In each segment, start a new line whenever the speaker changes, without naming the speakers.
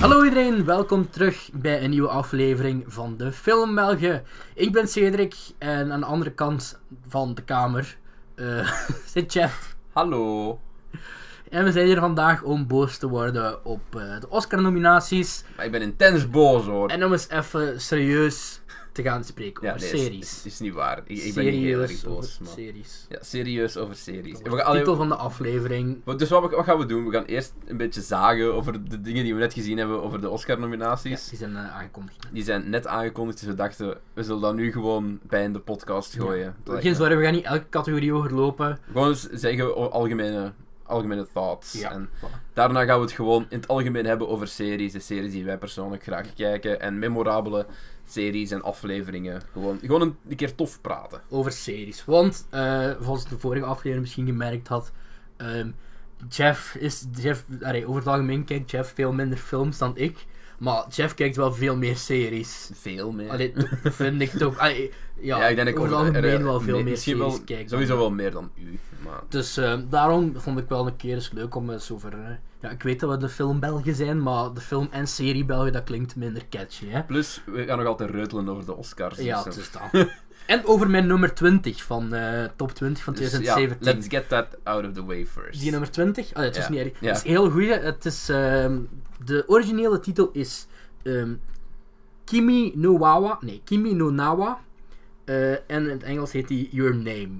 Hallo iedereen, welkom terug bij een nieuwe aflevering van de Film België. Ik ben Cedric en aan de andere kant van de kamer eh, zit Jeff.
Hallo.
En we zijn hier vandaag om boos te worden op eh, de Oscar-nominaties
Maar ik ben intens boos hoor.
en om eens even serieus te gaan spreken over
nee, is-
series.
Is, is niet waar. Ik, ik ben niet heel erg
Serieus
boos.
over
man.
Series.
Ja, serieus over series. We gaan,
De
allee,
titel van de aflevering.
wat- dus wat, we- wat gaan we doen? We gaan eerst een beetje zagen over de dingen die we net gezien hebben over de
Ja,
Oscar-nominaties.
die zijn eh, aangekondigd.
Die zijn net aangekondigd, dus we dachten, we zullen dat nu gewoon bij in de podcast gooien. Dat lijkt
Geen
me-
zorgen, we gaan niet elke categorie overlopen.
Gewoon eens dus zeggen o- algemene, algemene thoughts.
Ja,
En
voilà.
daarna gaan we het gewoon in het algemeen hebben over series. De series die wij persoonlijk graag kijken. En memorabele series en afleveringen. Gewoon, gewoon een, een keer tof praten.
over series. Want, eh zoals ik de vorige aflevering misschien gemerkt had, ehm, Jeff is. Jeff, allee, over het algemeen kijkt Jeff veel minder films dan ik. Maar Jeff kijkt wel veel meer series.
Veel meer.
Allee, dat vind ik toch. allee, ja,
ja, ik denk dat ik
over het
over-
algemeen
eh,
wel veel
nee,
meer
misschien
series
wel-
kijk. dan
Sowieso
ik.
wel meer dan u. Maar
Dus ehm, daarom vond ik wel een keer eens leuk om eens over. eh, ja, ik weet dat we de film Belgen zijn, maar de film en serie Belgen, dat klinkt minder catchy, hè?
Plus, we gaan nog altijd reutelen over de Oscars.
Ja,
dus,
het
eh,
is dat. En over mijn nummer 20 van eh, top 20 van
dus, ja,
2017.
let's get that out of the way first.
Die nummer 20? Oh, het was
Ja.
niet erg.
Ja.
Het is een heel goeie. Het is, ehm, de originele titel is ehm, Kimi no Wawa. Nee, Kimi no Nawa. Eh, en in het Engels heet die Your Name.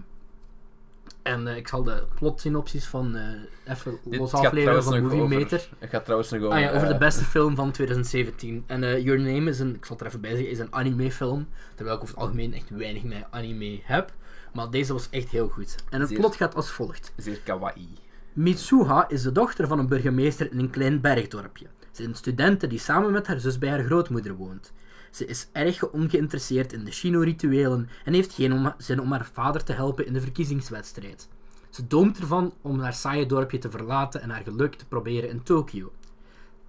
En eh, ik zal de plotsynopsis van eh even
Dit
los
gaat
afleveren
trouwens
van
nog
Movie
over-
Meter.
Het gaat trouwens nog over...
Ah ja, over de
eh,
beste film van 2017. En eh, Your Name is een, ik zal het er even bij zeggen, is een anime film. Terwijl ik over het algemeen echt weinig met anime heb. Maar deze was echt heel goed. En het
Zeer.
plot gaat als volgt.
Zeer kawaii.
Mitsuha is de dochter van een burgemeester in een klein bergdorpje. Ze is een studente die samen met haar zus bij haar grootmoeder woont. Ze is erg ongeïnteresseerd in de Shino-rituelen en heeft geen om- zin om haar vader te helpen in de verkiezingswedstrijd. Ze doomt ervan om haar saaie dorpje te verlaten en haar geluk te proberen in Tokio.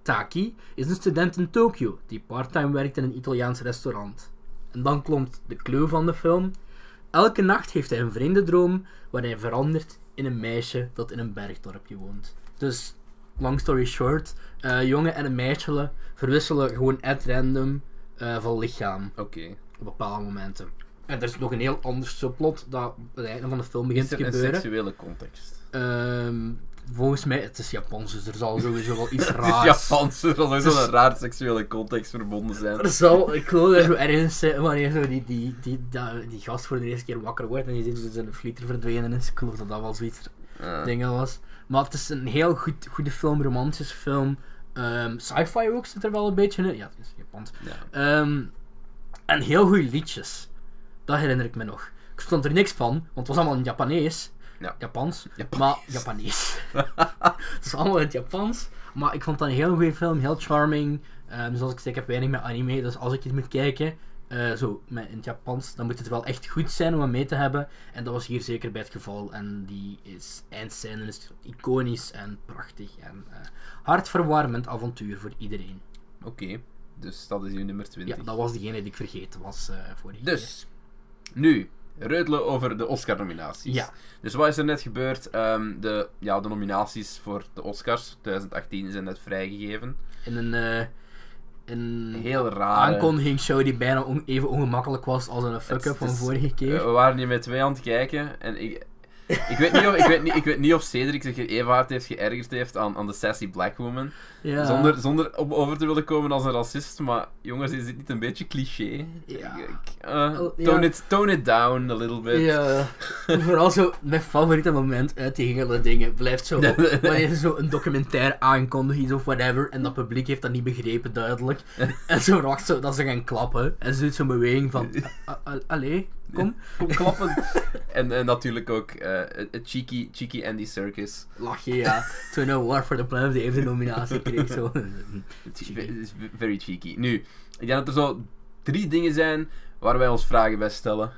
Taki is een student in Tokio die parttime werkt in een Italiaans restaurant. En dan komt de clue van de film. Elke nacht heeft hij een vreemde droom waarin hij verandert in een meisje dat in een bergdorpje woont. Dus, long story short, eh jongen en een meisje verwisselen gewoon at random eh, van lichaam
Oké.
op bepaalde momenten. En er is nog een heel ander subplot dat aan het einde van de film begint
Is
te
er een
gebeuren.
seksuele context?
Ehm, volgens mij, het is Japans, dus er zal sowieso wel iets
Het is
raars...
Japans, er zal sowieso
Het is-
een raar seksuele context verbonden zijn.
Er zal, ik geloof dat zo ergens eh, wanneer zo die, die, die, die, die gast voor de eerste keer wakker wordt en je ziet dat zijn flieter verdwenen is. Ik geloof dat dat wel zoiets
Ah.
dingen was. Maar het is een heel goed, goede film, romantische film. Ehm, Sci-fi ook zit er wel een beetje in. Ja, het is Japans.
Ja.
Ehm, en heel goede liedjes. Dat herinner ik me nog. Ik verstond er niks van, want het was allemaal in Japanees.
Ja.
Japans.
Japans.
Maar Japanees. het is allemaal in het Japans. Maar ik vond dat een heel goede film, heel charming. Ehm, zoals ik zei, ik heb weinig met anime, dus als ik iets moet kijken, eh, zo met, in het Japans, dan moet het wel echt goed zijn om hem mee te hebben. En dat was hier zeker bij het geval. En die is, eindscène is iconisch en prachtig. En eh hartverwarmend avontuur voor iedereen.
Oké, dus dat is uw nummer
Ja,
20.
dat was diegene die ik vergeten was eh vorige keer.
Dus, nu, reutelen over de Oscar-nominaties.
Ja.
Dus wat is er net gebeurd? Ehm, de, ja, de nominaties voor de Oscars 2018 zijn net vrijgegeven.
In een, eh, een
Heel raar.
aankondigingsshow die bijna on- even ongemakkelijk was als een fuck-up
Het-
van
het is- Eh,
vorige keer.
We waren hier met twee aan het kijken en ik... Ik weet, niet of, ik, weet niet, ik weet niet of Cedric zich hier even hard heeft geërgerd heeft aan, aan de sassy black woman.
ja.
Zonder, zonder op over te willen komen als een racist, maar jongens, is dit niet een beetje cliché?
Ja.
Ik- ik- eh,
Oh, ja.
tone, it, tone it down a little bit.
Ja, vooral zo mijn favoriete moment uit die hele dingen blijft zo wanneer ze zo een documentaire aankondigen iets of whatever en dat publiek heeft dat niet begrepen duidelijk en ze verwacht zo dat ze gaan klappen en ze doet zo'n beweging van "A- a- allee, kom,
Kom klappen. en, en natuurlijk ook eh, eh, cheeky, cheeky Andy Circus.
lach je ja, toen een War for the Planet die heeft de nominatie kreeg zo. Cheeky.
Very cheeky. Nu, ik denk dat er zo drie dingen zijn waar wij ons vragen bij stellen.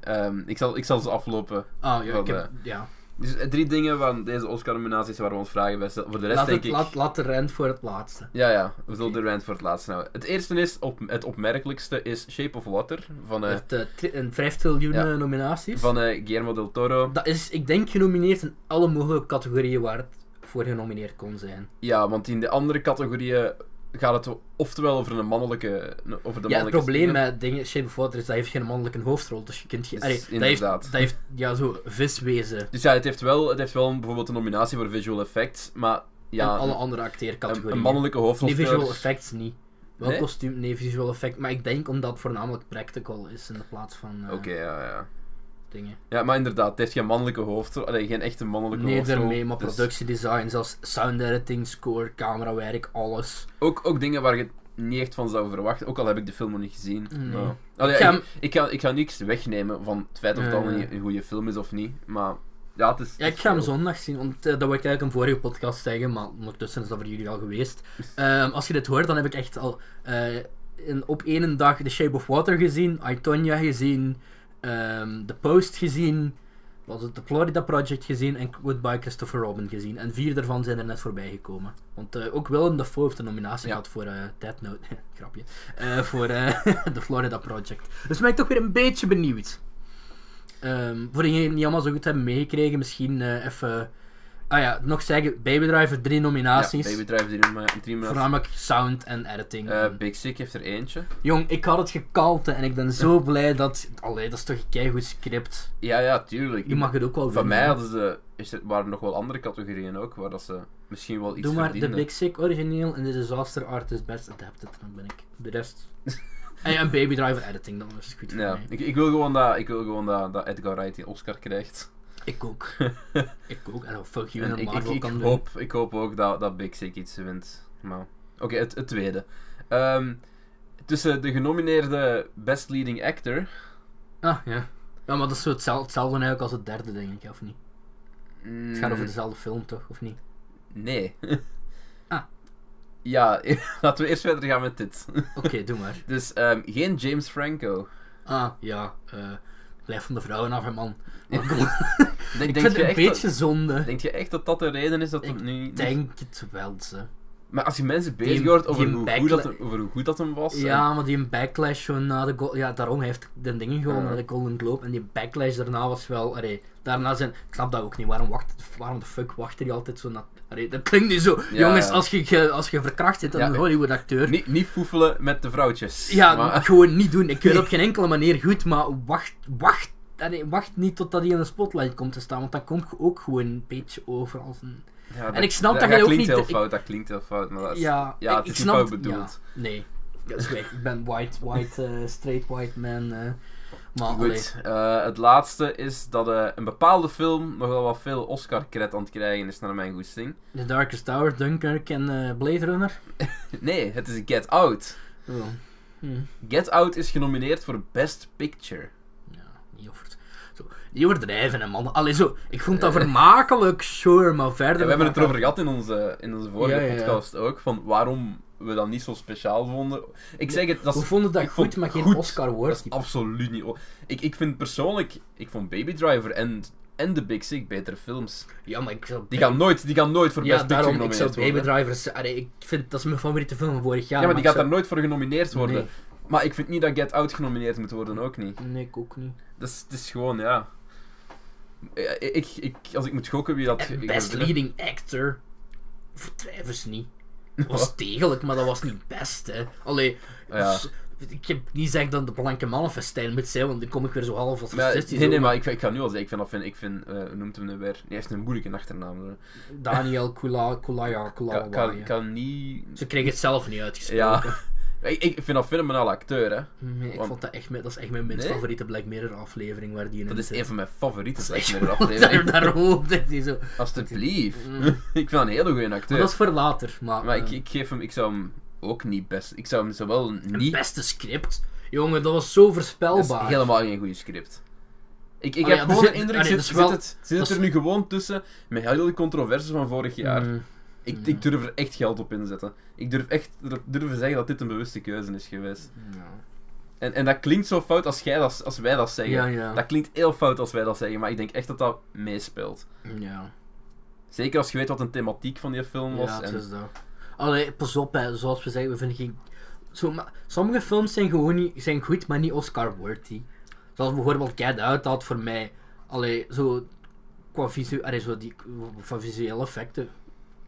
Ehm, ik, zal, ik zal ze aflopen.
Ah ja, ik
Wel,
heb, ja.
Dus eh, drie dingen van deze Oscar-nominaties waar we ons vragen bij stellen. Voor de rest
Laat,
denk
het,
ik... Eh,
laat, laat de rent voor het laatste.
Ja, ja. We zullen de rand voor het laatst houden. Het eerste is, op, het opmerkelijkste is Shape of Water van, eh,
Heeft eh, tri- een vijftal
Ja.
nominaties.
van eh, Guillermo del Toro.
Dat is, ik denk, genomineerd in alle mogelijke categorieën waar het voor genomineerd kon zijn.
Ja, want in de andere categorieën gaat het o- oftewel over een mannelijke... een- Over de
ja, het
mannelijke
probleem eh,
dingen.
met dingen, Shape of Water is, dat heeft geen mannelijke hoofdrol. Dus je kunt... ge-
Is
Allee, dat heeft,
inderdaad.
dat heeft ja, zo viswezen
Dus ja, het heeft wel, het heeft wel een- bijvoorbeeld een nominatie voor visual effects, maar ja,
en alle
een-
andere
een,
acteercategorieën.
een mannelijke hoofdrol.
Nee, visual effects niet. Wel
Nee?
kostuum, nee, visual effect. Maar ik denk omdat het voornamelijk practical is in de plaats van eh,
Oké, ja, ja.
dingen.
Ja, maar inderdaad, het heeft geen mannelijke hoofdrol, allee, geen echte mannelijke
Nee,
hoofdrol.
daarmee, maar
dus
productiedesign, zelfs sound editing, score, camerawerk, alles.
ook, ook dingen waar je het niet echt van zou verwachten, ook al heb ik de film nog niet gezien.
Nee.
Maar- Allee,
Ik ga hem-
ik, ik, ga, ik ga niks wegnemen van het feit of het al
Nee.
een, een goede film is of niet, maar ja, het is...
Ja,
het
ik
is
ga hem
wel-
zondag zien, want eh, dat wil ik eigenlijk een vorige podcast zeggen, maar ondertussen is dat voor jullie al geweest. Ehm, als je dit hoort, dan heb ik echt al eh, in, op één dag The Shape of Water gezien, I, Tonya gezien, ehm, The Post gezien, was het The Florida Project gezien en Goodbye Christopher Robin gezien. En vier daarvan zijn er net voorbij gekomen. Want eh, ook Willem Dafoe heeft een nominatie
Ja.
gehad voor eh Dead Note, grapje, Eh, voor eh, The Florida Project. Dus ben ik toch weer een beetje benieuwd. Ehm, voor degenen die het niet allemaal zo goed hebben meegekregen, misschien eh, even. Ah ja, nog zeggen: Baby Driver drie
Ja,
nominaties.
Baby Driver die noemen in drie minuten.
voornamelijk sound en editing.
Eh
En-
Big Sick heeft er eentje.
Jong, ik had het gekalte en ik ben zo blij dat. Allee, dat is toch een keigoed script.
Ja, ja, tuurlijk.
Je mag het ook wel
Van
winnen.
mij hadden ze, is er, waren er nog wel andere categorieën ook, waar dat ze misschien wel iets
Doe maar de
verdienden.
Big Sick origineel en de Disaster Artist Best Adapted. Dan ben ik. De rest. en, ja, en Baby Driver editing, dan is het goed voor
Ja,
mij.
ik, ik wil gewoon, dat, ik wil gewoon dat, dat Edgar Wright die Oscar krijgt.
Ik ook. ik ook. En dan fuck you
En
en
ik, ik,
Marvel
ik,
kan doen.
hoop, ik hoop ook dat, dat Big Sick iets wint. Maar, Oké, het, het tweede. Ehm, tussen de genomineerde Best Leading Actor...
Ah, ja. Ja, maar dat is zo hetzelfde, hetzelfde eigenlijk als het derde, denk ik, of niet? Het gaat over
Mm.
dezelfde film, toch? Of niet?
Nee.
Ah.
Ja, laten we eerst verder gaan met dit.
Oké, doe maar.
Dus ehm, geen James Franco.
Ah, ja. eh blijf van de vrouwen af, hè, man. Maar kom,
Denk,
ik
denk
vind
je
het een
echt dat-
beetje zonde.
Denk je echt dat dat de reden is dat
Ik
het nu... niet-
Denk het wel, ze.
Maar als je mensen bezig
Die-
hoort over
die
hoe,
backla-
goed dat hem, over hoe goed dat hem was... en-
Ja, maar die backlash zo na de Go- Ja, daarom hij heeft de dingen gewonnen
Ja.
met de Golden Globe. En die backlash daarna was wel... Allee, daarna zijn... Ik snap dat ook niet. Waarom, wacht, waarom de fuck wacht hij altijd zo na... Allee, dat klinkt niet zo.
Ja,
Jongens,
ja.
als je, ge- als je verkracht zit aan
Ja,
een
ik-
Hollywood-acteur...
eh, Niet, niet foefelen met de vrouwtjes.
Ja,
maar-
gewoon niet doen. Ik wil op geen enkele manier goed, maar wacht, wacht, allee, wacht niet totdat hij in de spotlight komt te staan, want dan kom je ook gewoon een beetje over als een...
Ja,
ik snap dat jij
dat
ook
klinkt
niet-
heel
ik-
fout, dat klinkt heel fout. Maar dat is,
Ja,
ja,
ik-
het is
ik
niet
snap
fout
het-
bedoeld.
ja, nee, dat is weg. Ik ben white, white, eh, straight white man. eh. maar allee,
Goed, eh, het laatste is dat eh, een bepaalde film nogal wat veel Oscar-cred aan het krijgen is, naar mijn goesting.
The Darkest Tower, Dunkirk en eh, Blade Runner.
Nee, het is Get Out.
Oh, hm,
Get Out is genomineerd voor Best Picture.
Ja, niet over het- Zo, niet overdrijven, hè, man. Allee, zo, ik vond dat vermakelijk, sure, maar verder...
Eh. Ja, we hebben het erover gehad in onze, in onze vorige
Ja, ja, ja.
podcast ook, van waarom we dat niet zo speciaal vonden. Ik zeg het, dat
We
is
vonden dat
ik
goed,
vond
maar geen
goed.
Oscar-woord.
Dat is absoluut niet. o- Ik, ik vind persoonlijk, ik vond Baby Driver en, en The Big Sick betere films.
Ja, maar ik zal
Die gaan nooit, die gaan nooit voor
Ja,
Best Picture
daarom, ik zou
genomineerd worden.
Baby Drivers... Allee, ik vind, dat is mijn favoriete film van vorig jaar.
ja, maar die
ik
gaat daar
zou-
nooit voor genomineerd worden.
Nee.
Maar ik vind niet dat Get Out genomineerd moet worden, ook niet.
Nee, ik ook niet.
Dat is, het is gewoon, ja. Ja, Ik, ik, als ik moet gokken wie dat...
En
ik-
best
ik-
leading actor... Verdrijven ze niet. Dat was degelijk, maar dat was niet best, hè. Allee,
Ja.
s- ik heb niet gezegd dat de blanke mannenfestijn moet zijn, want dan kom ik weer zo half als
Maar,
racistisch
nee, nee,
over.
maar ik, ik ga nu al zeggen, ik vind, dat vind- ik vind eh, hoe noemt hem nu weer? Die heeft een moeilijke achternaam. hoor.
Daniel Kula, Kulaya,
Ka-
Kulaya.
Kan kan niet...
Ze kregen het zelf niet
Ja.
uitgesproken.
Ik, ik vind dat een fenomenaal acteur, hè.
Nee, ik
Want-
vond dat echt... mijn- Dat is echt mijn minst
Nee?
favoriete Black Mirror aflevering, waar die in
Dat is
zit.
een van mijn favoriete
Dat is
Black
echt-
Mirror afleveringen.
Daarom, dat is zo...
Alsjeblieft.
Mm.
ik vind dat een hele goede
Maar
acteur.
dat is voor later, maar...
Maar ik,
eh,
ik geef hem, ik zou hem ook niet best... Ik zou hem zowel niet...
beste script. Jongen, dat was zo
dat is
voorspelbaar.
helemaal geen goede script. Ik, ik
Allee,
heb
ja,
gewoon
er
de
zit-
indruk,
allee,
zit,
dat is wel-
zit het, zit het
dat
er
is-
nu gewoon tussen met heel die controverse van vorig jaar.
Mm.
Ik, ik durf er echt geld op inzetten. Ik durf echt durven zeggen dat dit een bewuste keuze is geweest.
Ja.
En, en dat klinkt zo fout als, jij dat, als wij dat zeggen.
Ja, ja.
Dat klinkt heel fout als wij dat zeggen, maar ik denk echt dat dat meespeelt.
ja.
Zeker als je weet wat een thematiek van die film was.
Ja, het
en,
is dat. Allee, pas op, hè. zoals we zeggen, we vinden geen... Zo, maar, sommige films zijn gewoon niet, zijn goed, maar niet Oscar-worthy. Zoals bijvoorbeeld Get Out had voor mij... Allee, zo... Qua visu allee, zo die, van visuele effecten,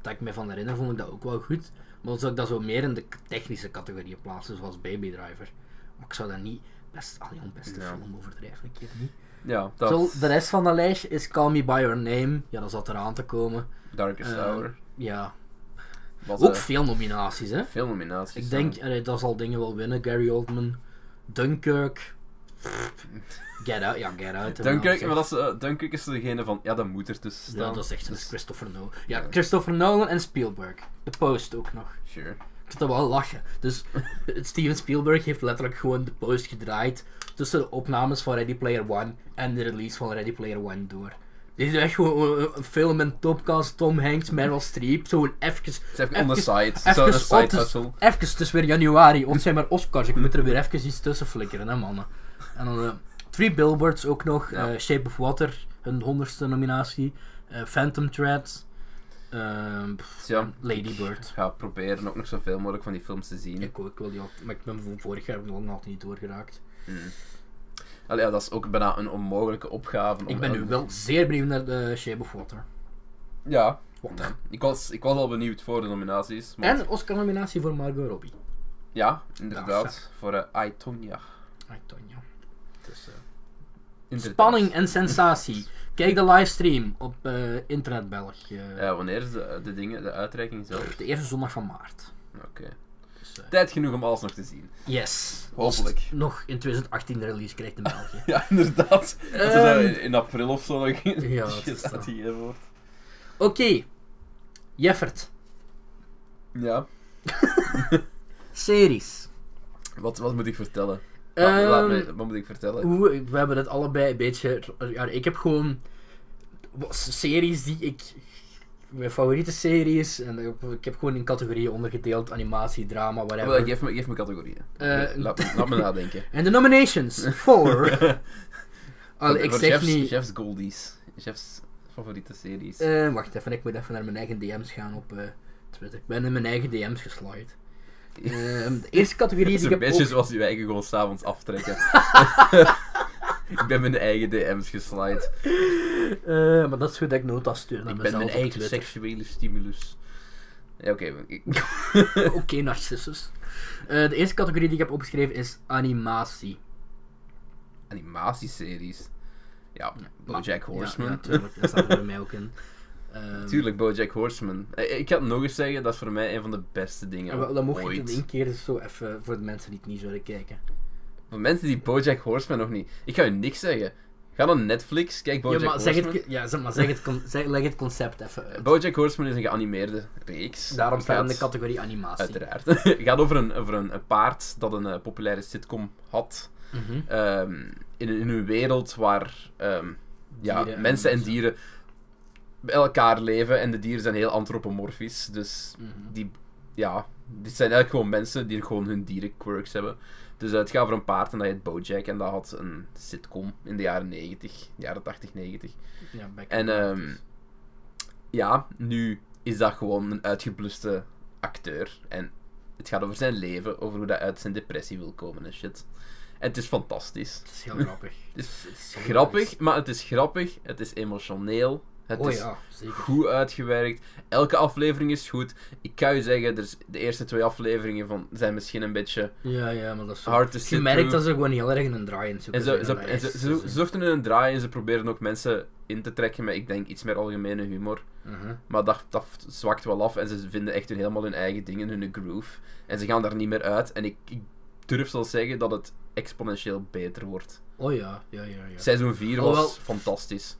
dat ik me van herinner, vond ik dat ook wel goed. Dan zou ik dat zo meer in de k- technische categorie plaatsen, zoals Baby Driver. Maar ik zou dat niet... Best, allee, een beste
Ja.
film overdrijven een keer niet.
Ja, dat
Zo, de rest van dat lijstje is Call Me By Your Name. Ja, dat zat eraan te komen.
Darkest
eh,
Hour.
Ja.
Was
Ook
eh,
veel nominaties, hè.
veel nominaties.
Ik denk, allee, dat zal dingen wel winnen. Gary Oldman, Dunkirk, Get Out, ja, Get Out. hè,
Dunkirk,
maar
maar
dat
dat is, eh, Dunkirk is degene van, ja, dat moet er tussen
is, ja,
staan.
dat is echt dat is
Dus-
Christopher Nolan. Ja, Christopher Nolan en Spielberg. De Post ook nog.
Sure.
Ik vind dat wel lachen. Dus Steven Spielberg heeft letterlijk gewoon de Post gedraaid tussen de opnames van Ready Player One en de release van Ready Player One door. Dit is echt gewoon eh, een- een film met topcast, Tom Hanks, Meryl Streep, zo gewoon eventjes
Ze heeft on the
Even-
side. Zo'n
Even,
side
het is-
hustle.
even, het is weer januari, ons zijn maar Oscars, ik moet er weer even iets tussen flikkeren, hè mannen. En dan eh, Three Billboards ook nog,
Ja.
eh, Shape of Water, hun honderdste nominatie, eh, Phantom Thread, ehm, pff,
Dus ja,
Lady
ik
Bird.
ga proberen ook nog zoveel mogelijk van die films te zien.
Ik, ook, ik wil die al, maar ik ben van vorig jaar nog altijd niet doorgeraakt.
Hmm. Allee, ja, dat is ook bijna een onmogelijke opgave. om
Ik ben nu
elke-
wel zeer benieuwd naar de Shape of Water.
Ja.
Wat?
ja. Ik, was, ik was al benieuwd voor de nominaties. Maar...
En een Oscar-nominatie voor Margot Robbie.
Ja, inderdaad. voor eh I, Tonya.
Ai, Tonja. Dus, eh,
Inderdaad.
spanning en sensatie. Kijk de livestream op eh, Internet België.
Ja, wanneer is de, de dingen, de uitreiking zelf?
De eerste zondag van maart.
Oké.
Dus, eh,
Tijd genoeg om alles nog te zien.
yes.
Hopelijk.
Als het nog in 2018 de release krijgt in België.
Ja, inderdaad. Als het
Ehm.
eh, in, in april of zo nog
Ja, dat is
staat
zo.
hier wordt.
Oké. Jeffert.
Ja.
Series.
Wat, wat moet ik vertellen? Ah, Laat-
Ehm,
laat mij- wat moet ik vertellen?
Hoe, we hebben het allebei een beetje... Ja, ik heb gewoon wat series die ik... Mijn favoriete series. En ik heb gewoon in categorieën ondergedeeld. Animatie, drama,
Wel,
whatever.
Geef me, geef me categorieën.
Eh,
laat, me- laat me nadenken.
En de nominations. Voor... Allee, ik
Voor
zeg
Jeff's,
niet...
Jeff's Goldies. Jeff's favoriete series.
Eh, wacht even, ik moet even naar mijn eigen DM's gaan op eh, Twitter. Ik ben in mijn eigen DM's geslaaid. Ehm, de eerste categorie die
Het
ik
is een
heb
beetje
ook-
zoals je eigen gewoon s'avonds aftrekken. ik ben mijn eigen DM's geslaaid.
Eh, maar dat is goed dat ik nota stuur naar
Ik ben
mezelf
mijn
op
eigen
Twitter.
seksuele stimulus. Ja, oké. ik-
Oké, narcissus. Eh, de eerste categorie die ik heb opgeschreven is animatie.
Animatieseries. Ja, Bojack
Ja,
Oh, Horseman.
Ja, natuurlijk. dat staat er bij mij ook in. Ehm,
Tuurlijk, Bojack Horseman. Eh, Ik ga het nog eens zeggen, dat is voor mij een van de beste dingen
en wel, dan mocht je het in
ooit.
één keer zo even voor de mensen die het niet zouden kijken.
Voor mensen die Bojack Horseman nog niet... Ik ga je niks zeggen. Ga naar Netflix, kijk
Ja,
Bojack
maar zeg,
Horseman.
het, ja, zeg, maar zeg, het, con- zeg- leg het concept even uit.
Bojack Horseman is een geanimeerde reeks.
Daarom staat in de
Gaat-
categorie animatie.
Uiteraard. Het gaat over een, over een, een paard dat een eh, populaire sitcom had.
Mhm.
Ehm, in, een- in een wereld waar ehm, ja,
Dieren en
mensen en
mensen.
dieren bij elkaar leven. En de dieren zijn heel antropomorfisch. Dus
Mhm.
die, ja, dit zijn eigenlijk gewoon mensen die gewoon hun dierenquirks hebben. Dus eh, het gaat over een paard en dat heet Bojack. En dat had een sitcom in de jaren 90, jaren 80, 90.
Ja, back
En
to the
ehm,
nineties.
ja, nu is dat gewoon een uitgebluste acteur. En het gaat over zijn leven, over hoe dat uit zijn depressie wil komen en shit. En het is fantastisch.
Het is heel grappig.
Het
Het is heel nice.
Grappig, maar het is grappig, het is emotioneel, het
Oh
is
ja, zeker.
goed uitgewerkt. Elke aflevering is goed. Ik kan je zeggen, er is- de eerste twee afleveringen van, zijn misschien een beetje
Ja, ja, maar dat is zo.
hard to
Je
sit
merkt
through.
dat ze gewoon heel erg in een draai in zoeken.
En ze, ze, en ze, ze, ze zochten in een draai en ze probeerden ook mensen in te trekken met, ik denk, iets meer algemene humor.
Mhm.
Maar dat, dat zwakt wel af en ze vinden echt hun, helemaal hun eigen dingen, hun groove. En ze gaan daar niet meer uit. En ik, ik durf zelfs zeggen dat het exponentieel beter wordt.
Oh ja, ja, ja, ja.
Seizoen 4 was
Alhoewel-
fantastisch.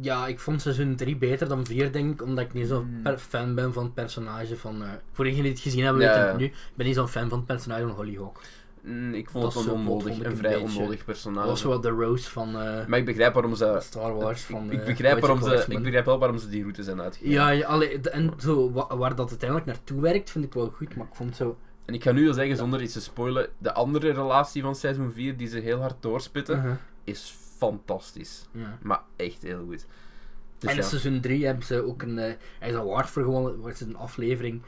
Ja, ik vond seizoen 3 beter dan 4, denk ik, omdat ik niet zo'n
Hmm.
per- fan ben van het personage van... eh voor degenen die het gezien hebben,
Ja,
weten
ja.
het nu. Ik ben niet zo'n fan van het personage van Holly Hawk.
Mm, ik vond
Dat
het een
subplot
onnodig,
vond ik
een
een
vrij
beetje-
onnodig
Dat
personage.
was wel de Rose van eh,
Ah, Maar ik begrijp waarom ze...
Star Wars. Van,
ik,
eh,
begrijp waarom ze
Bojack
ik
Horseman.
begrijp wel waarom ze die route zijn uitgegaan.
Ja, ja allee, de- en zo, wa- waar dat uiteindelijk naartoe werkt, vind ik wel goed, maar ik vond zo...
En ik ga nu al zeggen, zonder iets te spoilen, de andere relatie van seizoen 4, die ze heel hard doorspitten,
Uh-huh,
is fantastisch.
ja.
Maar echt heel goed. Dus
en in
ja.
seizoen 3 hebben ze ook een. eh, Hij is een award voor gewonnen, wordt het een aflevering.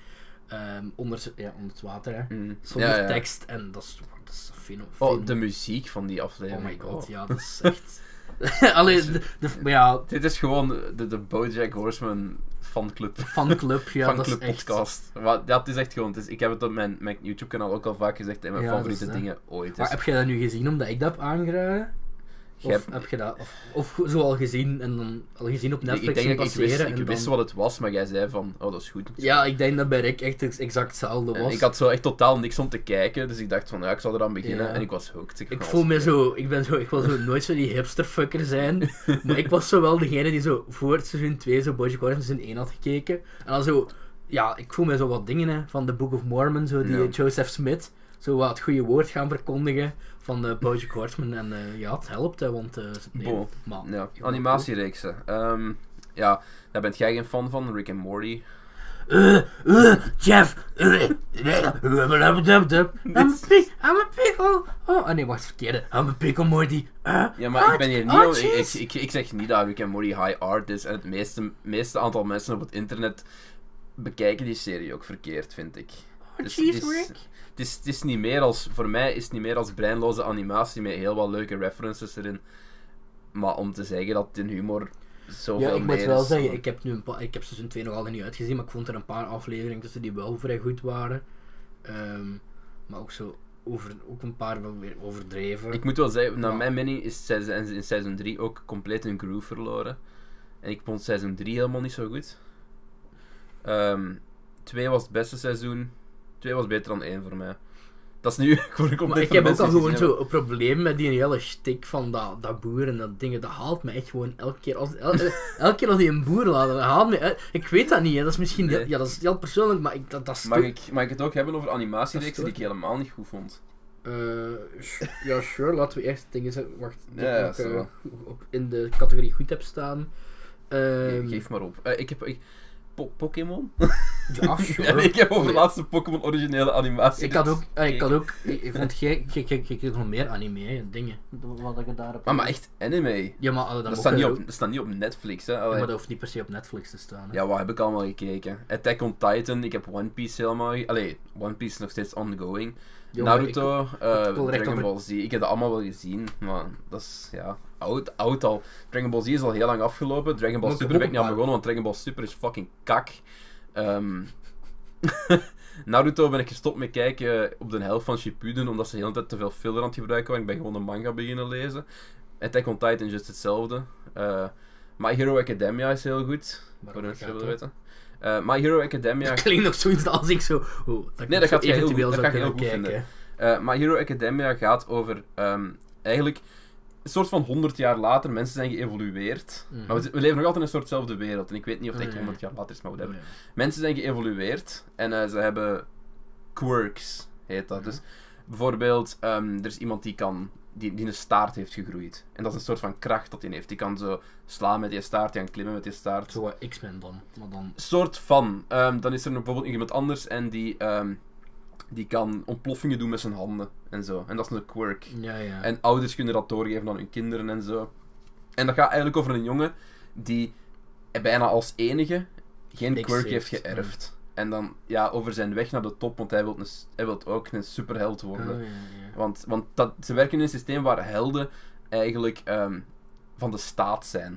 eh, ehm, onder, z- ja, onder het water, hè.
Mm.
Zonder
Ja, ja.
tekst. En dat is, dat is een feno-
Oh,
feno-
de muziek van die aflevering.
Oh my god,
Oh.
ja, dat is echt... Alleen, de, de- maar ja,
Dit is gewoon de, de Bojack Horseman fanclub.
fanclub, ja, dat is
fanclub
echt...
podcast. Maar dat is echt gewoon... het is- ik heb het op mijn, mijn YouTube-kanaal ook al vaak gezegd. En mijn
Ja, dat
favoriete
is, eh,
dingen ooit.
Maar
Dus
heb jij dat nu gezien omdat ik dat heb aangeraden?
jij
Of
hebt-
heb je dat... Of, of zo al gezien en dan al gezien op
ik,
Netflix
ik denk
zien
dat ik
passeren
wist,
en
ik
dan-
wist wat het was, maar jij zei van... Oh, dat is goed.
Ja, ik denk dat bij Rick echt ex- exact hetzelfde
En
was.
ik had zo echt totaal niks om te kijken. Dus ik dacht van, ja, ik zal eraan beginnen.
Ja.
En ik was hooked.
Ik
was-
voel me zo, ik ben zo, ik wil zo nooit zo die hipsterfucker zijn, maar ik was zo wel degene die zo voor het seizoen 2 zo Bojack Horseman seizoen 1 had gekeken. En dan zo, ja, ik voel me zo wat dingen hè, van The Book of Mormon, zo die
Ja.
eh, Joseph Smith, zo wat het goede woord gaan verkondigen van eh Bojack Horseman. En eh, ja, het helpt, hè, want... eh, nee,
Bon.
maar-
Ja, animatiereeksen. Ehm, ja, daar bent jij geen fan van, Rick en Morty.
Eh, eh, Jeff, eh, eh, blablabla. I'm a pig, I'm a pickle. Oh, ah nee, wacht, verkeerde. I'm a pickle, Morty. Eh,
Ja, maar ik
ah,
ben hier niet...
ah,
om- ik, ik,
jeez.
ik, ik zeg niet dat Rick en Morty high art is. En het meeste, meeste aantal mensen op het internet bekijken die serie ook verkeerd, vind ik.
Oh,
Dus
jeez,
het is-
Rick.
Het is, het is niet meer als... Voor mij is het niet meer als breinloze animatie met heel wat leuke references erin. Maar om te zeggen dat het in humor zoveel
Ja,
meer
ik moet
is
wel
dan-
zeggen, ik heb, nu een paar, ik heb seizoen 2 nog altijd niet uitgezien, maar ik vond er een paar afleveringen tussen die wel vrij goed waren. Ehm, maar ook zo over, ook een paar wel weer overdreven.
Ik moet wel zeggen, naar
Ja.
mijn mening is seizoen, in seizoen 3 ook compleet hun groove verloren. En ik vond seizoen 3 helemaal niet zo goed. 2 was het beste seizoen. 2 was beter dan 1 voor mij. Dat is nu voor een compleet
maar ik
voor
heb ook
mensen
al
die
gewoon
gezien
zo een probleem met die hele shtick van dat, dat boer en dat dingen. Dat haalt me echt gewoon elke keer als, el- el- elke keer als die een boer laat, dat haalt me uit. Ik weet dat niet, hè. dat is misschien
Nee.
heel, ja, dat is heel persoonlijk, maar ik, dat, dat is
hebben.
toch-
Mag ik, mag ik het ook hebben over animatiereeksen die
Dat
ik helemaal niet goed vond?
Eh, sh- ja, sure. Laten we eerst dingen zetten. Wacht. Die
Ja, ja,
ik ook,
zo.
eh, go- op, in de categorie goed heb staan. Ehm,
Geef maar op. Eh, ik heb... Ik, Po- Pokémon?
Ja, sure.
Ja, nee, ik heb over de
Nee.
laatste Pokémon originele animatie.
Ik had ook, eh, ik had ook, ik ik vond jij, jij- jij jij kreeg nog meer anime hè, dingen. Wat ik daar heb.
Ah, maar echt anime.
Ja, maar eh, dat,
Dat
mag
staat, niet
er
op,
ook-
dat staat niet op Netflix, hè.
ja,
Allee.
maar dat hoeft niet per se op Netflix te staan. hè.
Ja, wat heb ik allemaal gekeken? Attack on Titan, ik heb One Piece helemaal... ge- Allee, One Piece is nog steeds ongoing.
Ja, maar ik-
Naruto, eh,
ik wil er echt
Dragon
over-
Ball Z, ik heb dat allemaal wel gezien, maar dat is, ja, oud, oud al. Dragon Ball Z is al heel lang afgelopen, Dragon
Maar
Ball
ik
Super
heb
ben ik
ook
niet
een
aan
paar.
begonnen, want Dragon Ball Super is fucking kak. Ehm, Naruto ben ik gestopt met kijken op de helft van Shippuden, omdat ze de hele tijd te veel filler aan het gebruiken waren. Ik ben gewoon een manga beginnen lezen. Attack on Titan, just hetzelfde. Eh My Hero Academia is heel goed.
Waarover
Voor de mensen die
gaat
willen
dat?
weten. Eh, My Hero Academia.
Dat klinkt nog zoiets als ik zo. Oh, dat ik
dat
nog zo
gaat jij heel
eventueel
goed-
zou
dat gaat jij
kunnen
heel goed
kijken.
eh, My Hero Academia gaat over ehm, eigenlijk een soort van 100 jaar later. Mensen zijn geëvolueerd.
Mhm.
Maar we, zi- we leven nog altijd in een soortzelfde wereld. En ik weet niet of het
Ah,
echt
ja.
100 jaar later is, maar whatever.
Ja.
Mensen zijn geëvolueerd en eh, ze hebben quirks, heet dat. Dus bijvoorbeeld, ehm, er is iemand die kan. Die, die een staart heeft gegroeid. En dat is een soort van kracht dat hij heeft. Die kan zo slaan met die staart, die kan klimmen met die staart.
Zo wat X-Men dan. Maar dan.
soort van. Ehm, dan is er bijvoorbeeld nog iemand anders en die, ehm, die kan ontploffingen doen met zijn handen en zo. En dat is een quirk.
Ja, ja.
En ouders kunnen dat doorgeven aan hun kinderen en zo. En dat gaat eigenlijk over een jongen die bijna als enige geen
Niks
quirk heeft
heeft.
geërfd. En dan ja, over zijn weg naar de top, want hij wil, een, s- hij wil ook een superheld
Oh,
worden.
ja, ja.
Want, want dat, ze werken in een systeem waar helden eigenlijk ehm, van de staat zijn.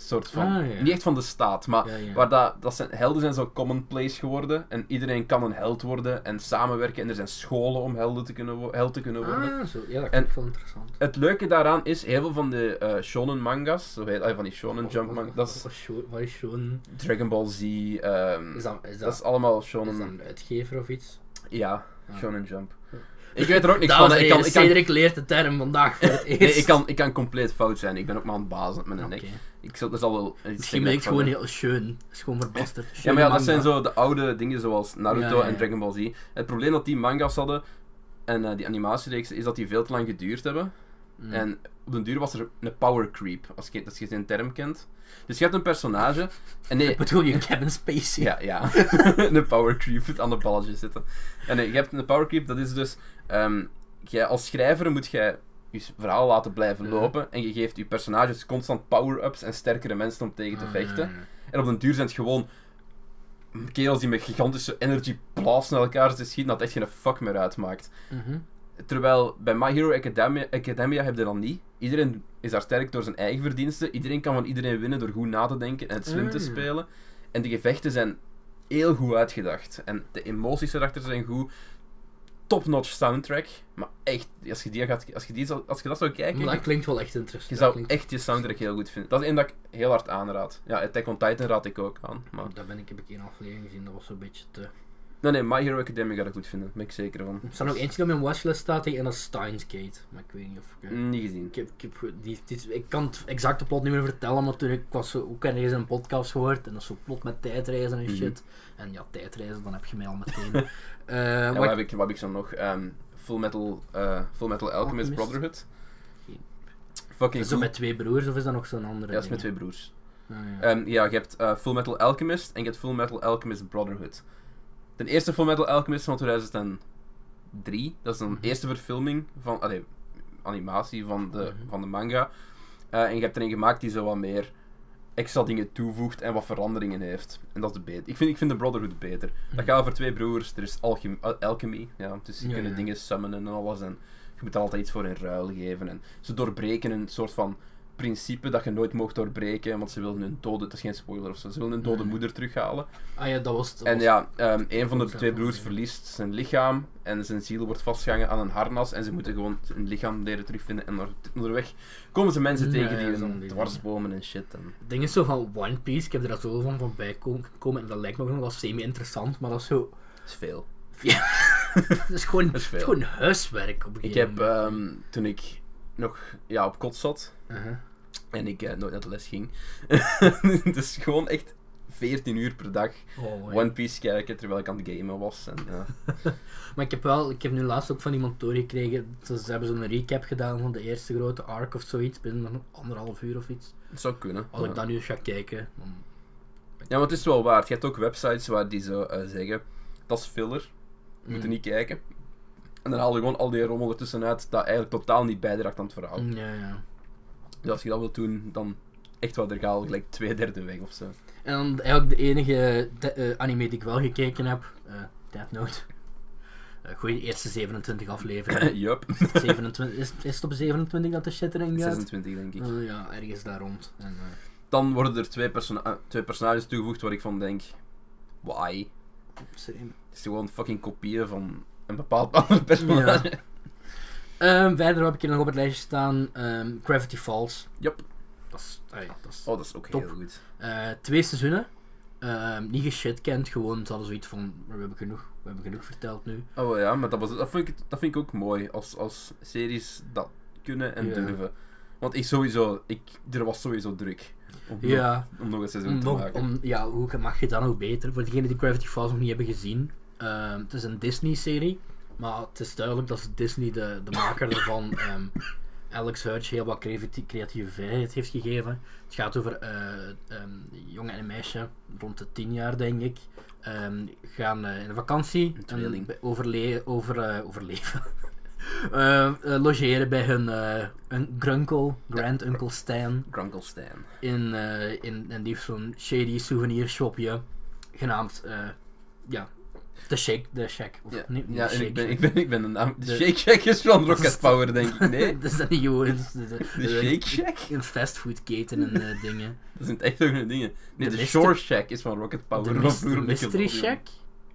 Een soort van.
Ah, ja.
Niet echt van de staat, maar
Ja, ja.
waar dat, dat zijn, helden zijn zo commonplace geworden. En iedereen kan een held worden en samenwerken. En er zijn scholen om helden te kunnen, wo- held te kunnen worden.
Ah, zo. Ja, dat
En-
klinkt wel interessant.
Het leuke daaraan is, heel veel van de eh, shonen mangas, zo heet, ah, van die shonen
Oh,
jump mangas, dat is
Wat- wat- Wat is Shonen?
Dragon Ball Z, ehm,
Is dat, is
dat
dat,
is allemaal
is
shonen,
dat een uitgever of iets?
ja,
Ah.
shonen jump. Ik weet er ook niks van,
Dames
hè.
en
ik kan,
heren,
ik, kan,
Cedric leert de term vandaag voor het eerst.
nee, ik, kan, ik kan compleet fout zijn, ik ben ook maar aan het bazen met mijn
Oké.
nek. Ik zal, er zal wel iets
Misschien ben ik gewoon heel schön. Dat is gewoon verbasterd.
Ja, maar ja, dat zijn zo de oude dingen zoals Naruto
Ja, ja, ja.
en Dragon Ball Z. Het probleem dat die mangas hadden en eh, die animatiereeksen is dat die veel te lang geduurd hebben.
Hmm.
En op den duur was er een power creep, als je, als je zijn term kent. Dus je hebt een personage. En nee,
Bedoel je Kevin Spacey?
ja, ja. een power creep, het aan de balletje zitten. En nee, je hebt een power creep, dat is dus. ehm, jij als schrijver moet jij je verhaal laten blijven
Ja.
lopen. En je geeft je personages constant power-ups en sterkere mensen om tegen te
Ah,
vechten.
ja, ja.
En op den duur zijn het gewoon kerels die met gigantische energy blasts naar elkaar zitten schieten, dat echt geen fuck meer uitmaakt.
Mhm.
Terwijl bij My Hero Academia, Academia heb je dat niet. Iedereen is daar sterk door zijn eigen verdiensten. Iedereen kan van iedereen winnen door goed na te denken en het slim te
Mm.
spelen. En de gevechten zijn heel goed uitgedacht. En de emoties erachter zijn goed. Top-notch soundtrack. Maar echt, als je, die gaat, als je, die, zou- als je dat zou kijken,
dat klinkt wel echt
je
interessant.
zou
dat, klinkt-
echt je soundtrack heel goed vinden. Dat is één dat ik heel hard aanraad. Ja, Attack on Titan raad ik ook aan. Maar...
dat Oh, ben ik, heb ik één aflevering gezien, dat was zo'n beetje te...
Nee, nee, My Hero Academia gaat ik goed vinden. Daar ben ik zeker van.
Er staat nog eentje die op mijn watchlist staat en dat is Steins Gate. Maar ik weet niet of ik...
Niet gezien.
Ik, heb, ik, heb, die, die- ik kan het exacte plot niet meer vertellen, maar toen ik was zo, ook ergens een podcast gehoord en dat is zo plot met tijdreizen
Mm.
en shit. En ja, tijdreizen, dan heb je mij al meteen. Eh,
En
maar
wat
ik-
heb ik, wat heb ik zo nog? Ehm, Full, Metal, eh, Full Metal Alchemist
Alchemist?
Brotherhood.
Geen-
Fucking
zo
goed.
met twee broers of is dat nog zo'n andere?
Ja, dat is
ding?
met twee broers.
Ah, ja.
Ehm, ja, je hebt eh, Full Metal Alchemist en je hebt Full Metal Alchemist Brotherhood. De eerste Full Metal Alchemist van 2003, dat is een
Mhm.
eerste verfilming van, allee, animatie van de,
Mhm.
van de manga. Eh, en je hebt er een gemaakt die zo wat meer extra dingen toevoegt en wat veranderingen heeft. En dat is beter. Ik vind, ik vind de Brotherhood beter. Eh, Dat gaat over twee broers, er is alchem al- alchemy, ja, dus je
Ja,
kunnen
ja.
dingen summonen en alles. En je moet er altijd iets voor in ruil geven. En ze doorbreken een soort van principe dat je nooit mocht doorbreken, want ze willen hun dode, dat is geen spoiler of zo, ze willen hun dode
Nee.
moeder terughalen.
Ah ja, dat was het. Mhm. dat
En
was-
ja, ehm, een van de
Concept
twee
van
broers
de-
verliest zijn lichaam en zijn ziel wordt vastgehangen aan een harnas en ze moeten gewoon hun lichaam leren terugvinden en onder- onderweg komen ze mensen
Ja,
tegen
ja,
die
zo'n
hun
ding,
dwarsbomen en shit. En...
Het ding is zo van One Piece, ik heb er dat zo van voorbij ko- komen en dat lijkt me ook nog wel semi-interessant, maar dat is zo...
Dat is veel.
dat is gewoon,
is
het is
veel.
gewoon huiswerk op een
Ik
gegeven
heb,
moment.
ehm, toen ik nog ja, op kot zat
Uh-huh.
en ik eh, nooit naar de les ging, dus gewoon echt 14 uur per dag
Oh, my
One Piece kijken terwijl ik aan het gamen was. En, ja.
Maar ik heb wel, ik heb nu laatst ook van iemand doorgekregen. Ze, ze hebben zo'n recap gedaan van de eerste grote arc of zoiets, binnen een anderhalf uur of iets.
Het zou kunnen.
Als
ja.
ik dat nu eens ga kijken, dan...
Ja, maar het is wel waard. Je hebt ook websites waar die zo eh, zeggen: dat is filler,
Mm.
moeten niet kijken. En dan haal je gewoon al die rommel ertussenuit dat eigenlijk totaal niet bijdraagt aan het verhaal.
Mm, Ja, ja.
Dus als je dat wilt doen, dan echt wel, er gaat al gelijk twee derde weg of zo.
En dan eigenlijk de enige de- eh, anime die ik wel gekeken heb, eh Death Note. Eh goeie eerste 27 afleveringen.
Yup,
27, is, is het op 27 dat de shit erin gaat?
26 denk ik.
Eh, ja, ergens daar rond. En, eh,
Dan worden er twee, persona- eh, twee personages toegevoegd waar ik van denk: why?
same.
Het is gewoon fucking kopieën van een bepaald ander personage.
Ehm, verder heb ik hier nog op het lijstje staan ehm, Gravity Falls.
Yup.
Dat is, ai, dat is
Oh, dat is ook
Top.
heel goed.
Eh, twee seizoenen. Ehm, niet geshit kent, gewoon ze hadden zoiets van: we hebben genoeg, we hebben genoeg verteld nu.
Oh ja, maar dat, was, dat, vind, ik, dat vind ik ook mooi als, als series dat kunnen en
Ja.
durven. Want ik sowieso, ik, er was sowieso druk om,
Ja,
nog, om nog een seizoen
om
te
Mm, nog,
maken.
om, ja, hoe mag je dat nog beter? Voor degenen die Gravity Falls nog niet hebben gezien, ehm, het is een Disney-serie, maar het is duidelijk dat Disney, de, de maker ervan, ehm, Alex Hutch heel wat creatie- creatieve vrijheid heeft gegeven. Het gaat over eh, ehm, een jongen en een meisje, rond de tien jaar denk ik, ehm, gaan eh, in een vakantie
Een
en
tweeling.
be- overle over, eh, overleven. Eh, eh, logeren bij hun eh, een grunkel, grand uncle Stan
Grunkle Stan.
in, eh, in, en die heeft zo'n shady souvenirshopje genaamd eh, ja, The Shake, The Shack. Of,
Ja,
niet- niet
ja
The
en ik
Shake
ben,
Shack.
ik, ben, ik ben de naam. De,
De-
Shake Shack is van
Dat is
Rocket
de-
Power, denk ik. Nee,
dat is dan niet gewoon. dat is De, de-
de Shake Shack?
Een fastfoodketen en eh, dingen.
Dat zijn echt ook hun dingen. Nee,
De
de,
Myster-
Shore Shack is van Rocket Power.
De
van
mys-
vroeger
Mystery
Nickelodeon.
Shack?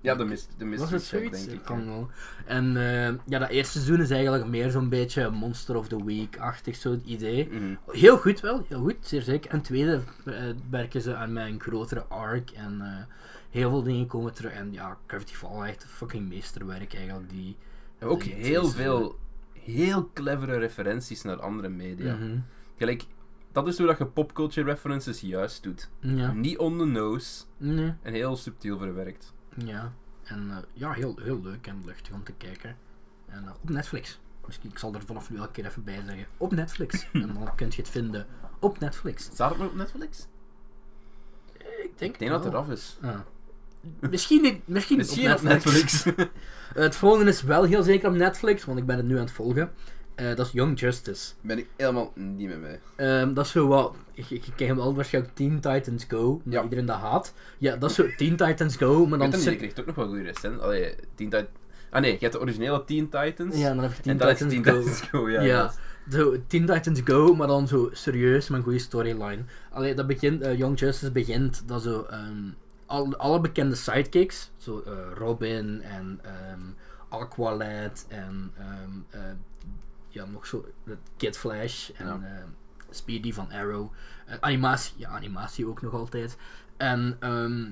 Ja, de, mis, de
Was
Mystery
dat
Shack,
zoiets?
denk
Ik
ik.
kan
ja.
wel. En eh, ja, dat eerste seizoen is eigenlijk meer zo'n beetje Monster of the Week-achtig, zo'n idee.
Mhm.
Heel goed wel, heel goed, zeer zeker. En tweede eh, werken ze aan mijn grotere arc en eh, heel veel dingen komen terug. En ja, Gravity Falls echt een fucking meesterwerk eigenlijk. Die,
En Ook
die- eh, die-
heel
die-
veel, heel clevere referenties naar andere media.
Mhm.
Gelijk, dat is hoe dat je popculture references juist doet.
Ja.
Niet on the nose
Nee.
en heel subtiel verwerkt.
Ja. En eh, ja, heel, heel leuk en luchtig om te kijken. En eh, op Netflix. Misschien ik zal er vanaf nu elke keer even bij zeggen. Op Netflix. en dan kun je het vinden op Netflix.
Staat het nog op Netflix?
Ik denk,
Ik denk dat het
wel.
eraf is.
Ah. Misschien, niet- misschien,
Misschien op Netflix.
Het volgende is wel heel zeker op Netflix, want ik ben het nu aan het volgen. Eh, dat is Young Justice.
Ben ik helemaal niet mee mee.
Ehm, dat is zo wat. Je, je kent hem al waarschijnlijk Teen Titans Go. omdat
Ja.
Iedereen dat haat. Ja, dat is zo Teen Titans Go, maar
Dan
dan.
je
zit-
kreeg ook nog wel goede recent. Allee, Teen Titans. Ah nee, je hebt de originele Teen Titans.
Ja, dan heb je Teen
en dat is
Titans
Teen
Go.
Titans Go, ja.
Ja,
ja.
zo Teen Titans Go, maar dan zo serieus met een goede storyline. Allee, dat begint, eh, Young Justice begint dat zo ehm, al, alle bekende sidekicks, zo eh, Robin en ehm Aqualad en ehm, eh, ja, nog zo eh, Kid Flash en
Ja.
ehm, Speedy van Arrow. Eh, animatie, ja, animatie ook nog altijd. En ehm,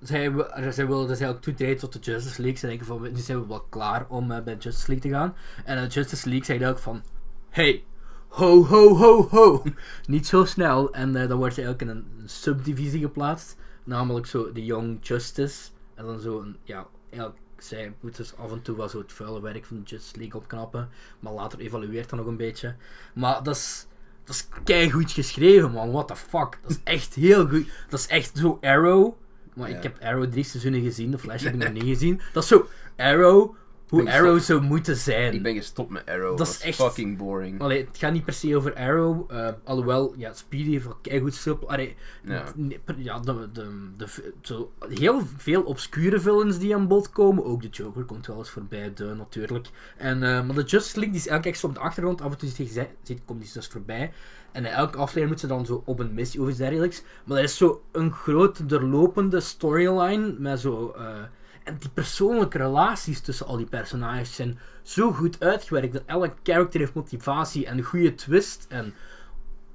zij, wi- zij wilden dus eigenlijk toetreden tot de Justice League. Ze denken van, we- nu zijn we wel klaar om eh, bij de Justice League te gaan. En de Justice League zei dan ook van, hey, ho, ho, ho, ho. Niet zo snel. En eh, dan wordt ze eigenlijk in een, een subdivisie geplaatst. Namelijk zo de Young Justice. En dan zo, een, ja, eigenlijk, zij moet dus af en toe wel zo het vuile werk van de Justice League opknappen. Maar later evalueert dat nog een beetje. Maar dat is... Dat is keigoed geschreven, man. What the fuck. Dat is echt heel goed. Dat is echt zo Arrow. Maar
Ja.
ik heb Arrow drie seizoenen gezien. De Flash heb ik nog niet gezien. Dat is zo Arrow. Hoe
Ik ben
Arrow zou moeten zijn.
Ik ben gestopt met Arrow.
Dat
Dat
is
is
echt-
fucking boring.
Allee, het gaat niet per se over Arrow. eh, alhoewel, ja, Speedy heeft wel keigoed sub. Allee,
Ja.
nee, per- ja, de, de, de, zo, heel veel obscure villains die aan bod komen. Ook de Joker komt wel eens voorbij, de, natuurlijk. En, eh, maar de Justice League die is eigenlijk echt zo op de achtergrond. Af en toe ziet, hij- ziet, komt die dus voorbij. En in elke aflevering moet ze dan zo op een missie of iets dergelijks. Maar dat is zo een grote, doorlopende storyline met zo... eh, en die persoonlijke relaties tussen al die personages zijn zo goed uitgewerkt dat elk character heeft motivatie en een goede twist. En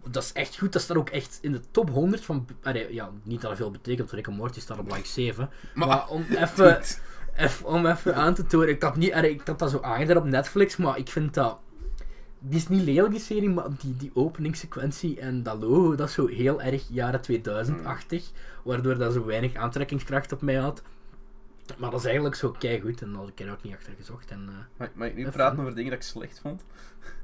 dat is echt goed. Dat staat ook echt in de top 100 van. allee, ja, niet dat dat veel betekent, want Rick en Morty staat op like 7. Maar,
Maar-
om even. eff- om even aan te tonen, ik had, niet, allee, ik had dat zo aangedaan op Netflix, maar ik vind dat. Die is niet lelijk, die serie, maar die, die openingssequentie en dat logo, dat is zo heel erg jaren 2000-achtig. Waardoor dat zo weinig aantrekkingskracht op mij had. Maar dat is eigenlijk zo keigoed en daar had ik er ook niet achter gezocht. En, eh,
Mag, mag ik nu
Even.
praten over dingen dat ik slecht vond?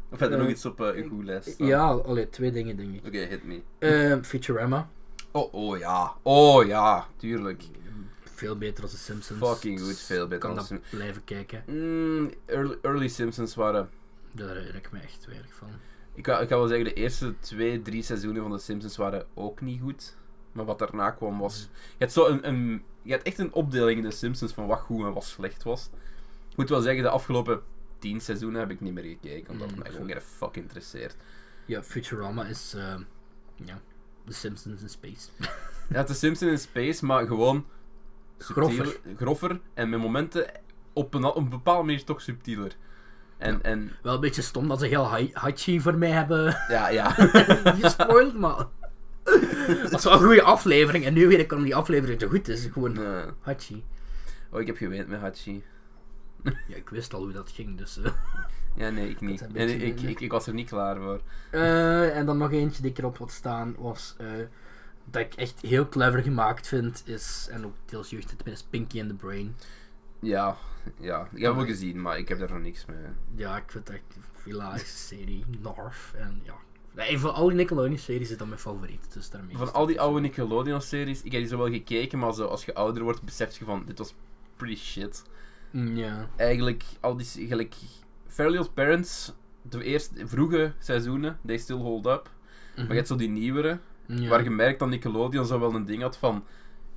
Of heb je
Eh,
nog iets op eh, uw goede lijst staan?
Ja, allee, twee dingen denk ik.
Oké, hit me.
Eh, Futurama,
Oh, oh ja. Oh ja, tuurlijk.
veel beter als de Simpsons.
Fucking goed, veel beter
kan
als
dat blijven kijken.
Mm, early, early Simpsons waren...
Daar herinner ik me echt weinig van.
Ik kan, ik kan wel zeggen, de eerste twee, drie seizoenen van de Simpsons waren ook niet goed. Maar wat daarna kwam was... Je had, zo een, een, je had echt een opdeling in de Simpsons van wat goed en wat slecht was. Ik moet wel zeggen, de afgelopen tien seizoenen heb ik niet meer gekeken. Omdat
Mm,
het mij gewoon geen fuck interesseert.
Ja, Futurama is, eh, ja, de Simpsons in space.
Ja, het is Simpsons in Space, maar gewoon subtieler,
Groffer.
groffer en met momenten op een, op een bepaalde manier toch subtieler. En ja, en,
Wel een beetje stom dat ze heel hi- Hachi voor mij hebben
ja. ja.
gespoild, maar... dat is wel een goede aflevering en nu weet ik waarom die aflevering zo goed is. Gewoon
Nee.
Hachi.
Oh, ik heb geweend met Hachi.
Ja, ik wist al hoe dat ging, dus... eh.
Ja, nee, ik niet.
Dat is een
En
beetje
ik, ik,
moeilijk.
ik was er niet klaar voor.
Eh, en dan nog eentje die ik erop had staan was eh, dat ik echt heel clever gemaakt vind is en ook deels jeugd tenminste Pinky and the Brain.
Ja, ja. Ik heb wel gezien, maar ik heb daar nog niks mee.
Ja, ik vind dat echt een hilarische serie North en ja. Nee, van al die Nickelodeon series is dat mijn favoriet, dus daarmee. is
Van
het
al die
zo.
oude Nickelodeon-series, ik heb die zo wel gekeken, maar zo, als je ouder wordt, besef je van, dit was pretty shit.
Mm, Ja.
eigenlijk al die gelijk Fairly Odd Parents de eerste vroege seizoenen they still hold up maar je hebt zo die nieuwere
Ja.
waar je merkt dat Nickelodeon zo wel een ding had van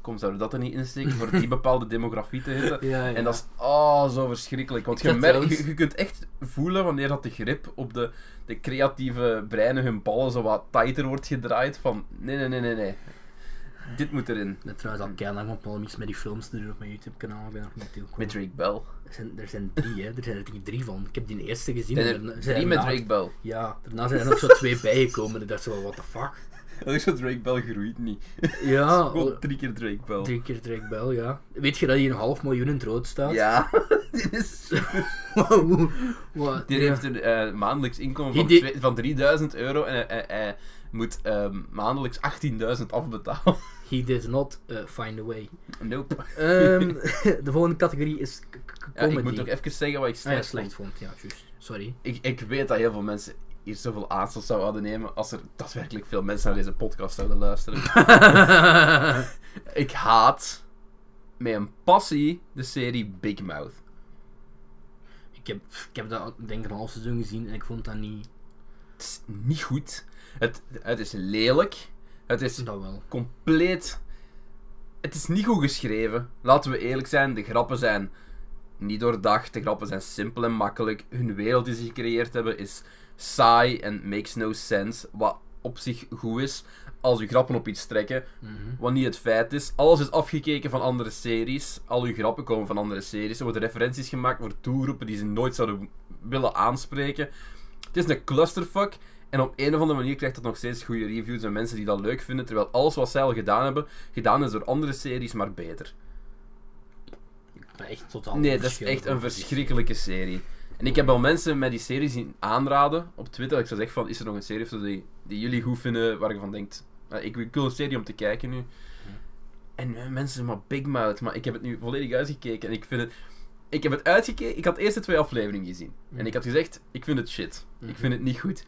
kom zouden we dat er niet insteken voor die bepaalde demografie te hitten
Ja, ja.
en dat is oh, zo verschrikkelijk want
Ik
je,
zat
merkt,
zelfs-
je, je kunt echt voelen wanneer dat de grip op de, de creatieve breinen hun ballen zo wat tighter wordt gedraaid van nee nee nee nee nee dit moet erin
Ik ben trouwens al keihard van plan om iets met die films te doen op mijn YouTube kanaal, ik ben er nog niet toe gekomen.
met Drake Bell
Er zijn, er zijn drie hè, er zijn er denk ik drie van. Ik heb die eerste gezien.
en
en
er,
daarna-
drie
zijn
met
daarna-
Drake Bell
Ja, daarna zijn er nog zo twee bijgekomen en ik dacht zo, van, what the fuck.
dat is zo Drake Bell groeit niet
Ja,
Gewoon drie keer Drake Bell.
Drie keer Ah, oh. Drake Bell, ja. Weet je dat hier een half miljoen in het rood staat?
Ja, dit is.
Wow. Wat?
Dit
Ja.
heeft een eh, maandelijks inkomen van,
Die-
twee- van 3000 euro en hij- hij- hij moet ehm, maandelijks 18.000 afbetalen.
He did not eh, find a way.
Nope.
Ehm, de volgende categorie is k- k-
Ja, ik
comedy.
moet nog even zeggen wat ik
Ah
slecht,
ja, slecht vond, ja, juist. Sorry.
vond. Ik, ik weet dat heel veel mensen hier zoveel aanstoot zouden nemen als er daadwerkelijk veel mensen naar deze podcast zouden luisteren. ik haat met een passie de serie Big Mouth.
ik ik, heb, ik heb dat denk ik een half seizoen gezien en ik vond dat niet.
Het is niet goed. Het, het is lelijk. Het is
Dat wel.
compleet. Het is niet goed geschreven. Laten we eerlijk zijn, de grappen zijn niet doordacht. De grappen zijn simpel en makkelijk. Hun wereld die ze gecreëerd hebben is saai en makes no sense. Wat op zich goed is als uw grappen op iets trekken, wat niet het feit is. Alles is afgekeken van andere series. Al uw grappen komen van andere series. Er worden referenties gemaakt voor toegroepen die ze nooit zouden willen aanspreken. Het is een clusterfuck. En op een of andere manier krijgt dat nog steeds goede reviews en mensen die dat leuk vinden. Terwijl alles wat zij al gedaan hebben, gedaan is door andere series, maar beter.
Maar echt totaal
Nee, dat is
verschillend.
echt een verschrikkelijke serie. En ik heb al mensen met die serie zien aanraden op Twitter. Dat ik zou zeggen van, is er nog een serie of zo die, die jullie goed vinden, waar je van denkt... "Nou, Ik, ik wil een serie om te kijken nu. En eh, mensen, maar Big Mouth. Maar ik heb het nu volledig uitgekeken en ik vind het... Ik heb het uitgekeken, ik had eerst de twee afleveringen gezien. En ik had gezegd, ik vind het shit. Ik vind het niet goed.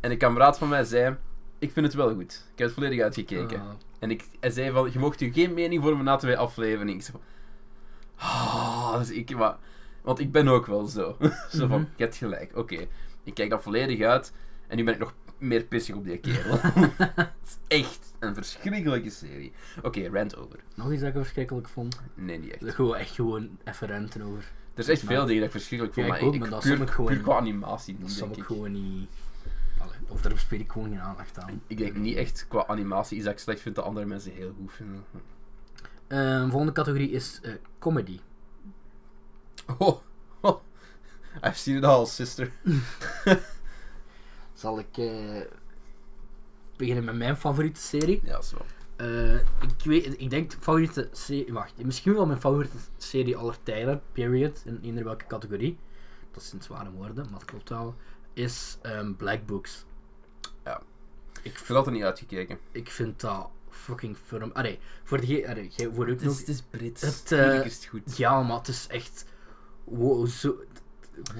En een kameraad van mij zei, ik vind het wel goed. Ik heb het volledig uitgekeken.
Ah.
En ik, hij zei van, je mocht je geen mening vormen na twee afleveringen. Ik zei van, ah, dus ik, maar, want ik ben ook wel zo. zo
Mhm.
van, je hebt gelijk, oké. Ik kijk dat volledig uit en nu ben ik nog meer pissig op die kerel. Het is echt een verschrikkelijke serie. Oké, rant over.
Nog iets dat ik verschrikkelijk vond.
Nee, niet echt.
Dat gewoon echt gewoon even renten over.
Er is echt veel dingen dat ik verschrikkelijk vond,
Ja, ik
maar
ook,
ik,
maar dat
puur,
snap ik gewoon.
puur qua animatie,
Dat
denk
snap ik
ik.
gewoon niet. Allee, of daar speel ik gewoon geen aandacht aan.
Ik denk niet echt qua animatie is dat ik slecht vind dat andere mensen heel goed vinden.
Ehm, volgende categorie is eh, comedy.
Oh, oh. I've seen it all, sister.
Zal ik eh, beginnen met mijn favoriete serie?
Ja, zo.
Eh, ik, weet, ik denk favoriete serie. Wacht, misschien wel mijn favoriete serie aller tijden, period, in eender welke categorie. Dat zijn zware woorden, maar het klopt wel. Is ehm, Black Books.
Ik heb dat er niet uitgekeken.
Ik vind dat fucking film. Allee, voor de Allee, jij- voor ook nog.
is Brits.
Het,
Het,
eh,
Tuurlijk is het goed.
Ja, maar het is echt. Wow, zo.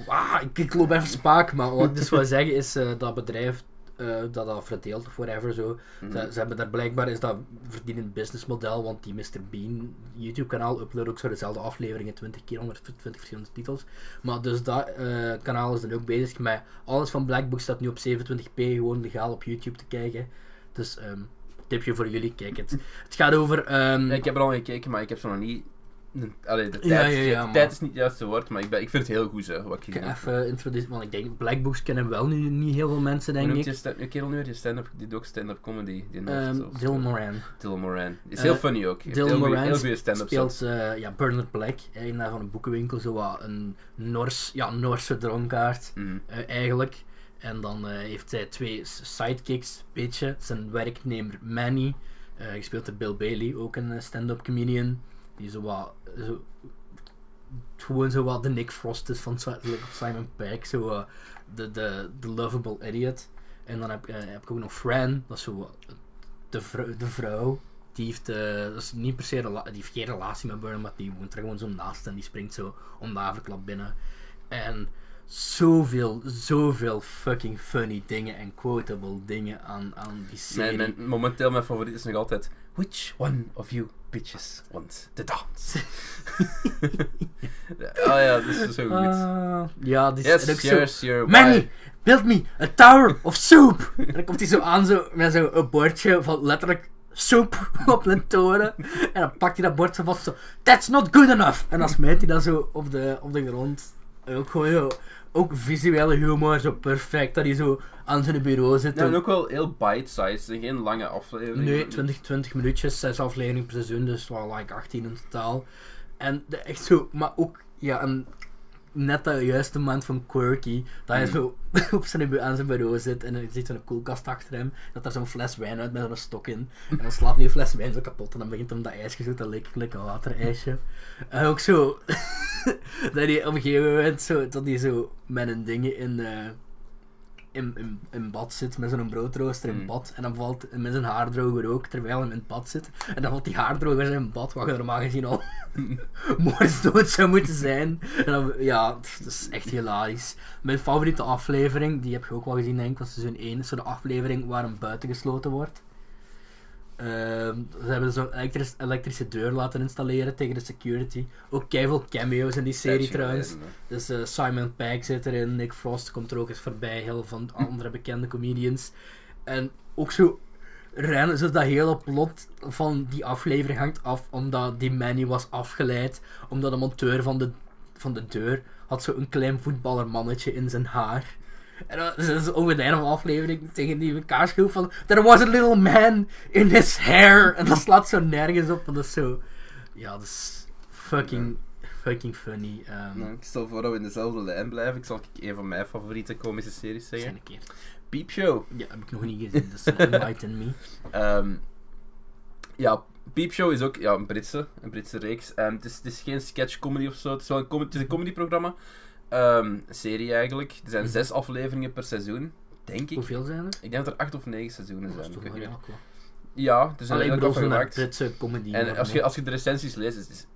Wow, ik, ik loop even spaak, maar wat ik dus wil zeggen is eh, dat bedrijf eh, dat dat verdeelt of whatever zo.
Mhm.
Ze, ze hebben daar blijkbaar is dat verdienend businessmodel, want die Mr. Bean YouTube-kanaal uploadt ook zo dezelfde afleveringen 20 keer onder 20 verschillende titels. Maar dus dat eh, kanaal is dan ook bezig met alles van Black Book staat nu op 27p gewoon legaal op YouTube te kijken. Dus ehm, tipje voor jullie, kijk het. Het gaat over. ehm,
Ja, ik heb er al naar gekeken, maar ik heb ze nog niet. Allee, de tijd,
Ja, ja,
is-
ja,
de
maar-
tijd is niet het juiste woord, maar ik, ben, ik vind het heel goed zo, wat ik
Ik
gezien
ga
heb.
even introduceren, want ik denk Black Books kennen wel nu niet heel veel mensen,
Hoe
denk
noemt
ik.
je stand, die kerel nu weer? Die, stand-up, die doet ook stand-up comedy. Die
Ehm,
um,
Dylan Moran.
Dylan Moran. Die is
Eh,
heel funny ook. Heeft
Dylan
heel goeie-
Moran
heel goede stand-up
speelt
sets.
eh, ja, Bernard Black, een van een boekenwinkel, zo wat een Noors, ja, Noorse dronkaard
Mhm.
eh, eigenlijk. En dan eh, heeft hij twee s- sidekicks, beetje. Zijn werknemer Manny, eh, gespeeld door Bill Bailey, ook een eh, stand-up comedian. Die zo wat, zo, gewoon zo wat de Nick Frost is van Si- Simon Pegg, zo eh, de, de, de lovable idiot. En dan heb, eh, heb ik ook nog Fran, dat is zo wat de, vrou- de vrouw. Die heeft, eh, dat is niet per se rela- die heeft geen relatie met Burnham, maar die woont er gewoon zo naast en die springt zo om de haverklap binnen. En zoveel, zoveel fucking funny dingen en quotable dingen aan, aan die serie.
Mijn, mijn- momenteel mijn favoriet is nog altijd. Which one of you bitches wants the dance? oh ja, dat is zo goed.
Ah, ja, die is en ook
yes,
zo-
yes, you're
Manny, build me a tower of soap. eh, En dan komt hij zo aan zo, met zo'n bordje van letterlijk soep op een toren. En dan pakt hij dat bord zo vast zo, that's not good enough. En dan smijt hij dat zo op de, op de grond. En ook gewoon zo, ook visuele humor, zo perfect, dat hij zo aan zijn bureau zit.
Ja, en ook wel heel bite-sized, geen lange aflevering.
Nee, 20, 20 minuutjes, 6 afleveringen per seizoen, dus wel like 18 in totaal. En de- echt zo, maar ook, ja, en net dat juiste moment van Quirky, dat hij zo op zijn, bu- aan zijn bureau zit en er zit zo'n koelkast achter hem, dat daar zo'n fles wijn uit met zo'n stok in. En dan slaat die fles wijn zo kapot en dan begint hem dat ijsje zo te likken, like een waterijsje. En ook zo, dat hij op een gegeven moment zo, dat hij zo met een ding in... eh, in, in, in bad zit met zo'n broodrooster in
Mm.
bad en dan valt met zijn haardroger ook terwijl hij in het bad zit en dan valt die haardroger in zijn bad wat je normaal gezien al moordsdood zou moeten zijn en dan, ja pff, dat is echt hilarisch mijn favoriete aflevering die heb je ook wel gezien denk ik was seizoen 1 is zo de aflevering waar hem buiten gesloten wordt Ehm, ze hebben zo'n elektris- elektrische deur laten installeren tegen de security. Ook keiveel cameo's in die serie
Tijdje
trouwens.
geleden, hè.
Dus eh, Simon Pegg zit erin, Nick Frost komt er ook eens voorbij, heel van andere bekende comedians. En ook zo rennen ze dat hele plot van die aflevering hangt af, omdat die Manny was afgeleid, omdat de monteur van de, van de deur had zo een klein voetballermannetje in zijn haar. En dan is dus ze over de hele aflevering tegen die elkaar schreeuwt van There was a little man in his hair. En dat slaat zo nergens op, en dat is zo... Ja, dat is fucking, fucking funny. ehm.
Nou, ik stel voor dat we in dezelfde lijn blijven. Ik zal een van mijn favoriete komische series
Zijn
zeggen.
een keer.
Peepshow.
Ja, heb ik nog niet gezien, dus eh, enlighten me.
Ehm, ja, Peepshow is ook ja, een, Britse, een Britse reeks. Ehm, het, is, het is geen sketchcomedy of zo. Het is wel een, com- het is een comedyprogramma. Ehm, een serie eigenlijk. Er
Mhm.
zijn zes afleveringen per seizoen, denk ik.
Hoeveel zijn er?
Ik denk dat er acht of negen seizoenen
Dat is
zijn.
toch
Ik weet
wel
niet
elk wel.
meer. Ja, er zijn
Alleen ik
er
bedoel
elk
zo'n
gemaakt.
Britse comedy.
En
maar
als
nee.
je, als je de recensies leest, is het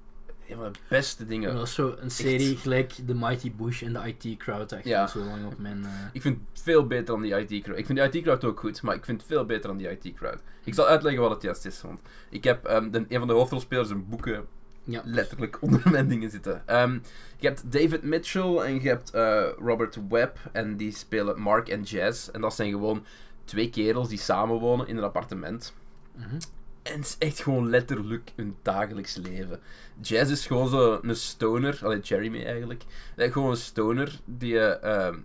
een van de beste dingen.
Dat is zo een serie gelijk The Mighty Bush en de IT Crowd echt
Ja.
al zo lang op mijn... eh,
Ik vind het veel beter dan die IT-crowd. Ik vind die IT-crowd ook goed, maar ik vind het veel beter dan die IT-crowd. Ik zal uitleggen wat het juist is, want ik heb ehm, de, een van de hoofdrolspelers een boeken
ja.
letterlijk onder mijn dingen zitten. Ehm, je hebt David Mitchell en je hebt eh, Robert Webb en die spelen Mark en Jazz. En dat zijn gewoon twee kerels die samenwonen in een appartement.
Mhm.
En het is echt gewoon letterlijk hun dagelijks leven. Jazz is gewoon zo een stoner, allee, Jeremy eigenlijk. Dat is gewoon een stoner die eh, ehm,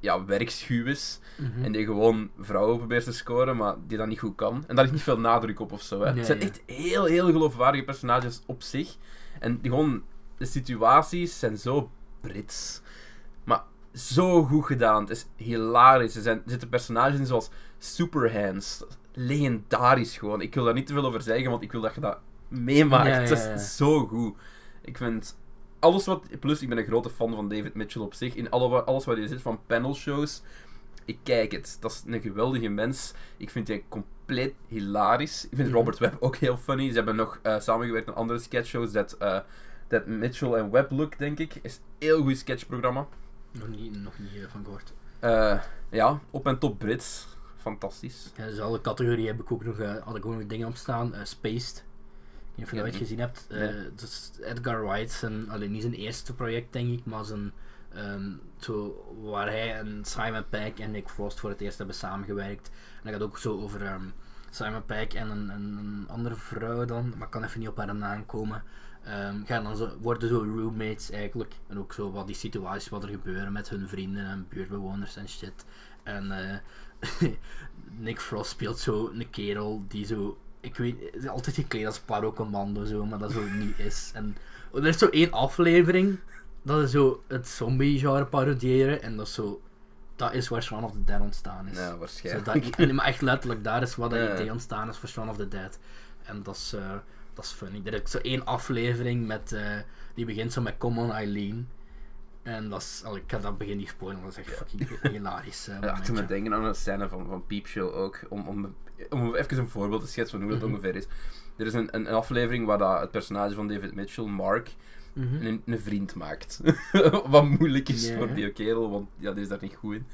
ja, werkschuw is.
Mhm.
En die gewoon vrouwen probeert te scoren, maar die dat niet goed kan. En daar ligt niet veel nadruk op of zo. Hè.
Nee,
het zijn
ja.
echt heel, heel geloofwaardige personages op zich. En die gewoon, de situaties zijn zo Brits. Maar zo goed gedaan. Het is hilarisch. Er, zijn, er zitten personages in zoals Superhands. Dat is Legendarisch gewoon. Ik wil daar niet te veel over zeggen, want ik wil dat je dat meemaakt.
Ja, ja,
Het
ja.
is zo goed. Ik vind alles wat... Plus, ik ben een grote fan van David Mitchell op zich. In alle, alles wat hij zit, van panelshows... Ik kijk het. Dat is een geweldige mens. Ik vind hij compleet hilarisch. Ik vind
Mhm.
Robert Webb ook heel funny. Ze hebben nog eh, samengewerkt aan andere sketchshows. Dat, eh, dat Mitchell en Webb Look, denk ik, is een heel goed sketchprogramma.
Nog niet, nog niet eh, van gehoord.
Eh, ja, op en top Brits. Fantastisch.
Ja, dezelfde categorie heb ik ook nog, eh, had ik ook nog dingen op staan. eh, Spaced. Ik weet niet of je dat ooit
Ja.
gezien hebt. Eh,
Nee.
dat is Edgar Wright, zijn, alleen niet zijn eerste project denk ik, maar zijn, ehm, zo, waar hij en Simon Pegg en Nick Frost voor het eerst hebben samengewerkt. En dat gaat ook zo over ehm, Simon Pegg en een, een, een andere vrouw dan, maar ik kan even niet op haar naam komen. Ehm, gaan dan zo, worden zo roommates eigenlijk. En ook zo wat die situaties wat er gebeuren met hun vrienden en buurtbewoners en shit. En eh, Nick Frost speelt zo een kerel die zo. Ik weet, is altijd gekleed als Paro Commando zo, maar dat zo niet is. En oh, er is zo één aflevering dat is zo het zombie-genre parodiëren en dat is zo. Dat is waar Shaun of the Dead ontstaan is.
Nou,
Zo
waarschijnlijk.
dat, en- maar echt letterlijk, daar is wat dat
Ja.
idee ontstaan is voor Shaun of the Dead. En dat is, eh, dat is funny. Er is zo één aflevering met, eh, die begint zo met Come on Eileen. En dat is, al, ik ga dat begin niet spoilen, dat is echt fucking hilarisch. eh,
Ja,
momentje.
toen me denken aan een scène van, van Peepshow ook, om, om, om even een voorbeeld te schetsen van hoe dat
Mhm.
ongeveer is. Er is een, een, een aflevering waar dat het personage van David Mitchell, Mark,
Mhm.
een, een vriend maakt. Wat moeilijk is
Ja.
voor die kerel, want ja, die is daar niet goed in.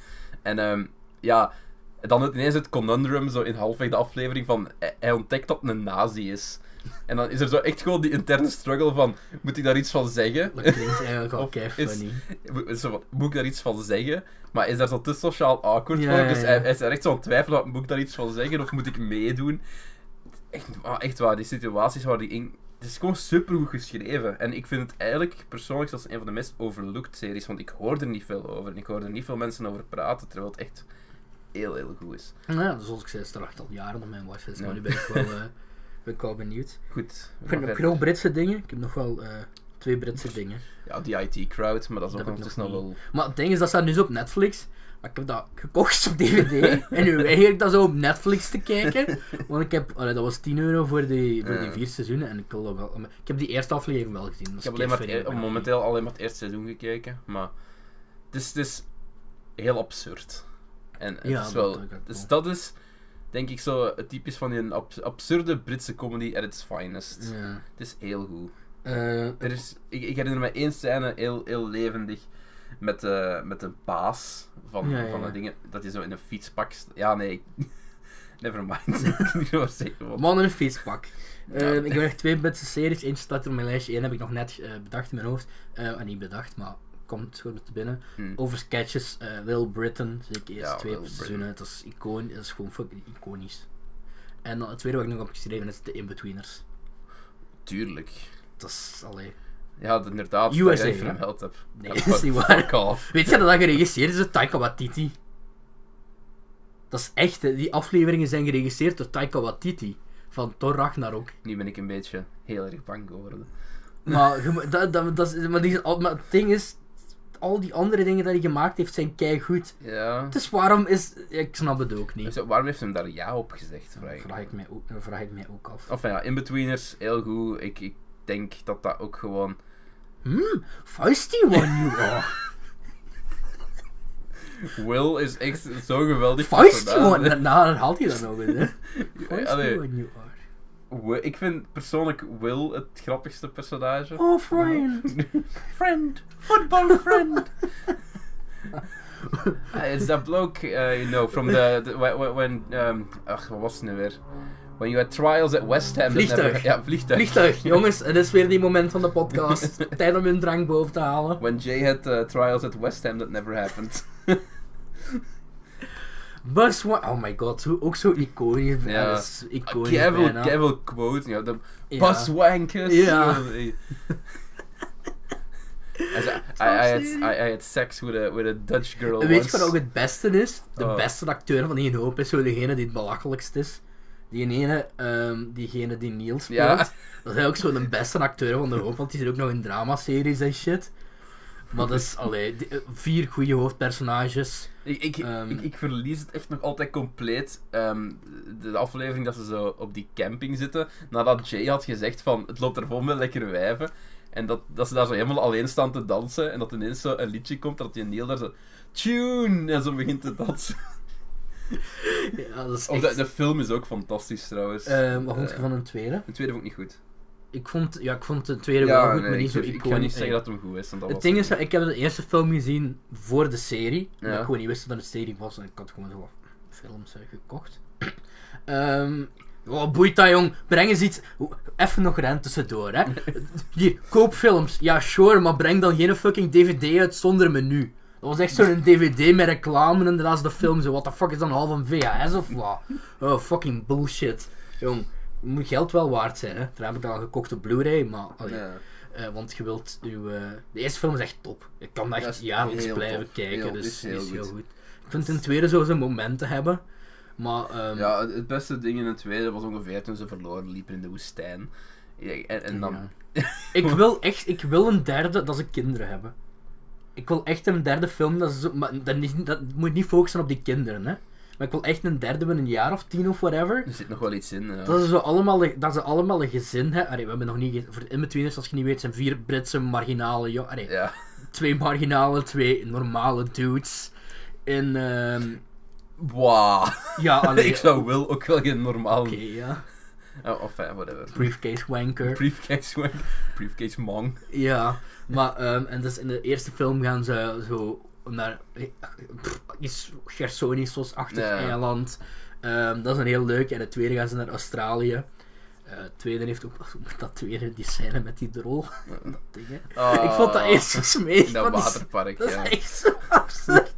En ehm, ja, dan het, ineens het conundrum zo in halfweg de aflevering van hij, hij ontdekt dat het een nazi is. En dan is er zo echt gewoon die interne struggle van, moet ik daar iets van zeggen?
Dat klinkt eigenlijk al
Of
kei
is-
funny.
Mo- zo van, moet ik daar iets van zeggen? Maar is daar zo te sociaal awkward
Ja,
voor?
ja,
Dus
ja.
hij, hij is er echt zo aan het twijfelen, moet ik daar iets van zeggen of moet ik meedoen? Echt, wa- echt waar, die situaties waar die in... Het is gewoon supergoed geschreven. En ik vind het eigenlijk persoonlijk zelfs een van de meest overlooked series, want ik hoor er niet veel over. En ik hoor er niet veel mensen over praten, terwijl het echt heel, heel goed is.
Nou ja, zoals ik zei, is er echt al jaren op mijn watchlist, maar
Ja.
nu ben ik wel, eh, ben ik wel benieuwd.
Goed. we
Ik
gaan
heb
verder.
nog Britse dingen. Ik heb nog wel eh, twee Britse dingen.
Ja, die IT-crowd, maar dat is
Dat heb
ook
ik
ondertussen al
nog
wel...
Maar het ding is, dat staat nu zo op Netflix. Maar ik heb dat gekocht op DVD. en nu weiger ik dat zo op Netflix te kijken. Want ik heb, allee, dat was 10 euro voor die, voor die
Ja.
vier seizoenen. En ik, wil dat wel, ik heb die eerste aflevering wel gezien. Dat
Ik
is
heb alleen maar het,
keifunny,
eer-
maar-
momenteel alleen maar het eerste seizoen gekeken, maar het is, het is heel absurd. En het
Ja,
is
dat
wel,
denk ik ook
dus
wel.
dat is denk ik zo het typisch van die abs- absurde Britse comedy at its finest.
Ja.
Het is heel goed.
Eh,
Er is, ik, ik herinner me één scène heel, heel levendig met, eh met de baas van,
Ja, ja,
van de
ja.
dingen, dat hij zo in een fietspak... st- Ja, nee. ik- Never mind. ik wil zeggen wat.
Man in een feestpak.
Ja.
Ehm, ik heb nog twee Britse series. Eentje staat er op mijn lijstje. Eén heb ik nog net eh, bedacht in mijn hoofd. Eh, ah, niet bedacht, maar komt gewoon te binnen.
Hmm.
Over sketches. eh Will Britain. Zie ik eerst
Ja,
twee
Will
seizoenen. Dat is, icoon, dat is gewoon fucking iconisch. En dan het tweede wat ik nog op heb geschreven is de Inbetweeners.
Tuurlijk.
Dat is alleen.
Ja, dat inderdaad.
USA,
dat jij
hè?
van hem geld hebt.
Nee,
Ja,
is
fuck-
niet waar.
Fuck off.
Weet je dat dat geregisseerd is door Taika Waititi? Dat is echt, hè. die afleveringen zijn geregisseerd door Taika Waititi. Van Thor Ragnarok.
Nu ben ik een beetje heel erg bang geworden.
Maar, je moet- dat, dat, dat, is- maar, die, al- maar het ding is, al die andere dingen die hij gemaakt heeft zijn keigoed.
Ja.
Dus waarom is. Ik snap het ook niet.
Zo, waarom heeft hem daar ja op gezegd? Vraag ik me
Vraag ik mij ook, vraag ik mij ook af.
Of ja, Inbetweeners, heel goed. Ik, ik denk dat dat ook gewoon.
Hmm, feisty one you are.
Will is echt zo'n geweldig.
Feisty
personage.
one. Nou, dan haalt hij dat nog eens, hè. Feisty
Allee,
one you are.
Wi- ik vind persoonlijk Will het grappigste personage.
Oh, friend.
friend, football friend. Uh, it's that bloke, uh, you know, from the, the when, when- when um, ach, wat was het nu weer? When you had trials at West Ham. that
Vliegtuig.
never- ja, vliegtuig.
Vliegtuig, jongens, het is weer die moment van de podcast. Tijd om hun drank boven te halen.
When Jay had uh, trials at West Ham, that never happened.
Bus one. Oh my god, zo, ook zo iconisch.
Ja.
Dat is Iconisch.
Kevil,
bijna.
Kevil quote, you know, the
Ja.
buswankers.
Ja.
you know, the- As I, I, I, had, I, I had sex with a, with a Dutch girl
En Weet je
once.
wat ook het beste is? De
Oh.
beste acteur van die hoop is zo degene die het belachelijkst is. Die ene, ehm, diegene die Neil speelt.
Ja.
Dat is ook zo de beste acteur van de hoop, want die zit ook nog in dramaseries en shit. Maar dat is, allee, die- eh, vier goede hoofdpersonages.
Ik, ik,
Ehm.
ik, ik verlies het echt nog altijd compleet. ehm, de, de aflevering dat ze zo op die camping zitten. Nadat Jay had gezegd van het loopt er vol met lekkere wijven. En dat, dat ze daar zo helemaal alleen staan te dansen. En dat ineens zo een liedje komt dat die Neil daar zo. Tune! En zo begint te dansen.
Ja, dat is
Of
echt...
de, de film is ook fantastisch trouwens.
Ehm, wat vond je
Eh,
van een tweede?
De tweede vond ik niet goed.
Ik vond, ja, ik vond de tweede wel goed, maar
ik,
niet zo
ik, ik ga
iconisch.
niet zeggen dat hem goed is. want dat
Het
was
ding
hem
is, ik heb de eerste film gezien voor de serie.
Ja.
Omdat ik gewoon niet wist dat het een serie was. En ik had gewoon zo wat films eh, gekocht. Ehm oh, boeit dat, jong. Breng eens iets... Ho- Even nog rent tussendoor, hè. Hier, koop films. Ja, sure, maar breng dan geen fucking DVD uit zonder menu. Dat was echt zo'n DVD met reclame en daarnaast de film. Zo, what the fuck is dan half een VHS of wat? Oh, fucking bullshit. Jong, moet geld wel waard zijn, hè. Daar heb ik dan gekocht op Blu-ray, maar...
niet.
allee.
Ja.
Eh, want je wilt uw. eh, de eerste film is echt top. Ik kan dat
Dat
echt
is
jaarlijks
heel
blijven
tof.
kijken.
Heel-
dus
is heel
is heel
goed.
goed. Ik vind ten tweede zo zijn momenten hebben. Maar ehm,
Ja, het- het beste ding in het tweede was ongeveer toen ze verloren liepen in de woestijn. Ja, En, en dan...
ja. ik wil echt, ik wil een derde dat ze kinderen hebben. Ik wil echt een derde film dat ze. zo- Maar dat, niet- dat moet niet focussen op die kinderen, hè? Maar ik wil echt een derde met een jaar of tien of whatever.
Er zit nog wel iets in. eh. ja.
Dat ze, zo allemaal, dat ze allemaal een gezin hebben. Allee, we hebben nog niet. ge- Voor de in dus als je niet weet, zijn vier Britse marginale. Jo- Allee,
Ja.
twee marginale, twee normale dudes. En ehm
Wow.
ja, alleen.
ik zou Will ook wel geen normaal...
Oké, ja.
Oh, of eh, whatever.
Briefcase wanker.
Briefcase wank. Briefcase mong.
Ja, maar ehm, en dus in de eerste film gaan ze zo naar eh, pff, iets Gersonisos-achtig
Ja.
eiland. Ehm, dat is een heel leuk. En de tweede gaan ze naar Australië. Eh, het tweede heeft ook dat tweede die scène met die drol. dat ding, hè.
Ah,
ik vond dat eerst zo
In
smerig.
dat
want die-
waterpark,
Dat is
ja.
echt zo absurd.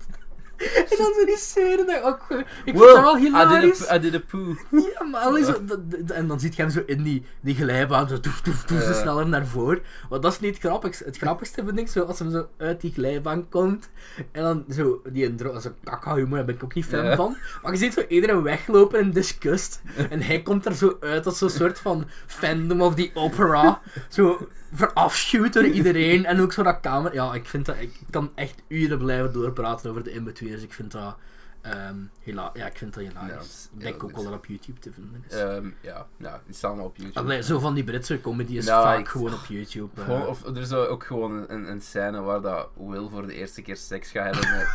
En dan zo die scène daar ook. Ik vind
Wow, Ah,
dat wel
I did
hilarisch.
a- I did a poo.
Ja, maar alleen zo, dat- dat- en dan zit je hem zo in die, die glijbaan, zo toef, toef, toef, zo
Ja.
sneller naar voren. Want dat is niet het grappigste. Het grappigste vind ik zo, als hem zo uit die glijbaan komt. En dan zo, die een dro- zo humor, daar ben ik ook niet fan
Ja.
van. Maar je ziet zo iedereen weglopen in disgust. En hij komt er zo uit als zo'n soort van fandom of the opera. Zo verafschuwd door iedereen. En ook zo dat kamer. Ja, ik vind dat, ik kan echt uren blijven doorpraten over de in-betweeners. Ik vind dat... ehm hila- ja, ik vind dat
Ja, dat
hilarisch.
is
ik denk
heel
ook wel
goed.
dat op YouTube te vinden is.
Ehm, ja, ja, die staan wel op YouTube.
Allee, Ah, zo van die Britse comedy is
Nou,
vaak
ik-
gewoon op YouTube. eh.
Gewoon, of er is zo ook gewoon een- een, een scène waar dat Will voor de eerste keer seks gaat hebben met...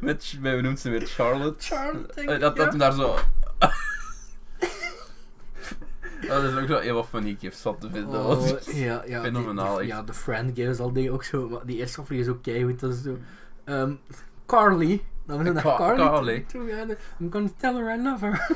met, met hoe noemt ze weer? Charlotte?
Charlotte, denk
Eh,
ik,
dat, dat
ja.
hem daar zo... Oh, dat is ook zo heel wat funny gifs van te vinden.
Oh,
want-
ja, ja, die-
fenomenaal,
die-
echt.
ja, de Friend Games al dingen ook zo. Maar die eerste aflevering is ook keihard. Dat is zo. ehm, Carly, Dan moeten we
Ka-
naar Carly,
Carly.
toe gaan. I'm gonna tell her I love her.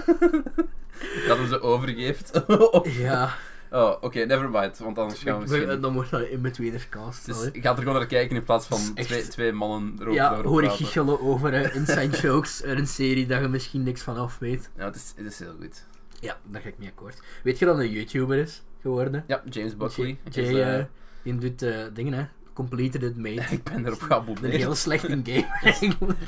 Dat hem ze overgeeft.
ja,
oh, oké, never mind. Want anders gaan we
ik ben- eh,
misschien...
dan wordt dat een in-betweeners cast.
Dus
allee.
ik ga er gewoon naar kijken in plaats van
Het is
twee,
echt-
twee mannen erover
Ja,
daarover
hoor ik
praten.
giechelen over eh, inside jokes uit een serie dat je misschien niks van af weet.
Ja, het is, het is heel goed.
Ja, daar ga ik mee akkoord. Weet je dat een YouTuber is geworden?
Ja, James Buckley.
Jay,
is,
eh,
eh,
die doet eh, dingen, hè. Completed it, mate.
ik
Ik
ben erop
ben heel
geabonneerd.
slecht in game.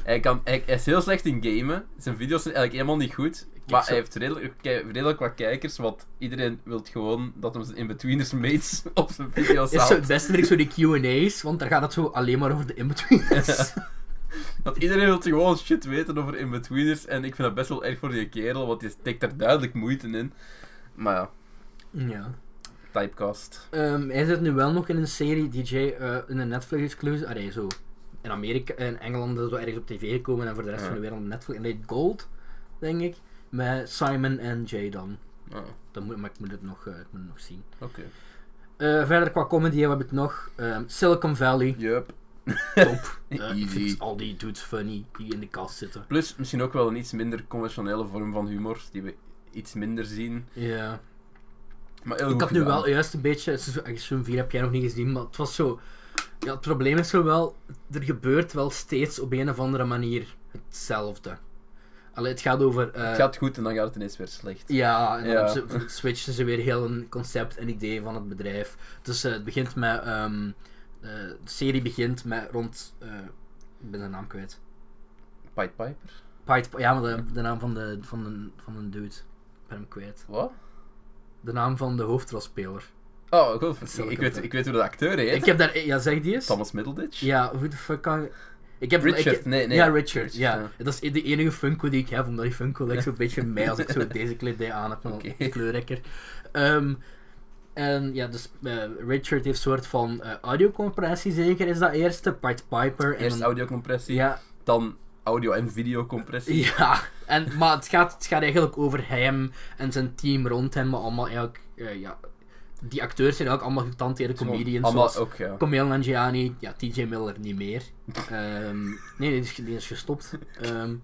Hij, kan, hij, hij is heel slecht in gamen. Zijn video's zijn eigenlijk helemaal niet goed. Maar hij heeft redelijk, kei- redelijk wat kijkers, want iedereen wil gewoon dat hem zijn in-betweeners mates op zijn video's
is zo
haalt.
het beste vind ik zo die Q&A's, want daar gaat het zo alleen maar over de in-betweeners.
Want iedereen wil gewoon shit weten over in-betweeners. En ik vind dat best wel erg voor die kerel, want die steekt daar duidelijk moeite in. Maar ja,
ja.
typecast.
Ehm, hij zit nu wel nog in een serie die Jay eh, in een Netflix exclusive, allee, zo in Amerika en Engeland zo ergens op tv gekomen en voor de rest
Ja.
van de wereld op Netflix. En hij heet Gold, denk ik, met Simon en Jay dan.
Ah,
Dat moet, maar ik moet het nog, eh, ik moet het nog zien.
oké.
Eh, verder qua comedy hebben we het nog. ehm, Silicon Valley,
Yup.
top. Eh, ik
Easy.
vind al die dudes funny die in de kast zitten.
Plus misschien ook wel een iets minder conventionele vorm van humor, die we iets minder zien.
Ja.
Maar heel
Ik
goed
had nu
gedaan.
wel juist een beetje. se- Seizoen 4 heb jij nog niet gezien, maar het was zo. Ja, het probleem is zo wel. Er gebeurt wel steeds op een of andere manier hetzelfde. Allee, het gaat over. eh,
Het gaat goed en dan gaat het ineens weer slecht.
Ja, en dan
Ja.
hebben ze- switchen ze weer heel een concept en idee van het bedrijf. Dus eh, het begint met. ehm, eh, de serie begint met rond. eh, ik ben de naam kwijt.
Pied Piper?
Pied, ja, maar de, de naam van de, van, de, van de dude. Ik ben hem kwijt.
Wat?
De naam van de hoofdrolspeler.
Oh, ik, wil-
Silicon
ik, weet,
Valley.
ik weet hoe de acteur heet.
Ik heb daar. Ja, zeg die eens.
Thomas Middleditch?
Ja, hoe de fuck kan ik... ik heb,
Richard,
ik-
nee, nee.
Ja, Richard. Ja.
Richard,
Dat is de enige Funko die ik heb, omdat die Funko lijkt zo'n beetje mij als ik zo deze kledij aan heb, maar
Oké.
een kleurrekker. Ehm, en ja, dus eh, Richard heeft een soort van eh audiocompressie zeker, is dat eerste. Pied Piper. En
Eerst
dan-
audiocompressie,
Ja,
dan audio- en videocompressie.
ja. En, maar het gaat, het gaat eigenlijk over hem en zijn team rond hem, maar allemaal eigenlijk... eh, ja, die acteurs zijn ook allemaal getanteerde
Gewoon
comedians.
Allemaal
zoals-
ook, ja.
Camille Nangiani, ja, TJ Miller niet meer. Ehm, nee, die is, die is gestopt. Ehm,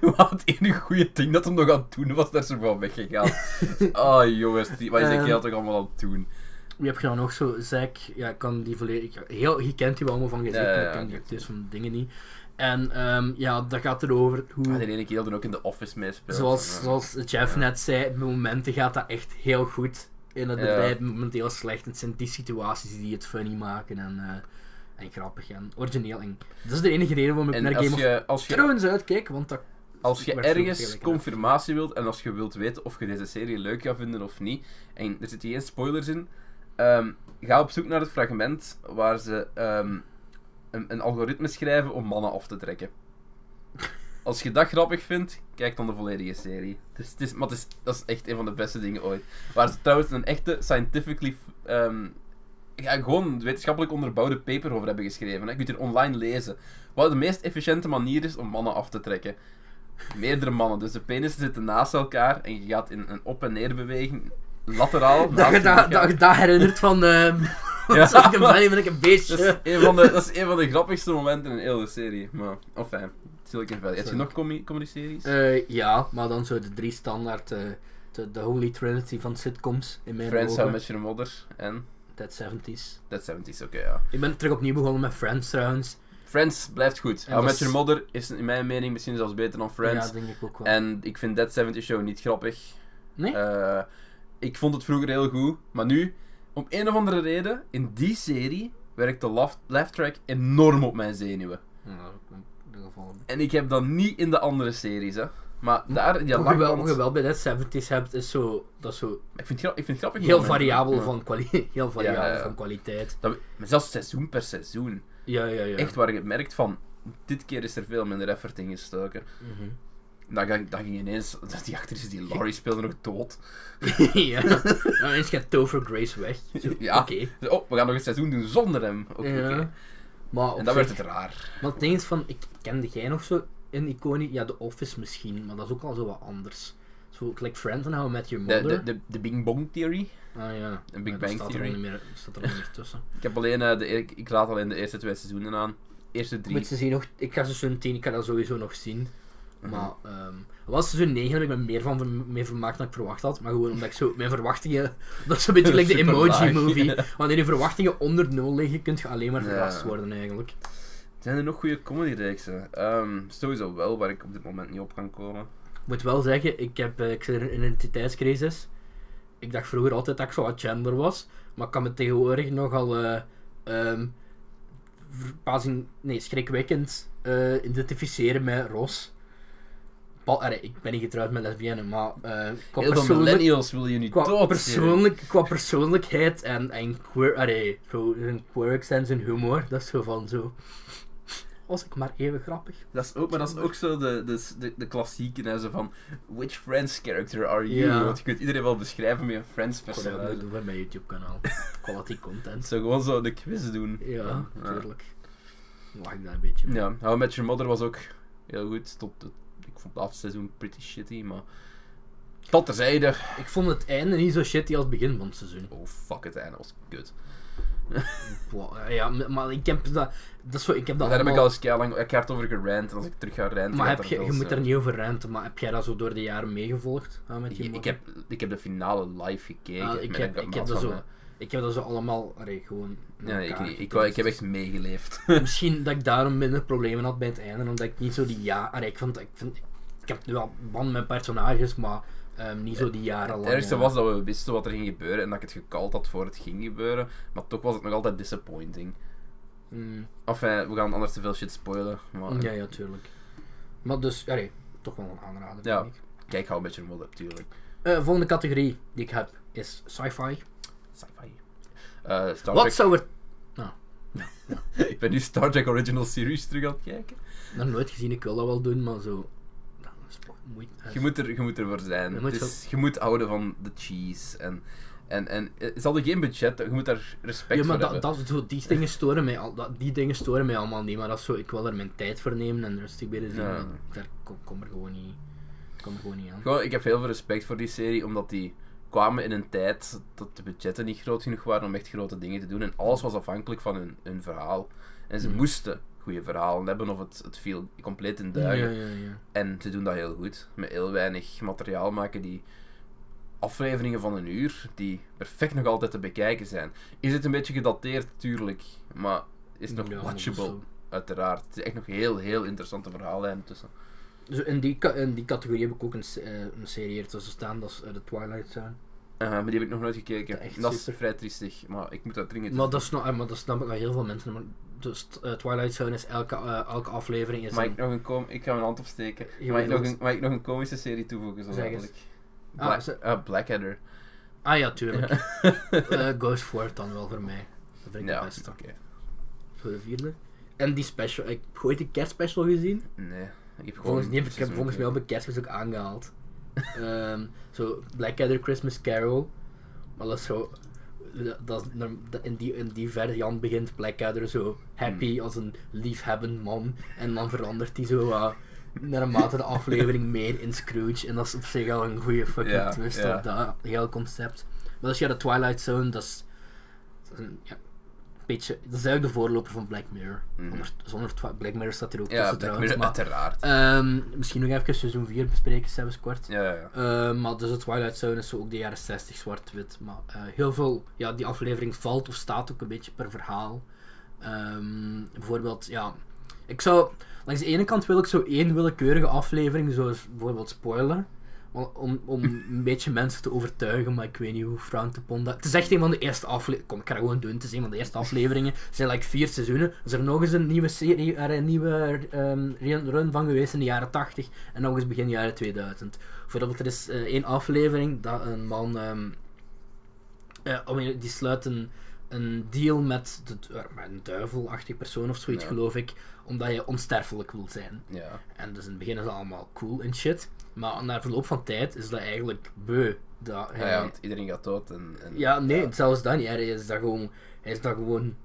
Wat het enige goede ding dat hem nog aan het doen was, daar is er wel weggegaan. Ah, jongens, die, wat is die
Ehm.
kerel toch allemaal aan het doen?
wie heb je dan nog zo? Zack, ja, ik kan die volledig. ja, Heel, je kent die wel allemaal van gezegd,
Ja, ja,
maar ik
ja,
ken die
oké.
acteurs van dingen niet. En ehm, ja, dat gaat erover hoe.
Ah, de ene kerel doet ook in The Office meespeelt.
Zoals,
Ja.
zoals Jeff net zei, op momenten gaat dat echt heel goed in het
Ja.
bedrijf, momenteel slecht. Het zijn die situaties die het funny maken en, eh, en grappig en origineel. En dat is de enige reden waarom ik
En
naar
als
Game of
je, als je
Thrones uitkijk, want dat
Als je
werkt veel
ergens
eerlijker.
confirmatie wilt en als je wilt weten of je deze serie leuk gaat vinden of niet, en er zitten geen spoilers in, ehm, ga op zoek naar het fragment waar ze ehm, een, een algoritme schrijven om mannen af te trekken. Als je dat grappig vindt, kijk dan de volledige serie. Dus het is, maar het is, dat is echt een van de beste dingen ooit. Waar ze trouwens een echte scientifically. ehm, ja, gewoon wetenschappelijk onderbouwde paper over hebben geschreven. Hè. Je kunt er online lezen. Wat de meest efficiënte manier is om mannen af te trekken. Meerdere mannen. Dus de penissen zitten naast elkaar en je gaat in een op- en neerbeweging. Lateraal.
Dat,
naast
je dat,
elkaar.
dat, dat herinnert van. Uh,
Ja. Dus-
ja. Silicon Valley ben ik een
Dat is,
beetje.
een van de, dat is een van de grappigste momenten in de hele serie. Maar, enfin, Silicon Valley. Heb je
Sorry.
nog comedy, comedy series?
Eh, ja, maar dan zo de drie standaard. eh, de, de Holy Trinity van sitcoms in mijn
Friends, How I
ogen.
Met Your Mother en
That 70s.
That 70s, oké ja.
Ik ben terug opnieuw begonnen met Friends trouwens.
Friends blijft goed.
En
How I
dat
Met Your
is-
Mother is in mijn mening misschien zelfs beter dan Friends.
Ja, denk ik ook wel.
En ik vind That 70 Show niet grappig.
Nee?
Eh, ik vond het vroeger heel goed, maar nu, om een of andere reden, in die serie werkt de laugh, laugh track enorm op mijn zenuwen.
Ja, in ieder geval.
En ik heb dat niet in de andere series, hè. Maar daar, die
Wat je wel,
lachband...
wat je wel bij That 70s hebt, is zo. Dat is zo
Ik vind het, gra- ik vind het grappig.
heel
moment.
variabel,
Ja.
van, kwali- heel variabel
Ja, ja, ja.
van kwaliteit.
Dat, we- maar zelfs seizoen per seizoen.
Ja, ja, ja.
Echt waar je merkt van, dit keer is er veel minder effort in gestoken.
Mhm.
Dan, ga- dan ging ineens, die actrice die Laurie speelde nog dood.
ja. Nou, eens gaat Topher Grace weg. Zo,
Ja.
Oké.
Dus, oh, we gaan nog een seizoen doen zonder hem. Oké,
Ja.
oké.
Maar op
En dan
zich-
werd het raar.
Maar het ding is van, ik kende jij nog zo een iconie? Ja, The Office misschien, maar dat is ook al zo wat anders. Zo, like Friends en How I Met Your
De,
Mother.
de, de, de Bing Bong Theory.
ah ja.
Big
Maar dat
Bang
staat er
Theory.
al niet meer, staat er al niet meer tussen.
e- Ik, heb alleen, eh, de, ik, ik raad alleen de eerste twee seizoenen aan. eerste drie.
Moet ze zien, nog, ik ga seizoen 10, ik ga dat sowieso nog zien.
Mhm.
Maar ehm was seizoen 9 heb ik me meer van ver, mee vermaakt dan ik verwacht had. Maar gewoon omdat ik zo mijn verwachtingen. Dat is een beetje like de
Super laag,
emoji movie. Wanneer je verwachtingen onder nul liggen, kun je alleen maar
Ja.
verrast worden eigenlijk.
Zijn er nog goede comedyreeksen? Ehm sowieso wel, waar ik op dit moment niet op kan komen.
Ik moet wel zeggen, ik, heb, eh, ik zit in een identiteitscrisis. Ik dacht vroeger altijd dat ik zo wat gender was. Maar ik kan me tegenwoordig nogal eh ehm, verbazing, nee, schrikwekkend eh, identificeren met Ros. Ba- Arre, ik ben niet getrouwd met lesbienne, maar eh qua,
Heel veel
persoonlijk-
millennials wil je nu
qua,
dood.
persoonlijk, qua persoonlijkheid en, en queer, arre, zo, hun quirks en zijn humor, dat is zo van zo. Was ik maar even grappig.
Dat is ook, maar dat is ook zo de, de, de, de klassieke hè, zo van which Friends character are you?
Ja.
Want je kunt iedereen wel beschrijven met een Friends
Ik kon dat nooit
personage.
doen met mijn YouTube kanaal. Quality content.
Zo gewoon zo de quiz doen.
Ja, natuurlijk. Mag ik daar een beetje mee.
Ja, How I Met Your Mother was ook heel goed. Tot het, ik vond het laatste seizoen pretty shitty, maar... Tot terzijde.
Ik vond het einde niet zo shitty als het begin van het seizoen.
Oh fuck, het einde was kut.
Wow, eh, Ja, maar ik heb dat... dat is zo, ik heb dat
Daar heb ik al
allemaal-
eens lang ik heb over gerant en als ik terug ga ranten...
Maar
gaat
heb
dat eh,
je,
wel
je moet
zo.
er niet over renten, maar heb jij dat zo door de jaren meegevolgd? Ah, met je
Ik, ik
mother?
heb, ik heb de finale live gekeken.
Ah, ik,
met
heb,
een
ik,
maat
heb dat
van
zo,
me.
ik heb dat zo allemaal allee, gewoon. met
Ja, ik,
elkaar
niet. ik, wou-
gedanst.
ik heb echt meegeleefd.
Misschien dat ik daarom minder problemen had bij het einde, omdat ik niet zo die ja. allee, ik, vond, ik, vind, ik heb wel band met personages, maar ehm, niet zo die jaren
Het
lang.
ergste
eh,
was dat we wisten wat er ging gebeuren en dat ik het gekald had voor het ging gebeuren. Maar toch was het nog altijd disappointing.
mm,
Enfin, we gaan anders te veel shit spoilen. Maar
ja, ja, tuurlijk. Maar dus, allee, toch wel een aanrader.
Ja.
vind ik.
kijk, hou een beetje mode, tuurlijk.
Eh, volgende categorie die ik heb is sci-fi.
Oh, Sci-fi. Eh, Star
Wat
Trek.
zou er.
Ik ben nu Star Trek Original Series terug aan het kijken.
Nog nooit gezien, ik wil dat wel doen, maar zo. Dat is eh, moeite.
Je moet, er, je moet ervoor zijn.
Je
Je
moet
moet, je moet houden van de cheese. En, en, en eh, ze hadden geen budget, je moet daar respect
Ja, maar
voor
dat,
hebben.
dat, zo, die, dingen storen mij al, dat, die dingen storen mij allemaal niet, maar dat is zo, ik wil er mijn tijd voor nemen en rustig bij de zien.
Ja.
en Daar kom, kom er gewoon niet, kom er gewoon niet aan.
Gewoon, ik heb heel veel respect voor die serie, omdat die kwamen in een tijd dat de budgetten niet groot genoeg waren om echt grote dingen te doen. En alles was afhankelijk van hun, hun verhaal. En ze
Mhm.
moesten goede verhalen hebben of het, het viel compleet in
Ja,
duigen.
ja, ja.
En ze doen dat heel goed. Met heel weinig materiaal maken die afleveringen van een uur die perfect nog altijd te bekijken zijn. Is het een beetje gedateerd? Tuurlijk. Maar is het nog
Ja, maar dat is
watchable?
zo.
Uiteraard. Het is echt nog heel, heel interessante verhalen tussen.
Zo, Dus in, die, ca- in die categorie heb ik ook een, se- eh, een serie hier tussen staan, dat is eh, de Twilight Zone.
Eh, maar die heb ik nog nooit gekeken.
Echt
En dat is
super.
vrij triestig, maar ik moet dat dringend...
Maar dat, is nog, eh, maar dat snap ik wel heel veel mensen. Maar dus, eh, Twilight Zone is elke, eh, elke aflevering is
Mag
een...
ik nog een kom... Ik ga mijn hand opsteken.
Je
Mag ik,
weet
nog
het.
een, mag ik nog een komische serie toevoegen? Zo
Zeg eens.
dadelijk?
Ah,
Black-
ze-
eh, Blackadder.
Ah ja, tuurlijk. Eh, Ghost Fort dan wel voor mij. Dat vind ik
Ja,
het beste.
oké.
Voor de vierde. En die special, ik heb ooit een kerstspecial gezien.
Nee. Ik heb gewoon...
Volgens, nee, ik heb
seizoen
volgens mij
gekeken.
op mijn kerstmis ook aangehaald. Ehm, zo, Blackadder Christmas Carol. Maar dat is zo... dat- Dat, is norm- dat- in, die, in die variant begint Blackadder zo
Hmm.
happy als een liefhebbend man. En dan verandert hij zo wat naarmate de aflevering meer in Scrooge. En dat is op zich al een goede fucking
Ja,
twist
ja.
op dat hele concept. Maar als je de Twilight Zone, dat is... Dat is een, ja, beetje, dat is eigenlijk de voorloper van Black Mirror.
Mhm.
Zonder, zonder Twi- Black Mirror staat hier ook
Ja,
tussen
Black
trouwens.
Mirror,
maar-
uiteraard.
Ehm, misschien nog even seizoen 4 bespreken, zelfs kort.
Ja, ja, ja.
Ehm, maar dus het Twilight Zone is zo ook de jaren 60 zwart-wit. Maar eh, heel veel, ja, die aflevering valt of staat ook een beetje per verhaal. Ehm, bijvoorbeeld, ja, ik zou, langs de ene kant wil ik zo één willekeurige aflevering, zoals bijvoorbeeld spoiler. om- Om, om een beetje mensen te overtuigen, maar ik weet niet hoe frowned upon dat... Het is echt een van de eerste afleveringen... Kom, ik ga dat gewoon doen. Het is een van de eerste afleveringen. Er zijn like vier seizoenen. Er is er nog eens een nieuwe, serie, er een nieuwe ehm, run run van geweest in de jaren 80. En nog eens begin jaren 2000. Bijvoorbeeld, er is eh, één aflevering dat een man... ehm, eh, om je- die sluit een, een deal met, de, eh, met een duivelachtig persoon of zoiets,
Ja.
geloof ik. Omdat je onsterfelijk wilt zijn.
Ja.
En dus in het begin is dat allemaal cool en shit. Maar na verloop van tijd is dat eigenlijk beu. Dat
Ja,
hij,
ja,
ja,
want iedereen gaat dood en... en
nee, zelfs dat niet. Hij is dat gewoon... Hij is dat gewoon...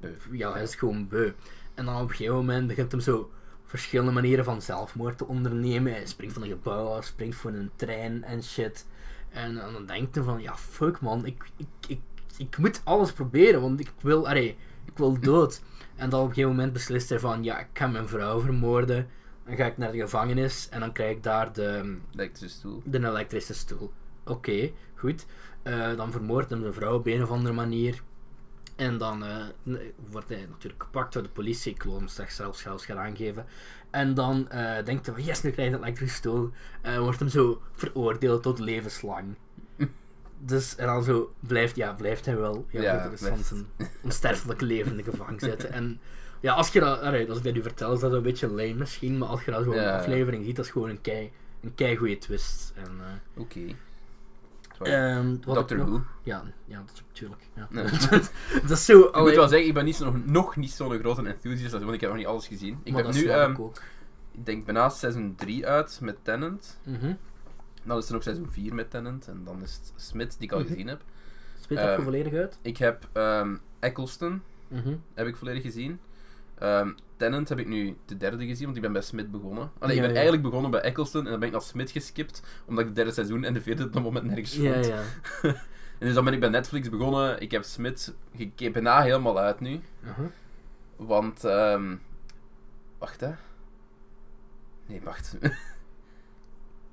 Beu.
Ja, hij is gewoon beu. En dan op een gegeven moment begint hem zo verschillende manieren van zelfmoord te ondernemen. Hij springt van een gebouw af, springt van een trein en shit. En, en dan denkt hij van, ja fuck man, ik, ik, ik, ik moet alles proberen, want ik wil, allee, ik wil dood. En dan op een gegeven moment beslist hij van, ja, ik ga mijn vrouw vermoorden. Dan ga ik naar de gevangenis en dan krijg ik daar de,
elektrische stoel.
de elektrische stoel. Oké, goed. Eh, dan vermoordt hem de vrouw op een of andere manier. En dan eh, n- wordt hij natuurlijk gepakt door de politie. Ik wil hem straks zelfs, zelfs gaan aangeven. En dan eh, denkt hij, van, yes, nu krijg ik een elektrische stoel. En wordt hem zo veroordeeld tot levenslang. Dus, en dan zo blijft, ja, blijft hij wel heel
Ja,
interessant
blijft.
zijn onsterfelijk leven in de gevangenis zitten. En ja, als, je dat, allee, als ik dat nu vertel, is dat een beetje lame misschien. Maar als je dat zo in
Ja,
een
ja.
aflevering ziet, dat is gewoon een kei, een kei goede twist. En, eh,
Oké.
Ehm, wat
Doctor
ik nog-
Who.
Ja, ja, dat is natuurlijk. Ja.
Nee.
dat is zo.
Ik moet
allee,
wel zeggen, ik ben niet, zo- nog, nog niet zo'n grote enthusiast, als- want ik heb nog niet alles gezien. Ik
maar
heb
dat
nu,
snap
ehm,
ik ook.
ik denk bijna seizoen 3 uit met Tennant. Nou,
Mhm.
Dan is er nog seizoen 4 met Tennant. En dan is het Smith, die ik al
Mhm.
gezien heb.
Spit dat
ehm,
je volledig uit?
Ik heb ehm, Eccleston,
Mhm.
heb ik volledig gezien. Ehm Tennant heb ik nu de derde gezien, want ik ben bij Smith begonnen. Allee, ik
Ja,
ben
ja.
eigenlijk begonnen bij Eccleston en dan ben ik naar Smith geskipt, omdat ik het derde seizoen en de vierde op dat moment nergens vond.
Ja, ja.
En dus dan ben ik bij Netflix begonnen. Ik heb Smith gekeken bijna helemaal uit nu.
Mhm.
Want, ehm wacht hè. Nee, wacht.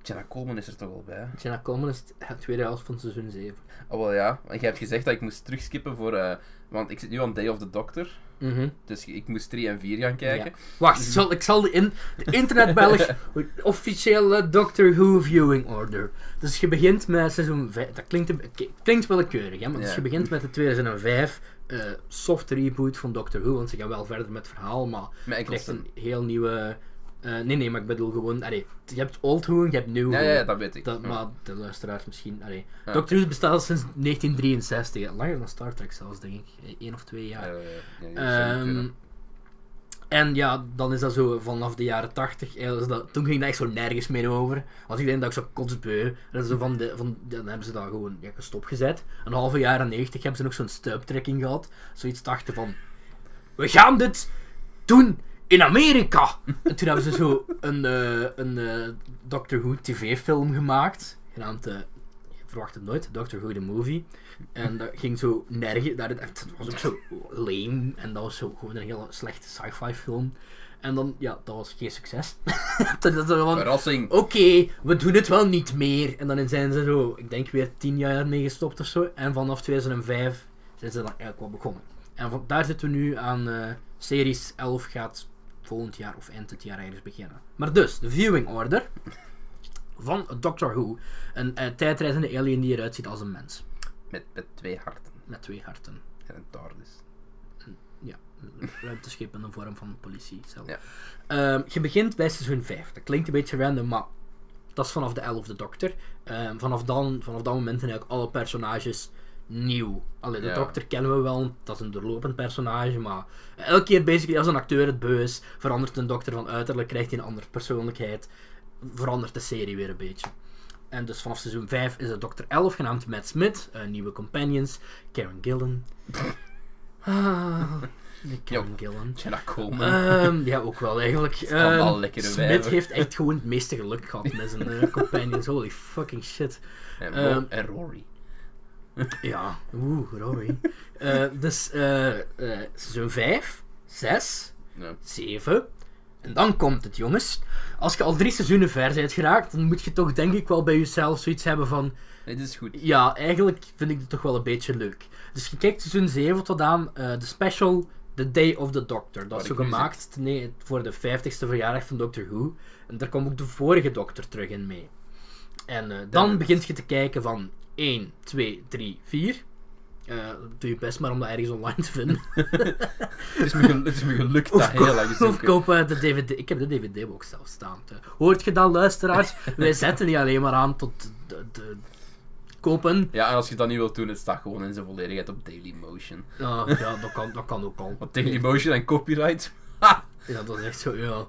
Jenna Coleman is er toch al bij?
Jenna Coleman is het- het tweede helft van seizoen 7.
Oh wel ja, want jij hebt gezegd dat ik moest terugskippen voor. eh, want ik zit nu aan Day of the Doctor.
Mhm.
Dus ik moest 3 en 4 gaan kijken.
Wacht, ik zal, ik zal de, in, de internetbelg officiële Doctor Who viewing order. Dus je begint met seizoen 5. Dat klinkt, een- k- klinkt willekeurig, hè? Maar dus
Ja.
je begint met de 2005 eh, soft reboot van Doctor Who. Want ze gaan wel verder met het verhaal, maar
Met
je krijgt
Eccleston.
een heel nieuwe. eh, nee, nee, maar ik bedoel gewoon. Allee, t- je hebt Old Who en je hebt New
Ja,
Who.
ja, ja, dat weet ik.
Dat-
Ja.
maar de luisteraars misschien. Allee.
Ja.
Doctor Who bestaat al sinds 1963. hè. Langer dan Star Trek zelfs, denk ik. Eén of twee jaar.
Ja, ja, ja, ja, dat zou
Ehm,
kunnen.
en ja, dan is dat zo vanaf de jaren tachtig. eh, Dat, toen ging dat echt zo nergens meer over. Als ik denk dat ik zo kotsbeu. En dat is zo van de, van, dan hebben ze dat gewoon ja, stopgezet. Een halve jaren negentig hebben ze nog zo'n stuiptrekking gehad. Zoiets dachten van: we gaan dit doen in Amerika. En toen hebben ze zo een, eh, een eh, Doctor Who TV-film gemaakt. Genaamd. eh, je verwacht het nooit, Doctor Who the Movie. En dat ging zo nergens. Dat het was ook zo lame. En dat was zo gewoon een hele slechte sci-fi film. En dan, ja, dat was geen succes. dat is dan van,
Verrassing.
oké, we doen het wel niet meer. En dan zijn ze zo, ik denk weer tien jaar mee gestopt of zo. En vanaf 2005 zijn ze dan eigenlijk wel begonnen. En van, daar zitten we nu aan eh, series 11 gaat volgend jaar of eind het jaar ergens beginnen. Maar dus, de viewing order van Doctor Who. Een eh, tijdreizende alien die eruit ziet als een mens.
Met, met twee harten.
Met twee harten.
En een TARDIS.
Ja, een ruimteschip in de vorm van een politiecel.
Ja.
Ehm, je begint bij seizoen 5. Dat klinkt een beetje random, maar dat is vanaf de 11e dokter. Ehm, vanaf, dan, vanaf dat moment zijn eigenlijk alle personages nieuw. Alleen de
Ja.
dokter kennen we wel, want dat is een doorlopend personage, maar elke keer basically als een acteur het beu is, verandert een dokter van uiterlijk, krijgt hij een andere persoonlijkheid, verandert de serie weer een beetje. En dus vanaf seizoen 5 is het Dr. 11, genaamd Matt Smith, eh, nieuwe companions, Karen Gillan. Ah, de Karen Gillan.
Jenna Coleman.
Ehm, ja, ook wel eigenlijk.
allemaal
Ehm,
lekkere
Smith
wijven.
heeft echt gewoon het meeste geluk gehad met zijn eh, companions. Holy fucking shit.
en, Ro-
ehm,
en Rory.
Ja, oeh, Rory. Eh, dus eh, eh, seizoen 5, 6,
Ja.
7. En dan komt het, jongens. Als je al drie seizoenen ver bent geraakt, dan moet je toch denk ik wel bij jezelf zoiets hebben van...
Dit is goed.
Ja, eigenlijk vind ik het toch wel een beetje leuk. Dus je kijkt seizoen 7 tot aan eh, de special The Day of the Doctor. Dat
Waar
is zo
ik nu
gemaakt ten- nee, voor de 50ste verjaardag van Doctor Who. En daar kwam ook de vorige dokter terug in mee. En eh, dan
is-
begint je te kijken van 1, 2, 3, 4. Eh, doe je best maar om dat ergens online te vinden.
Het is me, gel- het is me gelukt dat
Of, ko-
heel lang
of
gezocht.
koop eh, de DVD. Ik heb de DVD-box zelf staan. eh. Hoort je dat, luisteraars? Wij zetten die alleen maar aan tot de, de- kopen.
Ja, en als je dat niet wilt doen, het staat gewoon in zijn volledigheid op Dailymotion.
Ah, ja, dat kan, dat kan ook al.
Want Dailymotion en copyright?
Ja, dat is echt zo, ja.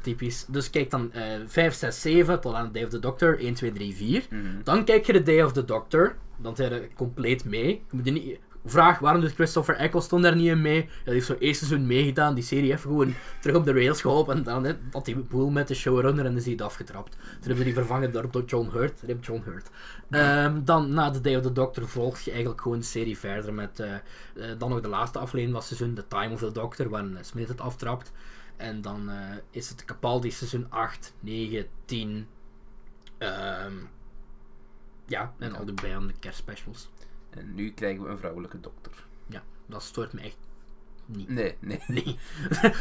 Typisch. Dus kijk dan eh 5, 6, 7 tot aan Day of the Doctor. Mhm. 1, 2, 3, 4. Dan kijk je de Day of the Doctor. Dan zijn er compleet mee. Je moet je niet... vraag, waarom doet Christopher Eccleston daar niet in mee? Ja, die heeft zo eerst seizoen meegedaan, die serie heeft gewoon terug op de rails geholpen en dan hè, had die boel met de showrunner en is hij het afgetrapt. Toen hebben ze die vervangen door door John Hurt. Toen heb John Hurt. Ehm, dan, na The Day of the Doctor, volg je eigenlijk gewoon de serie verder met eh, eh, dan nog de laatste aflevering van het seizoen, The Time of the Doctor, waarin eh, Smith het aftrapt. En dan eh, is het Capaldi seizoen 8, 9, 10. ehm, ja, en al de bijande kerstspecials.
En nu krijgen we een vrouwelijke dokter.
Ja, dat stoort me echt niet.
Nee, nee.
Nee.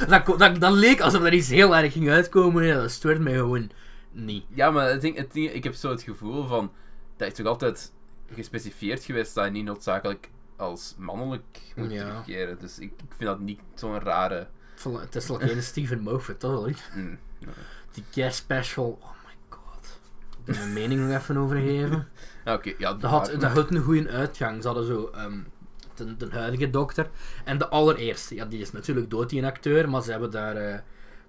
dat, ko- dat, dat leek alsof er iets heel erg ging uitkomen. Ja, dat stoort mij gewoon niet.
Ja, maar het ding, het ding- ik heb zo het gevoel van... Dat is toch altijd gespecifieerd geweest dat je niet noodzakelijk als mannelijk moet
Ja.
terugkeren. Dus ik, ik vind dat niet zo'n rare...
Vol- Het is nog geen Steven Moffat, toch? wel, hè?
Mm, nee.
Die kerstspecial. Oh my god. Ik heb mijn mening nog even overgeven.
Ja, Oké, ja,
Dat had,
maar-
dat had een goede uitgang. Ze hadden zo ehm, de, de huidige dokter. En de allereerste. Ja, die is natuurlijk dood, die acteur. Maar ze hebben daar... eh,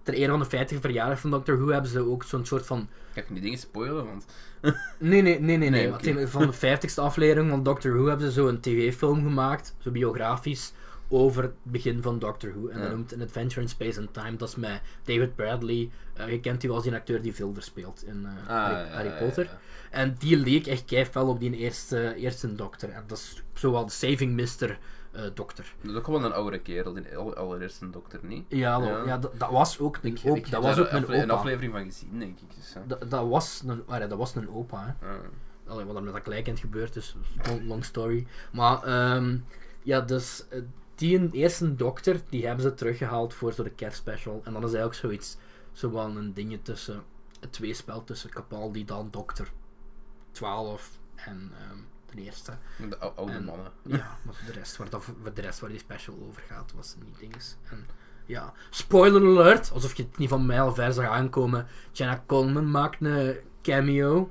ter ere van de 50 verjaardag van Doctor Who hebben ze ook zo'n soort van...
Ik ga niet dingen spoilen, want...
Nee, nee, nee, nee. nee,
Nee,
want
oké.
in- Van de 50ste aflevering van Doctor Who hebben ze zo'n tv-film gemaakt. Zo biografisch. Over het begin van Doctor Who. En dat
Ja.
noemt An Adventure in Space and Time. Dat is met David Bradley. Eh, je kent die wel als die acteur die Vilder speelt in eh, Harry,
Ah, ja,
Harry
ja,
Potter.
ja.
En die leek echt keifel op die eerste, eerste dokter. En dat is zowel de Saving Mister eh, dokter.
Dat is ook gewoon een oudere kerel, die al- allereerst een dokter, niet?
Ja, dat-
Ja.
ja, dat, dat was ook een
Ik-
opa.
ik heb
dat was
daar
ook een
afle- een
opa.
aflevering van gezien, denk ik. Dus, ja.
Dat, dat was een, allee, dat was een opa, hè.
Ja.
Allee, wat er met dat kleinkind gebeurt, dus long, long story. Maar ehm, ja, dus eh, die eerste dokter, die hebben ze teruggehaald voor zo de kerstspecial. En dan is eigenlijk zoiets, zo wel een dingetje tussen, het tweespel tussen Capaldi, dan dokter 12 en ehm, de eerste.
De ou- oude
En-
mannen.
Ja, maar voor de rest waar, dat, voor de rest waar die special over gaat, was het niet dinges. En ja, spoiler alert, alsof je het niet van mij al ver zag aankomen. Jenna Coleman maakt een cameo.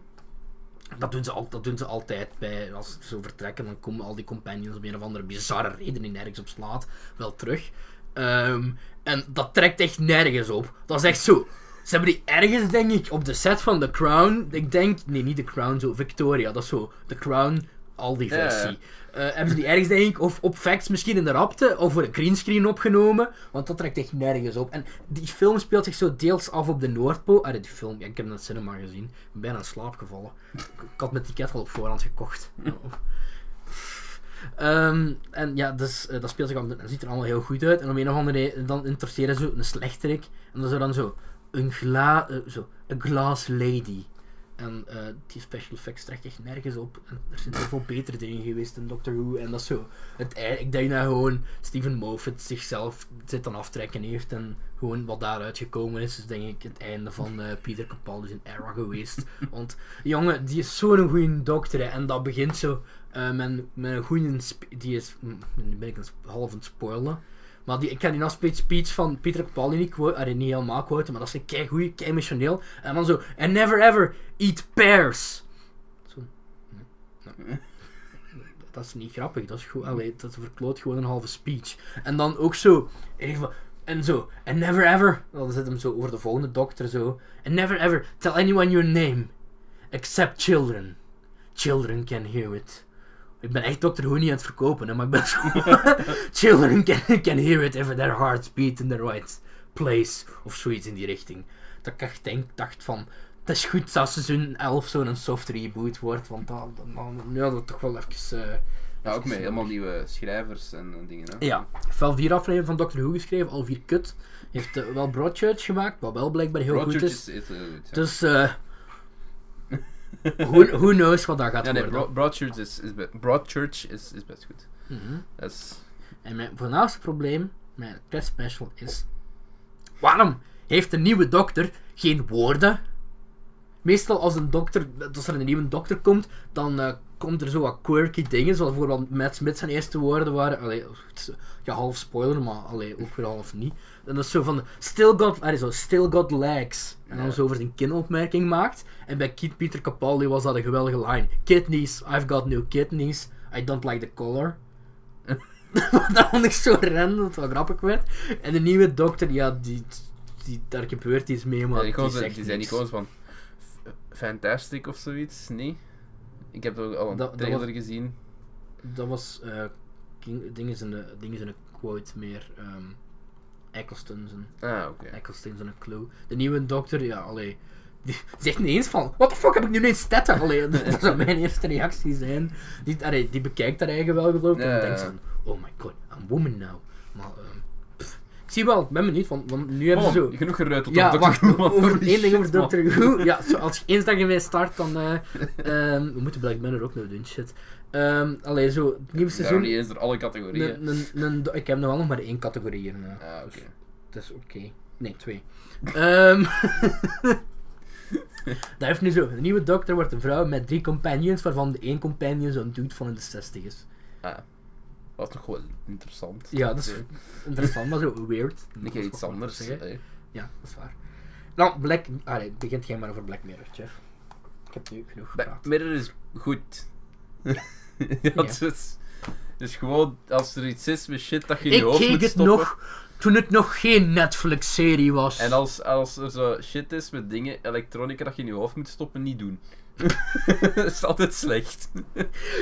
Dat doen ze, al, dat doen ze altijd bij, als ze zo vertrekken, dan komen al die companions om een of andere bizarre reden die nergens op slaat, wel terug. Ehm, en dat trekt echt nergens op. Dat is echt zo. Ze hebben die ergens, denk ik, op de set van The Crown. Ik denk, nee, niet The Crown, zo Victoria. Dat is zo, The Crown, al die
Ja, ja.
versie. Eh, hebben ze die ergens, denk ik, of op facts misschien in de rapte, of voor een greenscreen opgenomen. Want dat trekt echt nergens op. En die film speelt zich zo deels af op de Noordpool. Ah, die film, ja, ik heb hem in het cinema gezien. Ik ben bijna in slaap gevallen. Ik, ik had mijn ticket al op voorhand gekocht. Ehm, en ja, dus, eh, dat speelt zich af. Dat ziet er allemaal heel goed uit. En om een of andere reden, dan interesseren ze een slechterik. En dan zo dan zo, een gla... eh, zo, een glass lady. En eh, die special effects trekt echt nergens op. En er zijn zoveel betere dingen geweest in Doctor Who. En dat is zo... Het, ei- ik denk dat gewoon Steven Moffat zichzelf zit aan aftrekken heeft. En gewoon wat daaruit gekomen is, is denk ik het einde van eh Peter Capaldi zijn era geweest. Want, jongen, die is zo'n goede dokter. hè. En dat begint zo... Eh, mijn, mijn goede sp- die is, mm, nu ben ik een sp- half aan het spoilen. Maar die, ik kan die afspeech speech van Peter Capaldi niet quote, allee, niet helemaal quoten, maar dat is een kei goeie, kei emotioneel. En dan zo, and never ever eat pears. Zo, nee, nee. Dat is niet grappig, dat is goed, allee, dat verkloot gewoon een halve speech. En dan ook zo, in ieder geval, en zo, and never ever, dan zit hem zo over de volgende dokter zo, and never ever tell anyone your name, except children. Children can hear it. Ik ben echt Dr. Who niet aan het verkopen, hè, maar ik ben zo... Children can, can hear it if their hearts beat in the right place. Of zoiets in die richting. Dat ik echt denk, dacht van... Het is goed dat seizoen 11 zo'n soft reboot wordt, want dan... dan, dan ja, dat toch wel even... eh,
Ja, ook
even-
met helemaal nieuwe schrijvers en eh, dingen. Hè?
Ja. Heeft wel vier afleveringen van Doctor Who geschreven, al vier kut. Heeft eh, wel Broadchurch gemaakt, wat wel blijkbaar heel
Broadchurch
goed is.
is, is, eh, goed, ja.
Dus... eh who, who knows wat dat gaat
ja, nee,
worden.
Bro- Broadchurch, is, is, be- Broadchurch is, is best goed.
Mhm.
Dat is...
En mijn voornaamste probleem met het kerstspecial is... Waarom heeft de nieuwe dokter geen woorden? Meestal als, een dokter, als er een nieuwe dokter komt, dan eh, komt er zo wat quirky dingen. Zoals bijvoorbeeld Matt Smith zijn eerste woorden waren... Allee, het is, ja, half spoiler, maar allee, ook weer half niet. En dat is zo van... Still got, allee, zo, still got legs. En dan
Ja.
zo over zijn kinopmerking maakt. En bij Kid Peter Capaldi was dat een geweldige line. Kidneys, I've got no kidneys. I don't like the color. dat vond ik zo random, dat het wel grappig werd. En de nieuwe dokter, ja, die, die, daar gebeurt iets mee, maar
Ja, die
die
gewoon zo-
zegt
die zijn niet
niks.
gewoon van f- fantastic of zoiets, nee. Ik heb ook al een
Dat- dat
trailer
was-
gezien.
Dat was eh, King, ding, is een, ding is een quote meer. ehm Eccleston zijn,
Ah, oké.
Eccleston zijn clue. De nieuwe dokter, ja, allee. Die zegt niet eens van, what the fuck heb ik nu ineens stetten? Allee, dat dat zou mijn eerste reactie zijn. Die, allee, die bekijkt haar eigen wel geloof ik
Ja,
en
ja,
denkt
ja.
van, oh my god, I'm woman now. Maar, ehm, pff, ik zie wel, ik ben benieuwd, want, want nu hebben ze zo...
Oh, genoeg geruit op
Ja,
Dr.
wacht,
Who, man.
over
Holy
één ding over
Oh, shit, man.
Dr. Who. Ja, zo, als je eens dat je mee start, dan... eh, ehm, we moeten Black Banner ook nog doen, shit. Ehm allee, zo, het nieuwe
Daarom
seizoen...
niet eens door alle categorieën.
een- een- een- ik heb nog wel nog maar één categorie hier. nou.
Ah, oké.
Het is oké. Nee, twee. Ehm Daar heeft nu zo. De nieuwe dokter wordt een vrouw met drie companions, waarvan de één companion zo'n dude van in de 60 is.
Ah. Dat is toch wel interessant.
Ja, dat is
Oké.
interessant, maar zo weird.
Een keer iets
Dat is wat
anders.
zeggen.
hè.
Ja, dat is waar. Nou, Black. Allee, begint geen maar over Black Mirror, Jeff. Ik heb nu genoeg
Black
gepraat.
Mirror is goed. ja, het is, het is gewoon als er iets is met shit dat je in je
Ik
hoofd
keek
moet
het
stoppen.
nog toen het nog geen Netflix-serie was.
En als, als er zo shit is met dingen, elektronica dat je in je hoofd moet stoppen, niet doen. dat is altijd slecht.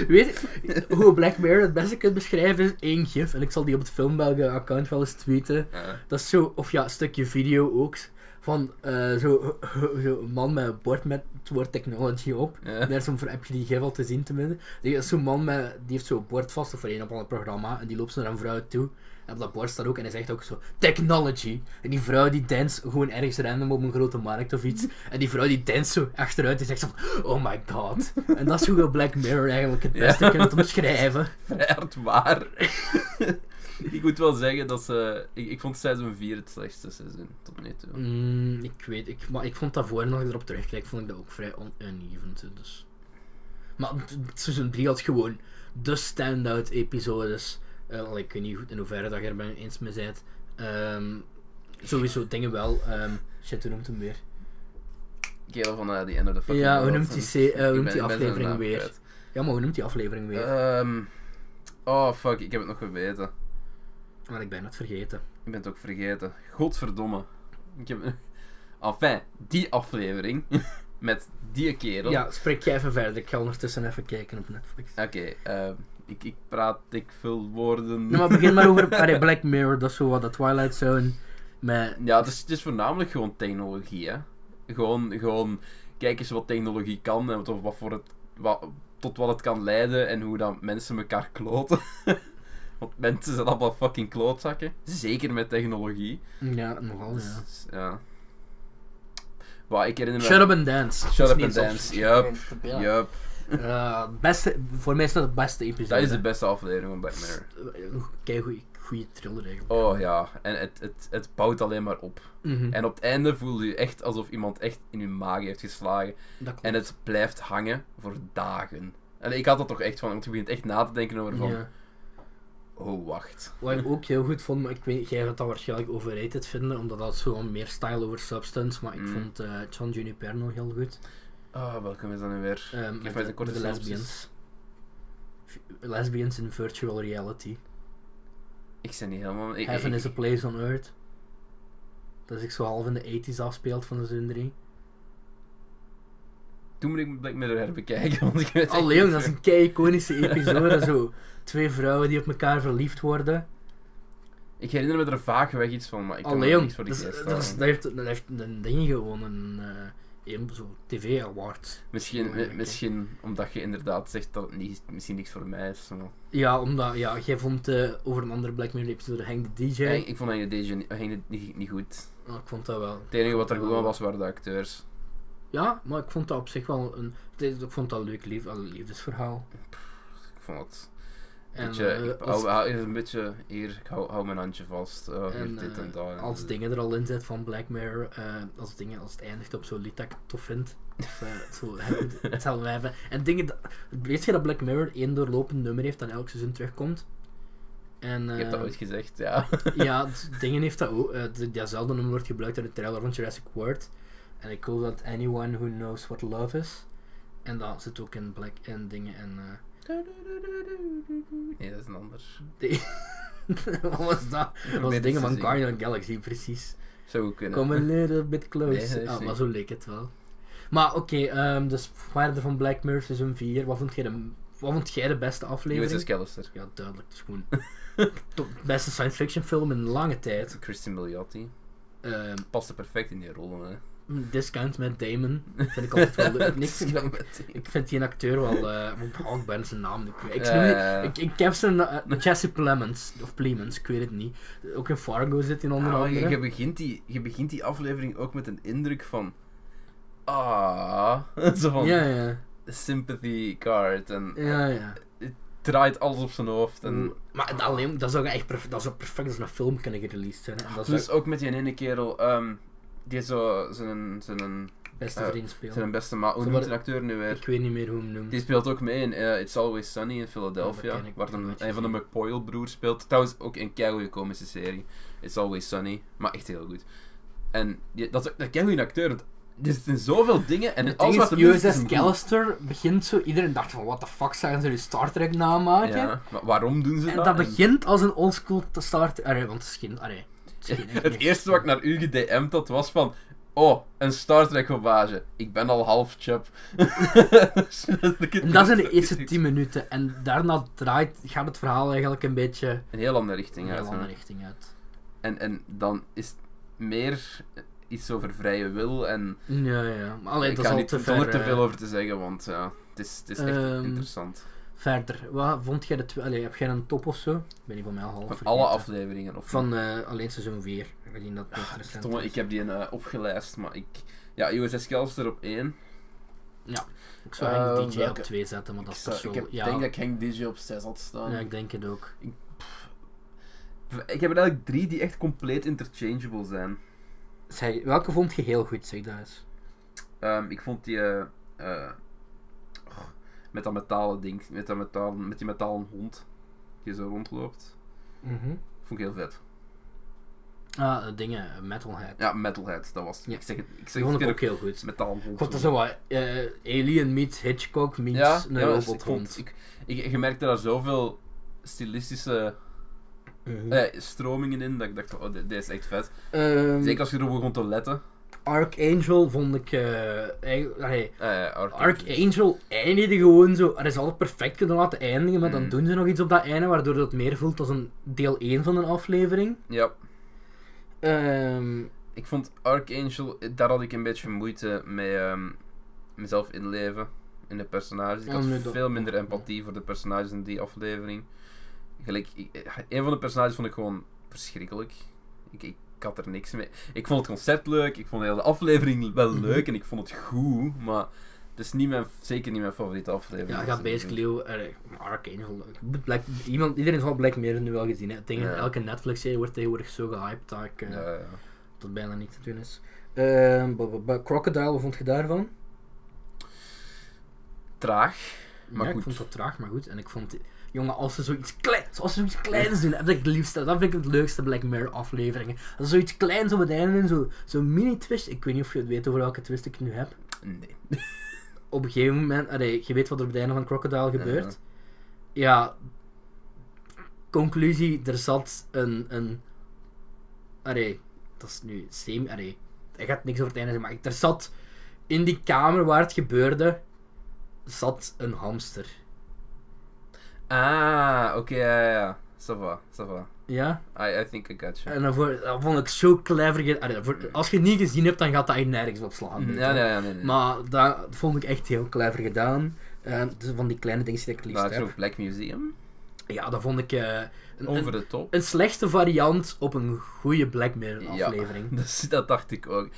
Weet je hoe Black Mirror het beste kunt beschrijven? Is één gif. En ik zal die op het Filmbelgen-account wel eens tweeten.
Ja.
Dat is zo, of ja, een stukje video ook. Van eh, zo, zo een man met een bord met het woord technology op.
Ja.
Daar is zo'n heb je die gif al te zien tenminste. Die is zo'n man met, die heeft zo'n bord vast of voor een op een programma. En die loopt zo naar een vrouw toe. En op dat bord staat ook, en hij zegt ook zo, technology. En die vrouw die danst gewoon ergens random op een grote markt of iets. En die vrouw die danst zo achteruit, die zegt zo, oh my god. En dat is hoe je Black Mirror eigenlijk het
Ja.
beste kunt omschrijven.
Vrij hard waar. ik moet wel zeggen dat ze. Ik, ik vond seizoen 4 het slechtste seizoen tot nu toe.
Mm, ik weet, ik, maar ik vond dat voor en als ik erop terugkijk, vond ik dat ook vrij on- uneven. hè, Dus. Maar d- d- seizoen 3 had gewoon de standout episodes. Eh, allee, ik weet niet goed in hoeverre dat je er mee eens mee bent. Ehm, sowieso dingen wel. ehm, shit, hoe noemt hem weer?
Kerel van eh, die End of the Fucking
Ja, hoe
World.
noemt die se- eh, hoe
Ik
noemt
ben-
die
ik ben zijn
aflevering
naam
weer?
kwijt.
Ja, maar hoe noemt die aflevering weer?
Ehm, oh fuck, ik heb het nog geweten.
Maar ik ben het vergeten.
Ik ben het ook vergeten. Godverdomme. Ik heb... Enfin, die aflevering met die kerel.
Ja, spreek jij even verder. Ik ga ondertussen even kijken op Netflix.
Oké, ehm, ik, ik praat, ik vul woorden.
Nee, maar begin maar over allee, Black Mirror, dat is zo wat, dat Twilight Zone. Met
Ja, het is, het is voornamelijk gewoon technologie, hè. Gewoon, gewoon kijk eens wat technologie kan en wat, wat voor het, wat, tot wat het kan leiden en hoe dan mensen elkaar kloten. Want mensen zijn allemaal fucking klootzakken. Zeker met technologie.
Ja, nogal, ja.
Dus, ja. Wauw, ik herinner me...
Shut Up and Dance.
Shut Up and Dance, yup.
Ja.
Yup.
Eh, beste, voor mij is dat het beste episode. Eh,
Dat is de beste aflevering van Black Mirror.
Kijk, goede thriller eigenlijk.
Oh ja, en het, het, het bouwt alleen maar op.
Mhm,
En op het einde voelde je echt alsof iemand echt in je maag heeft geslagen.
dat klopt.
En het blijft hangen voor dagen. En ik had dat toch echt van, want je begint echt na te denken over van,
Ja.
oh wacht.
Wat ik ook heel goed vond, maar ik weet, jij gaat dat waarschijnlijk overrated vinden, omdat dat zo meer style over substance, maar ik
Mm.
vond eh John Juniper nog heel goed.
Oh, welkom is dat nu weer?
Ehm,
Geef
met
mij eens
de-
een korte
de
synopsis.
lesbians. V- Lesbians in virtual reality.
Ik ben niet helemaal... Ik,
Heaven
ik-
is a place on earth. Dat zich zo half in de 80s afspeelt van seizoen 3.
Toen moet ik Black Mirror herbekijken, want ik weet echt
Allee, jong,
niet
dat is
meer.
een kei-iconische episode. zo. Twee vrouwen die op elkaar verliefd worden.
Ik herinner me er vaak weg iets van, maar ik kan
Allee,
er
jong,
niks voor die
dat is-
geest
dat, is-
halen.
dat heeft, dat heeft een ding gewonnen. eh een zo TV-award.
Misschien,
Oh, oké.
misschien omdat je inderdaad zegt dat het niet, misschien niks voor mij is. maar-
Ja, omdat ja, jij vond eh, over een andere Black Mirror episode Hank de DJ.
Ja, ik, ik vond Hang the DJ niet, Hang the- niet, niet goed.
Oh, ik vond dat wel.
Het enige wat er goed aan was, waren de acteurs.
Ja, maar ik vond dat op zich wel een. het is- Ik vond dat een leuk lief, een liefdesverhaal.
Ik vond het een
En,
beetje...
eh,
ik
als,
hou, hou- hier een beetje... Hier, ik hou, hou mijn handje vast. Oh, hier
en,
dit en
eh,
dat. en-
als dingen er al in zit van Black Mirror, eh, als, dingen, als het eindigt op zo'n lied dat ik tof vind. Of, eh, zo, het- hetzelfde hebben. En dingen, dat- weet je dat Black Mirror één doorlopend nummer heeft dat elk seizoen terugkomt? En,
Je hebt dat
eh,
ooit gezegd, ja.
ja, d- dingen heeft dat ook. eh, d- datzelfde nummer wordt gebruikt in de trailer van Jurassic World. En ik hoop dat anyone who knows what love is. En dat zit ook in Black en dingen en. eh,
Nee, dat is een ander.
wat was dat? Dat was dingen van Guardian Galaxy, precies.
Zou kunnen.
Come a little bit
Nee,
close.
dat is
ah,
niet.
maar zo leek het wel. Maar oké, ehm, dus waarde van Black Mirror seizoen 4. Wat vond jij de Wat vond jij de beste aflevering?
USS Callister.
Ja, duidelijk. Het is gewoon de beste science fiction film in lange tijd.
Christian Milioti.
Ehm, mm,
Paste perfect in die rol, hè.
Discount met Damon. Vind ik altijd wel leuk. Niks,
Het is wel met die-
ik vind die acteur wel... eh, maar ik- oh, ik ben zijn naam niet kwijt. Ik,
Ja,
noem die-
ja, ja.
ik, ik heb zijn... eh, Jesse Plemons. Of Plemons, ik weet het niet. Ook in Fargo zit hij onder
Ah,
andere.
je, je begint die, je begint die aflevering ook met een indruk van... Ah, zo van
Ja, ja.
sympathy card en
Ja, ja.
draait alles op zijn hoofd. En,
Mm. Maar het alleen, dat zou echt perfect, dat zou perfect als een film kunnen gereleased zijn. hè. En dat zou
Plus Dus ook met die ene kerel ehm, die zo zijn, zijn,
ik beste
eh,
vriend spelen.
zijn beste maat... Hoe
Zo
noemt
wat-
een acteur nu weer?
Ik weet niet meer hoe hem noemt.
Die speelt ook mee in eh, It's Always Sunny in
Ja,
Philadelphia,
dat ken ik.
waar
Ja,
dan
dat
een van de McPoyle-broers speelt. Trouwens, ook een keigoede komische serie. It's Always Sunny, maar echt heel goed. En die- dat is ook een keigoede acteur, want er zitten zoveel dingen en in
Het
alles
ding
wat
is,
de muziek is
USS
hem
Callister begint zo... Iedereen dacht van, what the fuck zijn ze nu Star Trek
goed.
namaken?
Ja, maar waarom doen ze
En
dat?
dat
En
begint als een oldschool te start. Arre, want het is geen. Arre, het is geen-
Het eerste wat ik naar u gedm'd had, was van... Oh, een Star Trek hommage. Ik ben al half chub. Dus
En dat zijn de eerste 10 minuten. En daarna draait, gaat het verhaal eigenlijk een beetje
Een heel andere
in
richting
een
uit.
heel
hè.
andere richting uit.
En, en dan is het meer iets over vrije wil en...
Ja, ja. Maar alleen,
ik
dat is
ga
al
niet
te
ik zal er
ver.
te
eh,
veel over te zeggen, want ja, het is, het is echt
Ehm,
interessant.
Verder, wat vond jij de twee. Allee, heb jij een top of zo? Ik ben die van mij al half
Van
vergeten.
alle afleveringen. Of
Van eh, alleen seizoen 4. Ik denk dat het meest recent
Ah, Verdomme,
is.
ik heb die eh, opgelijst, maar ik... Ja, USS Callister op één.
Ik zou eigenlijk
Eh,
DJ
welke-
op 2 zetten, maar dat
ik
is
zou-
toch zo.
ik heb-
ja,
denk dat ik Henk DJ op zes had staan.
ja, ik denk het ook.
Ik heb er eigenlijk drie die echt compleet interchangeable zijn.
Zeg, welke vond je heel goed, zeg dat eens?
Ehm, ik vond die... eh, eh, oh, met dat metalen ding. Met, dat metalen, met die metalen hond die zo rondloopt. Vond ik heel vet.
Ah, eh, dingen, Metalhead.
Ja, Metalhead, dat was het.
Ja.
Ik zeg het, ik zeg
Die
het
vond ik
keer
ook heel goed.
op- metalen hond.
Ik vond dat zo wat eh, Alien meets Hitchcock meets
ja,
een
ja, dus ik
robothond.
vond- Ik, ik, je merkte daar zoveel stilistische
Mhm.
eh, stromingen in dat ik dacht, oh, dit, dit is echt vet.
Ehm,
Zeker als je erop begon te letten.
Archangel vond ik... eh eigenlijk- allee,
Eh, Arcade.
Archangel eindigde gewoon zo... Er is altijd perfect kunnen laten eindigen, maar dan
Mm.
doen ze nog iets op dat einde, waardoor dat meer voelt als een deel 1 van een aflevering.
Ja.
Ehm,
Ik vond Archangel, eh, daar had ik een beetje moeite mee ehm, mezelf inleven in de personages. Ik
Ja,
had
nee, dat-
veel minder empathie voor de personages in die aflevering. Gelijk, ik- eh, een van de personages vond ik gewoon verschrikkelijk. Ik, ik, ik had er niks mee. Ik vond het concept leuk, ik vond de hele aflevering wel
Mhm.
leuk en ik vond het goed, maar het is niet mijn, zeker niet mijn favoriete aflevering.
ja, ik
Dus
had
ik-
basically... eh, hoe- allee, Archangel... Black, iemand, iedereen zal Black Mirror nu wel gezien. Hè. Het ding is,
Ja.
elke Netflix-serie wordt tegenwoordig zo gehyped dat ik... eh,
Ja, ja.
dat het bijna niet te doen is. Ehm, ba- ba- ba- Crocodile, wat vond je daarvan?
Traag. Maar
ja,
goed.
ik vond dat traag, maar goed. En ik vond, jongen, als ze zoiets kleins, als ze zoiets kleins doen, dat vind ik het liefste, dat vind ik het leukste Black Mirror afleveringen. Als ze zoiets kleins op het einde doen, zo- zo'n mini twist, ik weet niet of je het weet over welke twist ik nu heb.
Nee.
Op een gegeven moment, allee, je weet wat er op het einde van Crocodile gebeurt. Ja, conclusie, er zat een, een, allee, dat is nu semi, allee, hij gaat niks over het einde zeggen, maar er zat, in die kamer waar het gebeurde, zat een hamster.
Ah, oké, ja, ja, ja. Ça va, ça va.
Ja?
I, I think I got you.
En dan voor, dat vond ik zo clever. ge- Allee, voor- als je het niet gezien hebt, dan gaat dat je nergens op slaan. weet je.
Ja, nee, nee, nee. nee.
Maar dat vond ik echt heel clever gedaan. Eh, dus van die kleine dingen die ik het liefst
Nou, het is
heb.
ook Black Museum.
Ja, dat vond ik eh, een,
Over
een,
de top.
een slechte variant op een goede Black Mirror aflevering. Ja,
Ja, dus, dat dacht ik ook. Op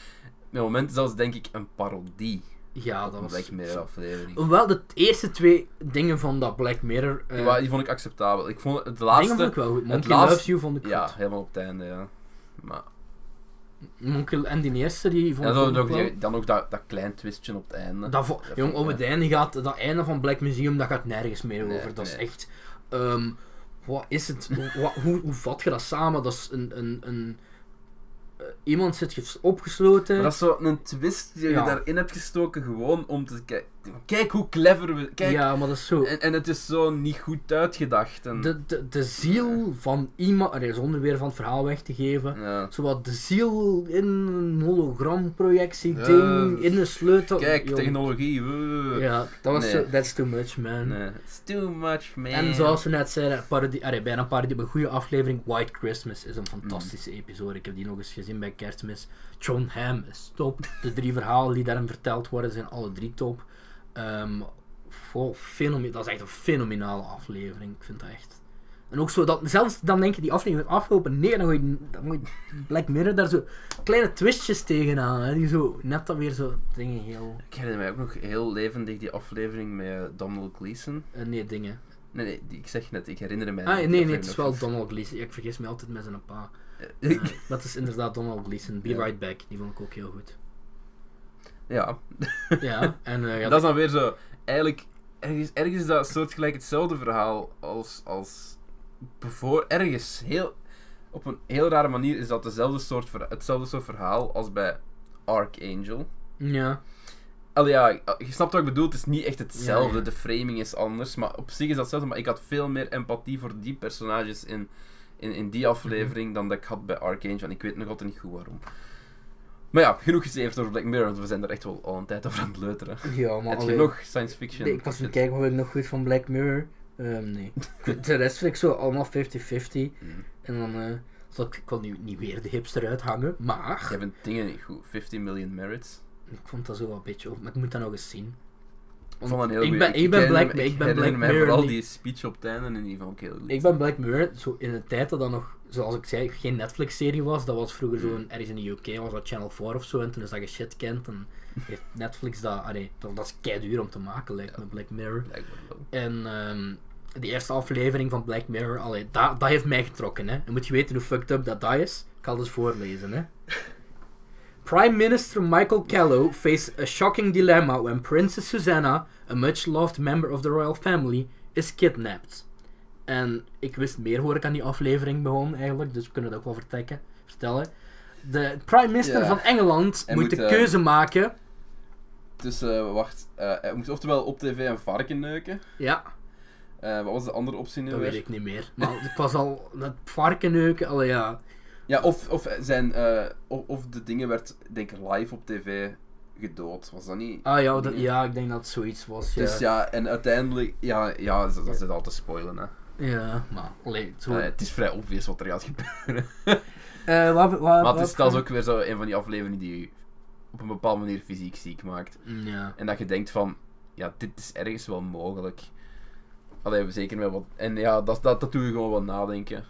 het moment zelfs denk ik een parodie
Oh, dat was...
van
Oh,
Black Mirror aflevering.
Wel, de eerste twee dingen van dat Black Mirror... eh,
Die, wa- die vond ik acceptabel. Ik vond het
dingen vond ik
laatste...
wel goed. Monkey
laatste-
Loves You vond ik
Ja,
goed.
helemaal op het einde, ja. Maar,
Monkey, en die eerste, die vond
ja,
ik
dan,
ook
ook
wel-
die- dan ook dat, dat klein twistje op het einde.
Dat vo-
vond
jong,
ik
op
wel.
het einde gaat dat einde van Black Museum, dat gaat nergens meer
Nee,
over. Dat is
nee.
echt. ehm, wat is het? Wa- hoe, hoe vat je dat samen? Dat is een. een, een eh, iemand zit ges- opgesloten.
Maar dat is zo'n twist die je
Ja.
daarin hebt gestoken, gewoon om te kijken. Kijk hoe clever we... Kijk,
Ja, maar dat is zo.
en, en het is zo niet goed uitgedacht. En,
De, de, de ziel van iemand, allee, zonder weer van het verhaal weg te geven.
ja.
Zowat de ziel in een hologramprojectie
Ja,
ding,
dat
in een sleutel.
Kijk,
Jong.
technologie. wuh.
Ja, dat was
Nee.
zo, that's too much, man.
Nee, it's too much, man.
En zoals we net zeiden, parodie, allee, bijna een parodie op een goede aflevering. White Christmas is een fantastische episode. Ik heb die nog eens gezien bij Kerstmis. John Hamm is top. De drie verhalen die daarin verteld worden zijn alle drie top. Ehm, wow, fenome- dat is echt een fenomenale aflevering. Ik vind dat echt. En ook zo dat, zelfs dan denk je die aflevering is afgelopen. Nee, dan gooi je, dan gooi je Black Mirror daar zo kleine twistjes tegenaan. Hè, die zo net dan weer zo dingen heel.
Ik herinner mij ook nog heel levendig die aflevering met eh, Donald Gleason.
eh, nee, dingen.
Nee, nee, die- ik zeg net, ik herinner mij...
Ah,
Eh, die
nee, nee,
aflevering
het is
nog.
wel Donald Gleason. Ja, Ik vergis me altijd met zijn pa.
Eh,
Ja, dat is inderdaad Donald Gleason. Be
Ja.
Right Back, die vond ik ook heel goed.
ja,
Ja, en eh, ja,
dat is dan weer zo... Eigenlijk, ergens, ergens is dat soort gelijk hetzelfde verhaal als... als bevoor, ergens, heel, op een heel rare manier is dat dezelfde soort verha- hetzelfde soort verhaal als bij Archangel.
ja,
Al ja, je snapt wat ik bedoel, het is niet echt hetzelfde,
Ja, ja.
de framing is anders, maar op zich is dat hetzelfde, maar ik had veel meer empathie voor die personages in, in, in die aflevering
Mhm.
dan dat ik had bij Archangel, en ik weet nog altijd niet goed waarom. Maar ja, genoeg gezegd over Black Mirror, want we zijn er echt wel al een tijd over aan het leuteren.
ja maar
Heb je
allee,
nog science fiction?
nee, ik was aan het kijken wat ik nog goed van Black Mirror. Ehm, nee. De rest vind ik zo allemaal 50-50.
Mm.
En dan, eh, zal ik, ik kon nu niet weer de hipster uithangen,
Ik
maar
heb een dingen niet goed, 50 Million Merits.
ik vond dat zo wel een beetje over. Maar ik moet dat nog eens zien.
Ik vond dat een heel
ik
goeie.
ben- ik ben
herinner
Black-
me-
ik ben
herinner
Black
mij
Mirror
vooral
niet.
die speech op het einde en die van oké,
Ik ben Black Mirror, zo in een tijd dat dat nog, zoals ik zei, geen Netflix-serie was. Dat was vroeger zo'n, ergens in de UK was dat Channel 4 of zo. En toen is dat shit kent. En heeft Netflix dat, allee, dat, dat is kei duur om te maken, lijkt me, Black Mirror.
blijkbaar wel.
En ehm die eerste aflevering van Black Mirror, allee, dat, dat heeft mij getrokken. Hè. En moet je weten hoe fucked up dat, dat is? Ik ga dus voorlezen. Hè. Prime Minister Michael Callow faced a shocking dilemma when Princess Susanna, a much-loved member of the royal family, is kidnapped. En ik wist meer, hoor ik aan die aflevering begon eigenlijk, dus we kunnen dat ook wel vertrekken, vertellen. De prime minister
Ja.
van Engeland
Hij
moet
moet,
de
eh,
keuze maken.
Dus eh, wacht, eh, hij moest oftewel op tv een varken neuken.
Ja,
Eh, wat was de andere optie nu
dat
weer?
weet ik niet meer. Maar ik was al, dat varkenneuken, allee ja.
Ja, of, of, zijn, eh, of, of de dingen werd, denk ik, live op tv gedood. Was dat niet?
Ah ja, dat-
Nee.
ja, ik denk dat het zoiets was. Ja,
Dus ja, en uiteindelijk... Ja, ja dat, dat zit al te spoilen, hè.
ja maar allee, zo.
Eh, het is vrij obvious wat er gaat gebeuren.
Eh, wat, wat, wat,
maar het is, dat is ook weer zo een van die afleveringen die je op een bepaalde manier fysiek ziek maakt.
Mm, Ja.
En dat je denkt van... Ja, dit is ergens wel mogelijk. Allee, zeker met wat... En ja, dat, dat, dat doe je gewoon wel nadenken.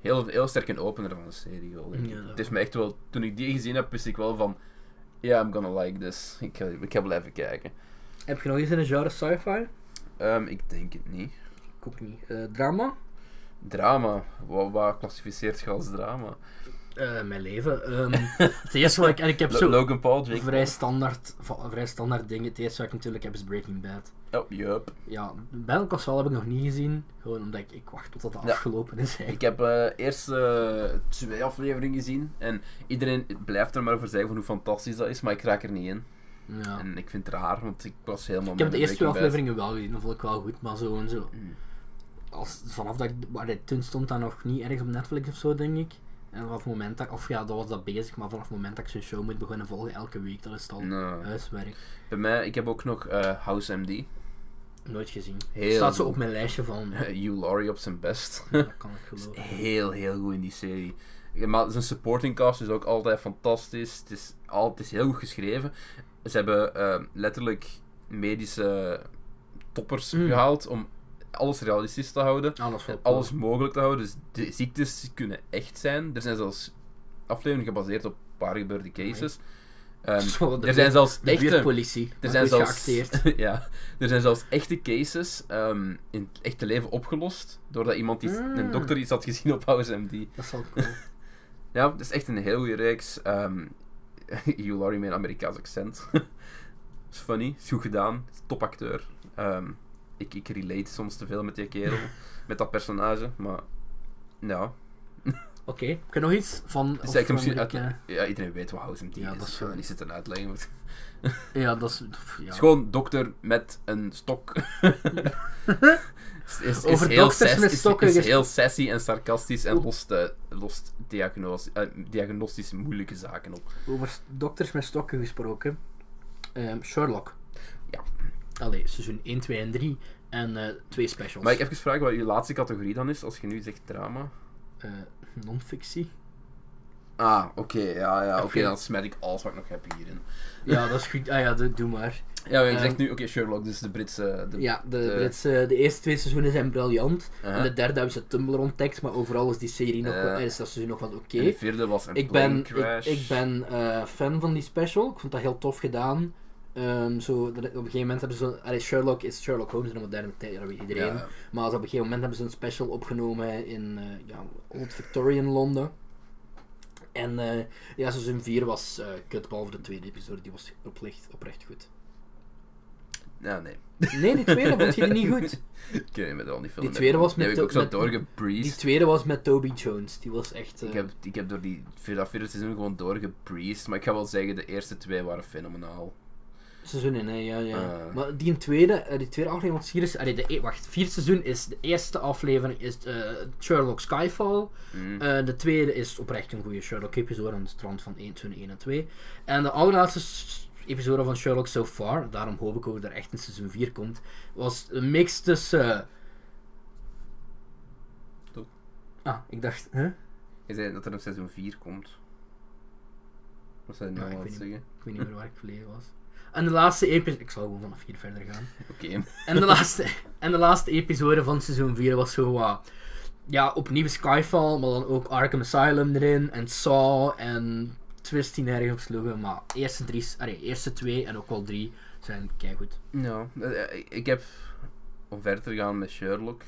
Heel, heel sterk een opener van de serie, wel, denk ik.
Ja, dat
Het is me echt wel... Toen ik die gezien heb, wist ik wel van... Yeah, I'm gonna like this. Ik, ga- ik ga wel even kijken.
Heb je nog iets in een genre sci-fi?
Ehm, ik denk het niet.
Ik ook niet. Eh, drama?
Drama. Wat, wat klassificeert je als drama?
Eh, mijn leven. ehm, het eerste wat ik... En ik heb
Lo-
zo
Logan Paul, Jake
vrij standaard, va- vrij standaard dingen. Het eerste wat ik natuurlijk heb is Breaking Bad.
Paul. Oh, yup.
Ja, Better Call Saul heb ik nog niet gezien. Gewoon omdat ik, ik wacht totdat het
Ja.
afgelopen is eigenlijk.
Ik heb eh eerst eh, twee afleveringen gezien. En iedereen blijft er maar over zeggen van hoe fantastisch dat is. Maar ik raak er niet in.
Ja.
En ik vind het raar, want ik was helemaal...
Ik heb de
met
eerste twee
Breaking
afleveringen
Bad.
wel gezien, dat vond ik wel goed, maar zo en zo.
Mm.
Als, vanaf dat ik, allee, toen stond dat nog niet ergens op Netflix of zo, denk ik. En vanaf het moment dat, of ja, dat was dat bezig, maar vanaf het moment dat ik zo'n show moet beginnen volgen elke week, dat is dan
Mm. Nee.
huiswerk.
Bij mij, ik heb ook nog eh, House MD.
Nooit gezien.
Heel
Staat zo
goed.
op mijn lijstje van,
Hugh Laurie op zijn best.
dat kan ik geloven.
heel, heel goed in die serie. Ja, Maar zijn supporting cast is ook altijd fantastisch. Het is, al, het is heel goed geschreven. Ze hebben eh, letterlijk medische toppers
Mm.
gehaald om alles realistisch te houden.
Alles wel cool.
Alles mogelijk te houden. Dus de ziektes kunnen echt zijn. Er zijn zelfs afleveringen gebaseerd op een paar gebeurde cases. Ehm,
Zo, de
er zijn
buurt-
zelfs
De
echte...
buurtpolitie,
eh, Er
maar
zijn,
goed
zelfs,
geacteerd.
ja, er zijn zelfs echte cases ehm, in het echte leven opgelost. Doordat iemand iets,
Mm.
een dokter iets had gezien op House MD.
Dat is wel cool.
Ja, het is echt een heel goeie reeks. ehm Hugh Laurie met een Amerikaans accent. is funny, is goed gedaan, is topacteur. Ehm, ik, ik relate soms te veel met die kerel, met dat personage, maar... Nou,
Oké, heb je nog iets van...
het is
of
eigenlijk
moet
misschien
ik,
uit-
eh,
ja, iedereen weet wat House MD
Ja,
is.
dat is
Ik ga
zo.
niet zitten uitleggen. want-
Ja, dat is... pff,
Het
Ja.
is gewoon dokter met een stok. Is- is, is
Over
heel
dokters
sess-
met
is-
stokken
is,
ges-
heel sassy en sarcastisch en lost, eh, lost diagnos- eh, diagnostisch moeilijke zaken op.
Over s- dokters met stokken gesproken. Ehm, Sherlock.
Ja.
Allee, seizoen 1, 2 en 3. En eh, twee specials.
Mag ik even vragen wat uw laatste categorie dan is, als je nu zegt drama?
Eh, non-fictie.
Ah, oké, ja, ja, oké,
je-
dan smet ik alles wat ik nog heb hierin.
Ja, dat is goed. Ah ja, doe, doe maar.
Ja, maar je
Ehm,
zegt nu, oké, Sherlock, dus de Britse... De,
Ja, de,
de-
Britse, de eerste twee seizoenen zijn briljant.
Uh-huh.
En de derde hebben ze Tumblr ontdekt, maar overal is die serie nog
Ja.
wel, eh, is dat seizoen nog wel oké.
en de vierde was een
Ik ben,
plane
ik,
crash.
ik ben eh, fan van die special. Ik vond dat heel tof gedaan. Ehm, zo, dat- op een gegeven moment hebben ze... allee, Sherlock is Sherlock Holmes in de moderne tijd, dat weet iedereen.
Ja.
Maar als op een gegeven moment hebben ze een special opgenomen in eh, ja, Old Victorian Londen. En eh, ja, seizoen 4 was eh kut, behalve de tweede episode. Die was oprecht, oprecht goed.
Ja, nee.
Nee, die tweede vond je die niet goed.
Ik ken me er al niet veel
Die
mee.
tweede was
Die
met
heb ik ook
de-
zo
met- Die
doorgebreezed.
tweede was met Toby Jones. Die was echt... eh,
Ik heb, ik heb door die, voor dat vierde seizoen gewoon doorgebreezed. Maar ik ga wel zeggen, de eerste twee waren fenomenaal.
Seizoen in, hè, ja, ja.
Ah.
Maar die tweede, eh, die tweede aflevering van Sirius... Allee, de, e- wacht, vierde seizoen is... De eerste aflevering is eh, Sherlock Skyfall.
Mm.
Eh, de tweede is oprecht een goede Sherlock-episode aan het strand van 1, 2, 1 en 2. En de allerlaatste s- episode van Sherlock so far, daarom hoop ik ook dat er echt een seizoen 4 komt, was een mix tussen... eh,
Toch?
Ah, ik dacht... Huh?
Je zei dat er een seizoen 4 komt. Wat zou je nou
Ja, ik
aan het
weet
zeggen?
Ik weet niet meer waar ik verleden was. En de laatste episode... Ik zal gewoon vanaf hier verder gaan.
Oké.
En de laatste, en de laatste episode van seizoen 4 was zo wat. ja, opnieuw Skyfall, maar dan ook Arkham Asylum erin. En Saw en Twist die nergens sloegen. Maar eerste, drie, allee, eerste twee en ook al drie zijn keigoed.
Ja, eh, eh, ik heb, om verder te gaan met Sherlock,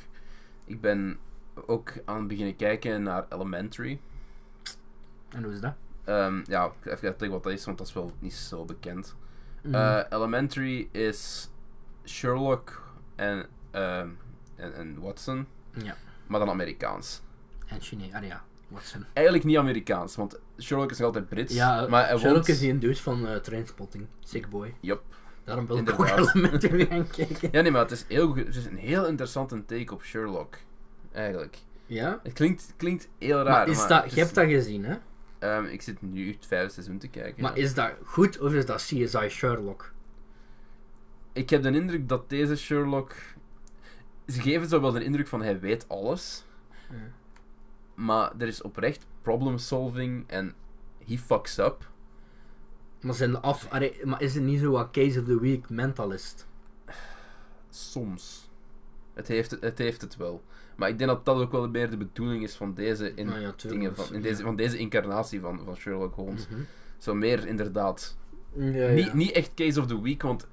ik ben ook aan het beginnen kijken naar Elementary.
En hoe is dat?
Ehm, ja, ik ga even uitleggen wat dat is, want dat is wel niet zo bekend.
Mhm.
Eh, Elementary is Sherlock en, ehm, en, en Watson,
Mm, Ja.
maar dan Amerikaans.
En Chine, allee, ja, Watson.
Eigenlijk niet Amerikaans, want Sherlock is nog altijd Brits.
Ja,
maar eh, hij
Sherlock
woont-
is die een dude van eh, Trainspotting. Sick boy.
Yup.
Daarom wil ik ook
Inderdaad.
elementen gaan kijken.
Ja, nee, maar het is, heel, goed- het is een heel interessante take op Sherlock. Eigenlijk.
Ja?
Het klinkt, klinkt heel raar.
Maar is dat,
het
je hebt dat gezien, hè?
ehm, ik zit nu het vijfde seizoen te kijken.
Maar
ja.
is dat goed of is dat CSI Sherlock?
Ik heb de indruk dat deze Sherlock. Ze geven zo wel de indruk van hij weet alles.
Ja.
Maar er is oprecht problem solving en he fucks up.
Maar, zijn de af, arre- maar is het niet zo wat Case of the Week mentalist?
Soms. Het heeft het, het, heeft het wel. Maar ik denk dat dat ook wel meer de bedoeling is van deze, in,
Ah ja, tuurlijk.
dingen van, in deze,
Ja.
van deze incarnatie van, van Sherlock Holmes.
Mhm.
Zo meer inderdaad
Ja,
Niet, niet echt case of the week, want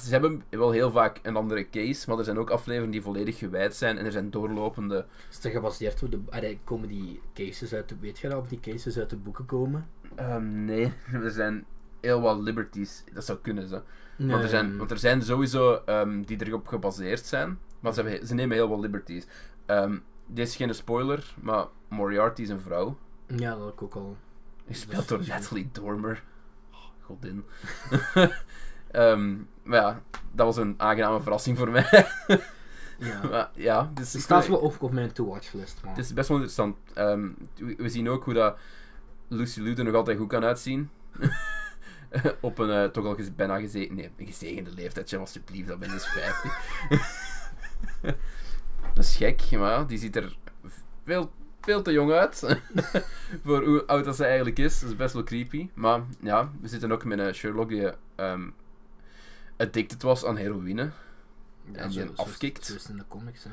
ze hebben wel heel vaak een andere case, maar er zijn ook afleveringen die volledig gewijd zijn en er zijn doorlopende.
Is dat gebaseerd op de... Arre, komen die cases uit de... Weet je dat, of die cases uit de boeken komen?
Ehm, nee, er zijn heel wat liberties. Dat zou kunnen, zo.
Nee.
Want, er zijn, want er zijn sowieso ehm, die erop gebaseerd zijn, maar ze, hebben, ze nemen heel wat liberties. Ehm, dit is geen spoiler, maar Moriarty is een vrouw.
Ja, dat had ik ook al.
Gespeeld
Dat
door
is-
Natalie Dormer. Oh, godin. Ehm, maar ja, dat was een aangename verrassing voor mij.
Ja.
maar, ja, dus
Het
ik-
staat wel op, op mijn to-watch-list, man.
Het is best wel interessant. Ehm, we, we zien ook hoe dat Lucy Liu er nog altijd goed kan uitzien. Op een eh, toch al gez- bijna gezegende... Nee, een gezegende leeftijd. Jam, alsjeblieft. Dat ben dus 50. dat is gek, maar ja, die ziet er veel, veel te jong uit. voor hoe oud dat ze eigenlijk is. Dat is best wel creepy. Maar ja, we zitten ook met een Sherlock die ehm, addicted was aan heroïne.
Ja,
en die
zo- zo-
afkikt.
Zo is het in de comics, hè.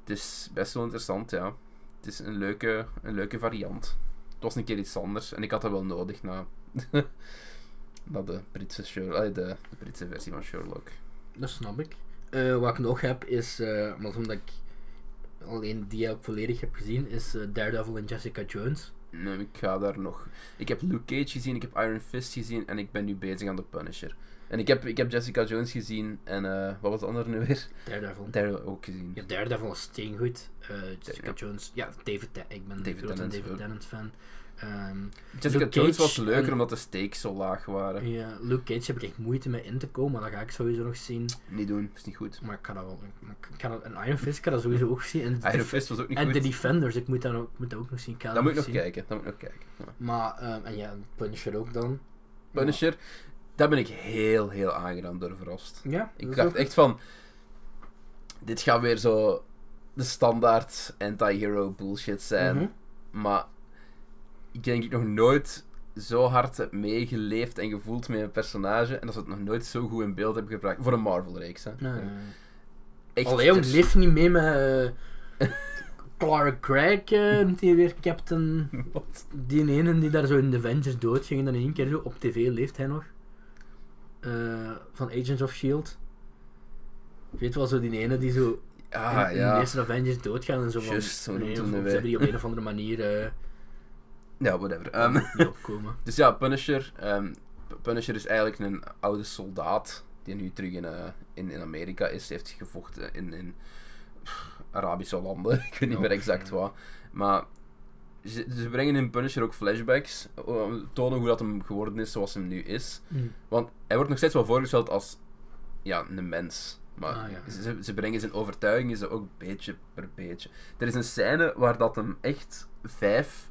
Het is best wel interessant, ja. Het is een leuke, een leuke variant. Het was een keer iets anders en ik had dat wel nodig na, na de, Britse Sherlock, eh, de, de Britse versie van Sherlock.
Dat snap ik. Eh, wat ik nog heb is... eh, maar omdat ik alleen die ook volledig heb gezien, is eh, Daredevil en Jessica Jones.
Nee, ik ga daar nog. Ik heb Luke Cage gezien, ik heb Iron Fist gezien en ik ben nu bezig aan The Punisher. En ik heb, ik heb Jessica Jones gezien en eh, wat was het andere nu weer?
Daredevil.
Daryl ook gezien.
Ja, Daredevil was steengoed. Eh Jessica
Ja.
Jones. Ja, David Ten- Ik ben
David
een grote
Tennant,
David
ook.
Tennant fan. Eh, Ehm,
Jessica
Luke
Jones
Cage
was leuker
en-
omdat de stakes zo laag waren.
ja, Luke Cage heb ik echt moeite mee in te komen, maar dat ga ik sowieso nog zien.
Niet doen, is niet goed.
Maar ik kan dat wel. ik- ik kan dat, en Iron Fist kan dat sowieso ook zien. En, de
Iron
Def-
Fist was ook niet
en
goed.
de Defenders, ik moet dat, ook, ik moet dat ook nog zien. Ik kan
Dan moet ik nog
zien.
kijken. Dan moet ik nog kijken. Ja.
Maar, ehm, en ja, Punisher ook dan.
Punisher, daar ben ik heel, heel aangedaan door verrast.
Ja,
Ik
dat is
dacht
ook-
echt van, dit gaat weer zo de standaard anti-hero bullshit zijn.
Mhm.
Maar ik denk ik nog nooit zo hard heb meegeleefd en gevoeld met een personage. En dat ze het nog nooit zo goed in beeld hebben gebracht. Voor een Marvel-reeks, hè.
Nee.
Echt,
Allee, jong,
er-
leef niet mee met eh, Clark Gregg, eh, noemt hij weer Captain.
Wat?
Die ene die daar zo in de Avengers doodging en dan in één keer zo op tv leeft hij nog. Eh, van Agents of S.H.I.E.L.D. Je weet wel, zo die ene die zo in,
Ah,
in de
ja.
eerste Avengers doodgaan en zo van...
Juist, zo
nee,
noemt hem
of-
de
of
wij.
ze hebben die op een of andere manier eh,
Ja, whatever. Ehm,
niet opkomen.
Dus ja, Punisher. ehm, P- Punisher is eigenlijk een oude soldaat die nu terug in, eh, in, in Amerika is. Heeft gevochten in, in pff, Arabische landen. Ik weet niet
Ja,
meer exact
ja.
wat. Maar ze, ze brengen in Punisher ook flashbacks. eh, om te Tonen hoe dat hem geworden is zoals hem nu is. Want hij wordt nog steeds wel voorgesteld als ja, een mens. Maar
Ah, ja.
ze, ze brengen zijn overtuigingen ze ook beetje per beetje. Er is een scène waar dat hem echt vijf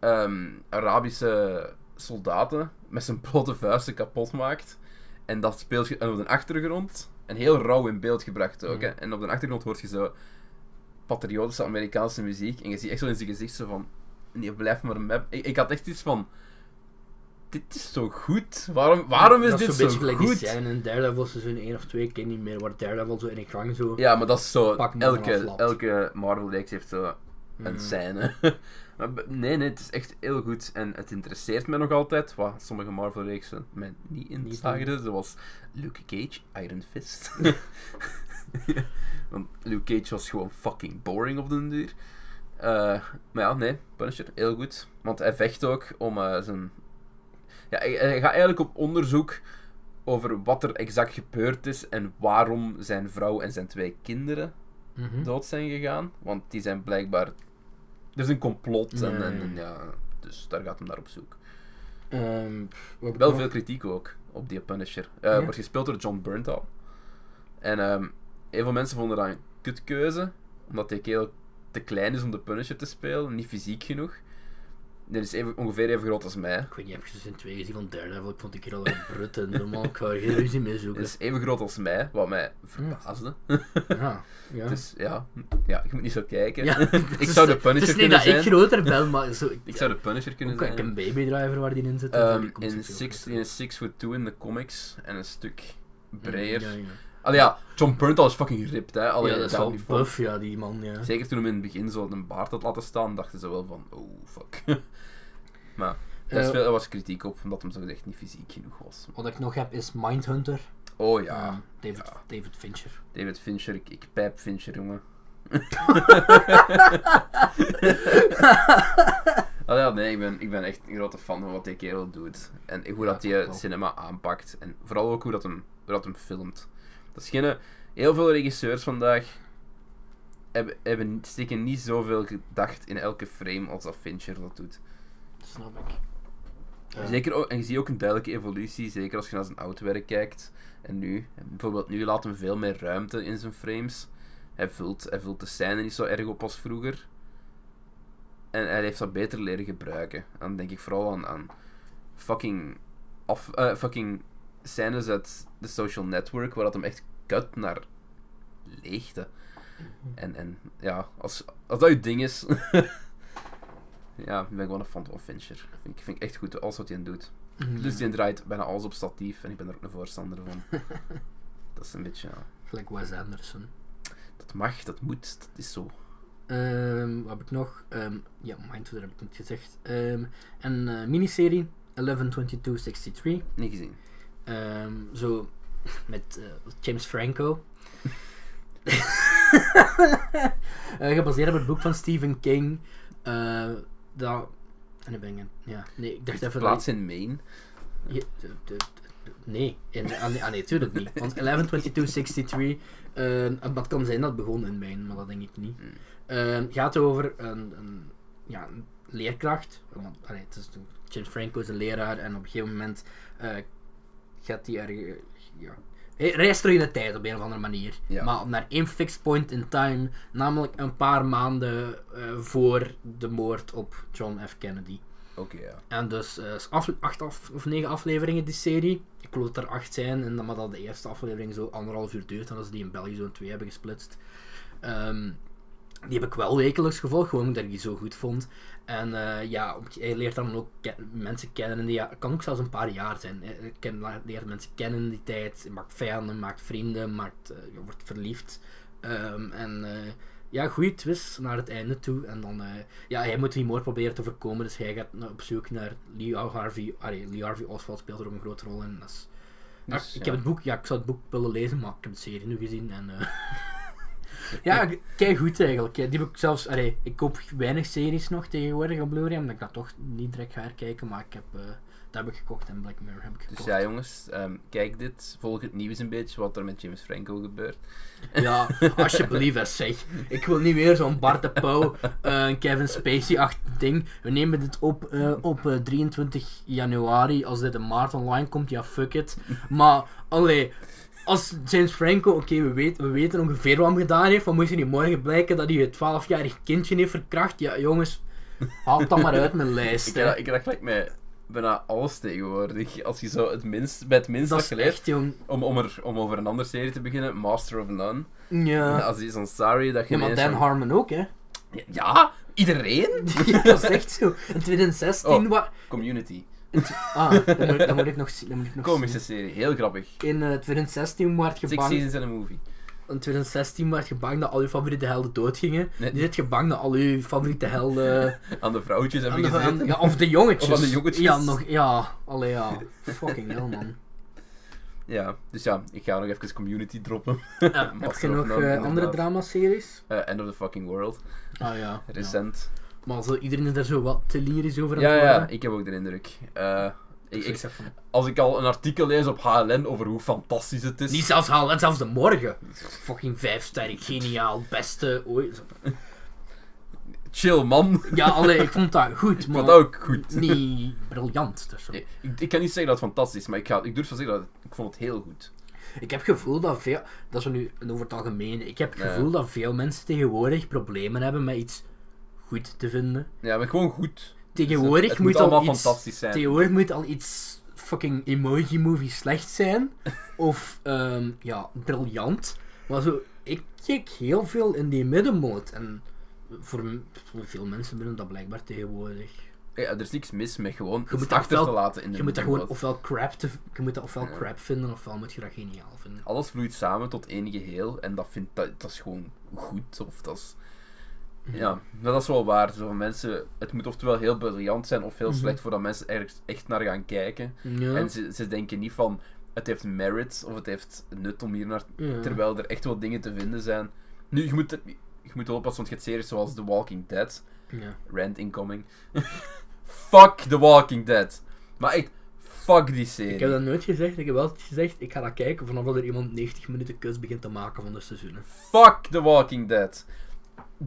ehm, Arabische soldaten met zijn blote vuisten kapot maakt. En dat speelt je en op de achtergrond. En heel rauw in beeld gebracht ook.
Mm.
Hè? En op de achtergrond hoort je zo patriotische Amerikaanse muziek. En je ziet echt zo in zijn gezicht zo van... Nee, blijf maar een map. Ik, ik had echt iets van... Dit is zo goed. Waarom, waarom is
dat
dit
zo'n
zo,
beetje gelijk
goed?
die scène in Daredevil seizoen 1 of 2, ik ken niet meer, waar Daredevil zo in de gang zo...
Ja, maar dat is zo.
Pak me vanaf
Elke,
land.
elke Marvel-reeks heeft zo een
Mm.
scène. Maar b- nee, nee, het is echt heel goed. En het interesseert mij nog altijd. Wat sommige Marvel-reeksen mij niet instagen. Zoals Luke Cage, Iron Fist. Want Luke Cage was gewoon fucking boring op den duur. Eh, maar ja, nee, Punisher, heel goed. Want hij vecht ook om eh, zijn. Ja, hij, hij gaat eigenlijk op onderzoek over wat er exact gebeurd is en waarom zijn vrouw en zijn twee kinderen
Mhm.
dood zijn gegaan. Want die zijn blijkbaar. Er is een complot en,
Ja, ja,
en- en
ja.
ja. Dus daar gaat hem naar op zoek.
Ehm, pff, wat heb ik
Wel
nog?
veel kritiek ook op die Punisher. Eh,
Ja.
Wordt gespeeld door John Bernthal. En ehm, heel veel mensen vonden dat een kutkeuze, omdat die kerel te klein is om de Punisher te spelen, niet fysiek genoeg. Dit is even, ongeveer even groot als mij.
Ik weet niet, heb je in twee gezien van Daredevil? Ik vond die keer al een brut en normaal, ik ga er geen ruzie mee
Dit
zoeken.
is even groot als mij, wat mij verbaasde.
ja, Ah, ja.
Dus ja, ja, ik moet niet zo kijken.
Ja, het
ik
is-
zou de
het
Punisher
is niet
kunnen
dat
zijn.
ik groter ben, maar zo, ik,
Ik zou de Punisher kunnen
ook, ik heb
zijn.
een babydriver waar die in zit. en zo,
Ehm,
die komt
in
zoveel
six,
beter.
in six foot two in de comics en een stuk breder.
Ja, ja.
Allee, ja, John Bernthal is fucking ripped, hè. Allee,
ja, dat is
daar
wel
niet van.
buff, ja, die man, ja.
Zeker toen hem in het begin zo een baard had laten staan, dachten ze wel van, oh fuck. maar daar is
Eh,
veel, daar was kritiek op, omdat hem zo gezegd niet fysiek genoeg was.
Wat ik nog heb is Mindhunter.
Oh ja,
Ehm, David,
ja.
David Fincher.
David Fincher, ik, ik pijp Fincher, jongen. Ah, ja, nee, ik ben, ik ben echt een grote fan van wat die kerel doet. En hoe dat
Ja,
hij
wel.
het cinema aanpakt. En vooral ook hoe dat hem, hoe dat hem filmt. Dat is geen, heel veel regisseurs vandaag hebben, hebben, steken niet zoveel gedacht in elke frame als dat Fincher dat doet.
Snap ik. Ehm, Ja.
Zeker ook, en je ziet ook een duidelijke evolutie, zeker als je naar zijn oud werk kijkt. En nu, En bijvoorbeeld nu laat hem veel meer ruimte in zijn frames. Hij vult, hij vult de scène niet zo erg op als vroeger. En hij heeft dat beter leren gebruiken. En dan denk ik vooral aan, aan fucking, af, eh, fucking scènes uit The Social Network, waar dat hem echt kut naar leegte. En, en ja, als, als dat je ding is. ja, ben ik wel een fan van Fincher. Vind ik vind ik echt goed alles wat hij doet.
Mm,
Dus
ja.
hij draait bijna alles op statief en ik ben er ook een voorstander van. dat is een beetje. ja,
Gelijk Wes Anderson.
dat mag, dat moet, dat is zo.
Ehm, wat heb ik nog? Ehm, ja, Mindhunter heb ik niet gezegd. Ehm, een eh, miniserie, 112263.
Niet gezien.
Ehm, zo met eh, James Franco. Eh, gebaseerd op het boek van Stephen King. Eh, dat. En dan ben ik. een- Ja, nee, ik dacht
Heeft
even.
plaats in Maine.
Je- de- de- de- nee, in, ah, nee, ah, nee, tuurlijk niet. Want 112263, ehm dat
Hm.
kan zijn dat het begon in mijn, maar dat denk ik niet.
Hmm.
Ehm, gaat over een, een, ja, een leerkracht. Want, allee, het is, Jim Franco is een leraar en op een gegeven moment eh, gaat hij er. Ja, hij reist terug in de tijd op een of andere manier.
Ja.
Maar naar één fixed point in time, namelijk een paar maanden eh, voor de moord op John F. Kennedy.
Oké, ja.
En dus eh, is af, acht af, of negen afleveringen die serie. Ik geloof dat er acht zijn, en dan maar dat de eerste aflevering zo anderhalf uur duurt. En dat ze die in België zo in twee hebben gesplitst. Ehm, die heb ik wel wekelijks gevolgd, gewoon omdat ik die zo goed vond. En eh, ja, op- je leert dan ook ke- mensen kennen. in die ja- Het kan ook zelfs een paar jaar zijn. Eh, Je ken- leert mensen kennen in die tijd. Je maakt vijanden, maakt vrienden, maakt, eh, je wordt verliefd. Ehm, en eh, ja, goede twist naar het einde toe. En dan, eh, ja, hij moet die moord proberen te voorkomen. Dus hij gaat na- op zoek naar Lee Harvey. Allee, Lee Harvey Oswald speelt er ook een grote rol in. Dat is- Ja,
Dus,
ik
ja.
heb het boek, ja, ik zou het boek willen lezen, maar ik heb de serie nu gezien. En, eh, ja, kijk goed eigenlijk. Die heb ik zelfs, allee, ik koop weinig series nog tegenwoordig op Blu-ray, omdat ik dat toch niet direct ga herkijken. Maar ik heb, eh, dat heb ik gekocht en Black Mirror heb ik
Dus
gekocht.
ja, jongens, ehm, kijk dit. Volg het nieuws een beetje, wat er met James Franco gebeurt.
Ja, alsjeblieft, hè, zeg. Ik wil niet weer zo'n Bart de Pauw, eh, een Kevin Spacey-achtig ding. We nemen dit op eh, op eh, 23 januari. Als dit in maart online komt, ja, fuck it. Maar, allee, als James Franco, oké, we, weten we weten ongeveer wat hem gedaan heeft. Maar moest hij niet morgen blijken dat hij een 12-jarig kindje heeft verkracht? Ja, jongens, haal dat maar uit mijn
Ik
lijst.
heb
Hè.
dat- ik heb dat gelijk met bijna alles tegenwoordig. Als je zo het minst, bij het minst
Dat
dat
is
je leest,
echt, jong.
om, om, er, om over een andere serie te beginnen, Master of None.
Ja.
Als die zo'n sorry dat je
Ja, maar
ineens
Dan
zo'n-
Harmon ook, hè.
Ja, iedereen?
Ja, dat is echt zo. In 2016...
Oh.
wa-
Community.
Ah, dan moet, ik- dan moet ik nog zien. dan moet ik nog zien.
Komische serie, heel grappig.
In eh, 2016 werd
Six
gebang, in
seasons in a movie.
2016 werd gebang dat al uw favoriete helden doodgingen.
Nee.
Dit gebang dat al uw favoriete helden.
Aan de vrouwtjes hebben
aan
we
de-
gezeten.
aan- ja, of de jongetjes.
Of aan de jongetjes.
Ja, nog, ja, allee, ja. Fucking hell, man.
Ja, dus ja, ik ga nog even community droppen.
Ja, heb je
Master of
nog eh,
None, inderdaad.
andere dramaseries?
Eh, End of the fucking world.
Ah ja. ja.
Recent.
Maar zo, iedereen is er zo wat te lyrisch over aan
eh, Ja,
het
ja,
worden.
ik heb ook de indruk. Eh, ik,
Dus
ik,
ik zeg van,
als ik al een artikel lees op HLN over hoe fantastisch het is.
Niet zelfs halen, zelfs de morgen. Fucking vijfsterren, geniaal, beste ooit.
Chill, man.
Ja, allee, ik vond dat goed,
Ik
maar
vond dat ook goed.
niet briljant. Dus.
Nee, Ik, ik kan niet zeggen dat het fantastisch is, maar ik, ga, ik durf wel zeggen dat het- ik vond het heel goed.
Ik heb het gevoel dat veel, dat is nu over het algemeen, ik heb het
Ja.
gevoel dat veel mensen tegenwoordig problemen hebben met iets goed te vinden.
Ja, maar gewoon goed.
Tegenwoordig
het
moet,
moet allemaal
al iets,
fantastisch zijn.
Tegenwoordig moet al iets fucking emoji movie slecht zijn. of ehm, ja, briljant. Maar zo, ik kijk heel veel in die middenmoot. En voor, m- voor veel mensen willen dat blijkbaar tegenwoordig.
Ja, er is niks mis met gewoon
moet
iets
dat
achter
wel-
te laten in de
Je moet dat gewoon
middenmoot.
ofwel crap, te, je moet dat ofwel
Ja.
crap vinden, ofwel moet je dat geniaal vinden.
Alles vloeit samen tot één geheel en dat, vind, dat, dat is gewoon goed. Of dat is,
Mhm.
ja, maar dat is wel waar. Zo, van mensen, het moet oftewel heel briljant zijn of heel
Mhm.
slecht voordat mensen er echt naar gaan kijken.
Ja.
En ze, ze denken niet van het heeft merit of het heeft nut om hier naar.
Ja.
Terwijl er echt wel dingen te vinden zijn. Nu, je moet, het- je moet wel oppassen, want je hebt series zoals The Walking Dead.
Ja.
Rant incoming. fuck The Walking Dead. Maar echt, fuck die serie.
Ik heb dat nooit gezegd, ik heb wel gezegd, ik ga dat kijken vanaf dat er iemand 90 minuten kus begint te maken van de seizoenen.
Fuck The Walking Dead.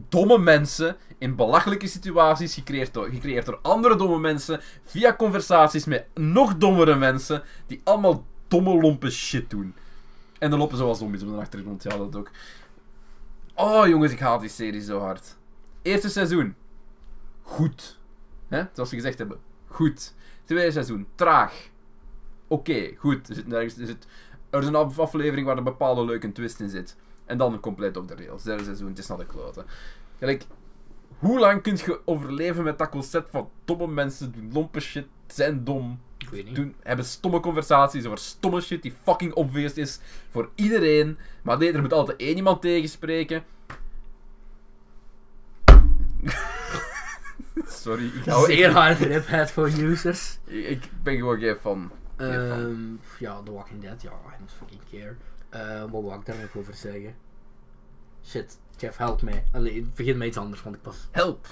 Domme mensen in belachelijke situaties, gecreëerd door, gecreëerd door andere domme mensen, via conversaties met nog dommere mensen, die allemaal domme lompe shit doen. En dan lopen ze wel zombies op de achtergrond, ja dat ook. Oh jongens, ik haat die serie zo hard. Eerste seizoen. Goed. Hè? Zoals ze gezegd hebben. Goed. Tweede seizoen. Traag. Oké, goed. Er, zit nergens, er, zit, er is een af- aflevering waar een bepaalde leuke twist in zit. En dan compleet op de rails. Derde seizoen, het is naar de kloten. Gelijk, hoe lang kun je overleven met dat concept van domme mensen doen lompe shit, zijn dom,
Ik weet niet.
doen, hebben stomme conversaties over stomme shit die fucking obvious is voor iedereen. Maar nee, er moet altijd één iemand tegenspreken. Sorry, Nou, ik hou
Zeer
echt...
hard rip headphone users.
Ik ik ben gewoon geen fan. Geen fan.
Ehm, ja, The Walking Dead, ja, I don't fucking care. Ehm, wat wou ik daar nog over zeggen? Shit, Jeff, help mij. Allee, begin met iets anders, want ik pas...
Help!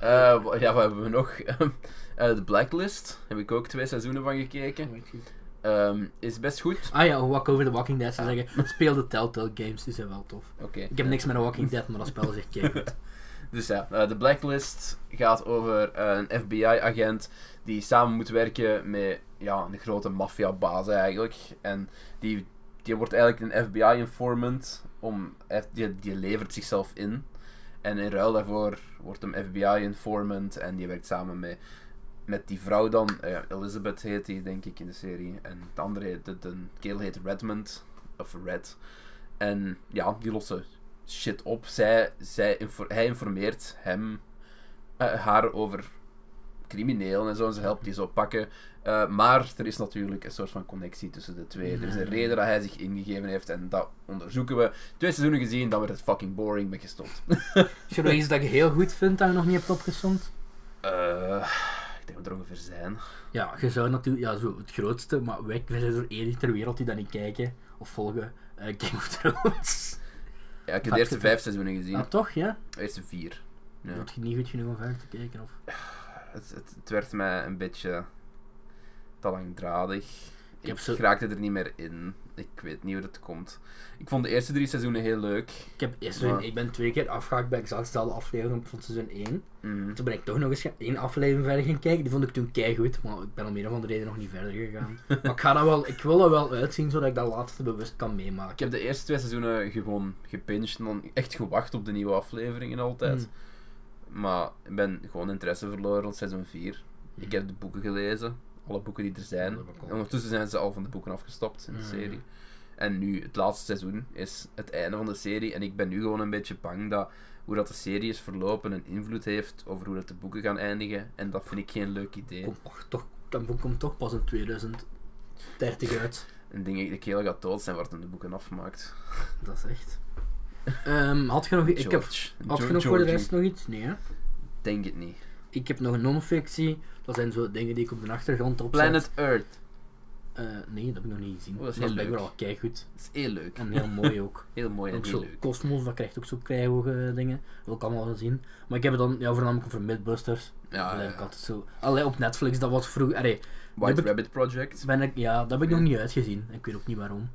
Eh, wa- ja, wat hebben we nog? Eh, de Blacklist, heb ik ook twee seizoenen van gekeken. Ehm, is best goed.
Ah ja, wat ik over The Walking Dead zou zeggen, speel de Telltale Games, die zijn wel tof.
Oké.
Ik heb niks met The Walking Dead, maar dat spel is echt kei goed.
Dus ja, eh, de Blacklist gaat over eh, een FBI-agent die samen moet werken met ja, een grote maffiabaas eigenlijk. En die, die wordt eigenlijk een FBI-informant, om, eh, die, die levert zichzelf in. En in ruil daarvoor wordt hem FBI-informant en die werkt samen met, met die vrouw dan. Eh, ja, Elizabeth heet die, denk ik, in de serie. En de andere, heet, de, de kerel heet Redmond, of Red. En ja, die lossen shit op. Zij, zij infor- hij informeert hem, eh, haar over criminelen en zo. En ze helpt die zo pakken. Eh, maar er is natuurlijk een soort van connectie tussen de twee. Er is een reden dat hij zich ingegeven heeft en dat onderzoeken we. Twee seizoenen gezien, dan werd het fucking boring, ben ik gestopt.
Is er nog iets dat je heel goed vindt dat je nog niet hebt opgezond?
Eh, ik denk dat we er ongeveer zijn.
Ja, je zou natuurlijk, ja, zo het grootste, maar wij wij zijn er enig ter wereld die dat niet kijken of volgen. eh, Game of Thrones.
Ja, ik
Had
heb de
je-
eerste vijf seizoenen gezien.
Ja, toch, ja?
De eerste vier. Ja.
Doet je niet Ah. goed genoeg om verder te kijken? Of...
Het, het, het werd mij een beetje te langdradig. Ik,
heb zo-
raakte er niet meer in. Ik weet niet hoe dat komt. Ik vond de eerste drie seizoenen heel leuk.
Ik, heb eerst
Ja.
een- ik ben twee keer afgehaakt bij exact dezelfde aflevering van seizoen 1.
Mhm.
Toen ben ik toch nog eens gaan- één aflevering verder gaan kijken. Die vond ik toen keigoed, maar ik ben om een of andere reden nog niet verder gegaan. maar ik, ga dat wel, ik wil dat wel uitzien, zodat ik dat laatste bewust kan
Ik
meemaken.
heb de eerste twee seizoenen gewoon gepinged en dan echt gewacht op de nieuwe afleveringen altijd.
Hmm.
Maar ik ben gewoon interesse verloren rond seizoen 4. Ik heb de boeken gelezen, alle boeken die er zijn.
Dat heb ik ook.
En ondertussen zijn ze al van de boeken afgestapt in de
Mm.
serie. En nu, het laatste seizoen is het einde van de serie. En ik ben nu gewoon een beetje bang dat hoe dat de serie is verlopen een invloed heeft over hoe dat de boeken gaan eindigen. En dat vind ik geen leuk idee.
Komt toch- toch, dat boek komt toch pas in 2030 uit.
En denk ik, de keel gaat dood zijn waar het hem de boeken afmaakt.
Dat is echt. Ehm, had je nog, ik heb,
George.
had je
George-
nog voor de
Georgie.
rest nog iets? Nee, hè?
Denk het niet.
Ik heb nog een non-fictie. Dat zijn zo dingen die ik op de achtergrond opzet.
Planet Earth.
Eh, nee, dat heb ik nog niet gezien.
Oh, dat is
maar
heel
blijkbaar
leuk.
al keigoed.
Dat is heel leuk.
En heel mooi ook.
Heel mooi en
Ook
heel
zo,
leuk.
Cosmos, dat krijgt ook zo keihoge dingen. Wil ik allemaal wel zien. Maar ik heb het dan ja, voornamelijk over Midbusters.
Ah, Ja,
Blijf
ja.
ik altijd zo. Allee, op Netflix, dat was vroeger. Allee,
White
heb ik-
Rabbit Project.
ben ik, ja, dat heb ik nog
Ja.
niet uitgezien. Ik weet ook niet waarom.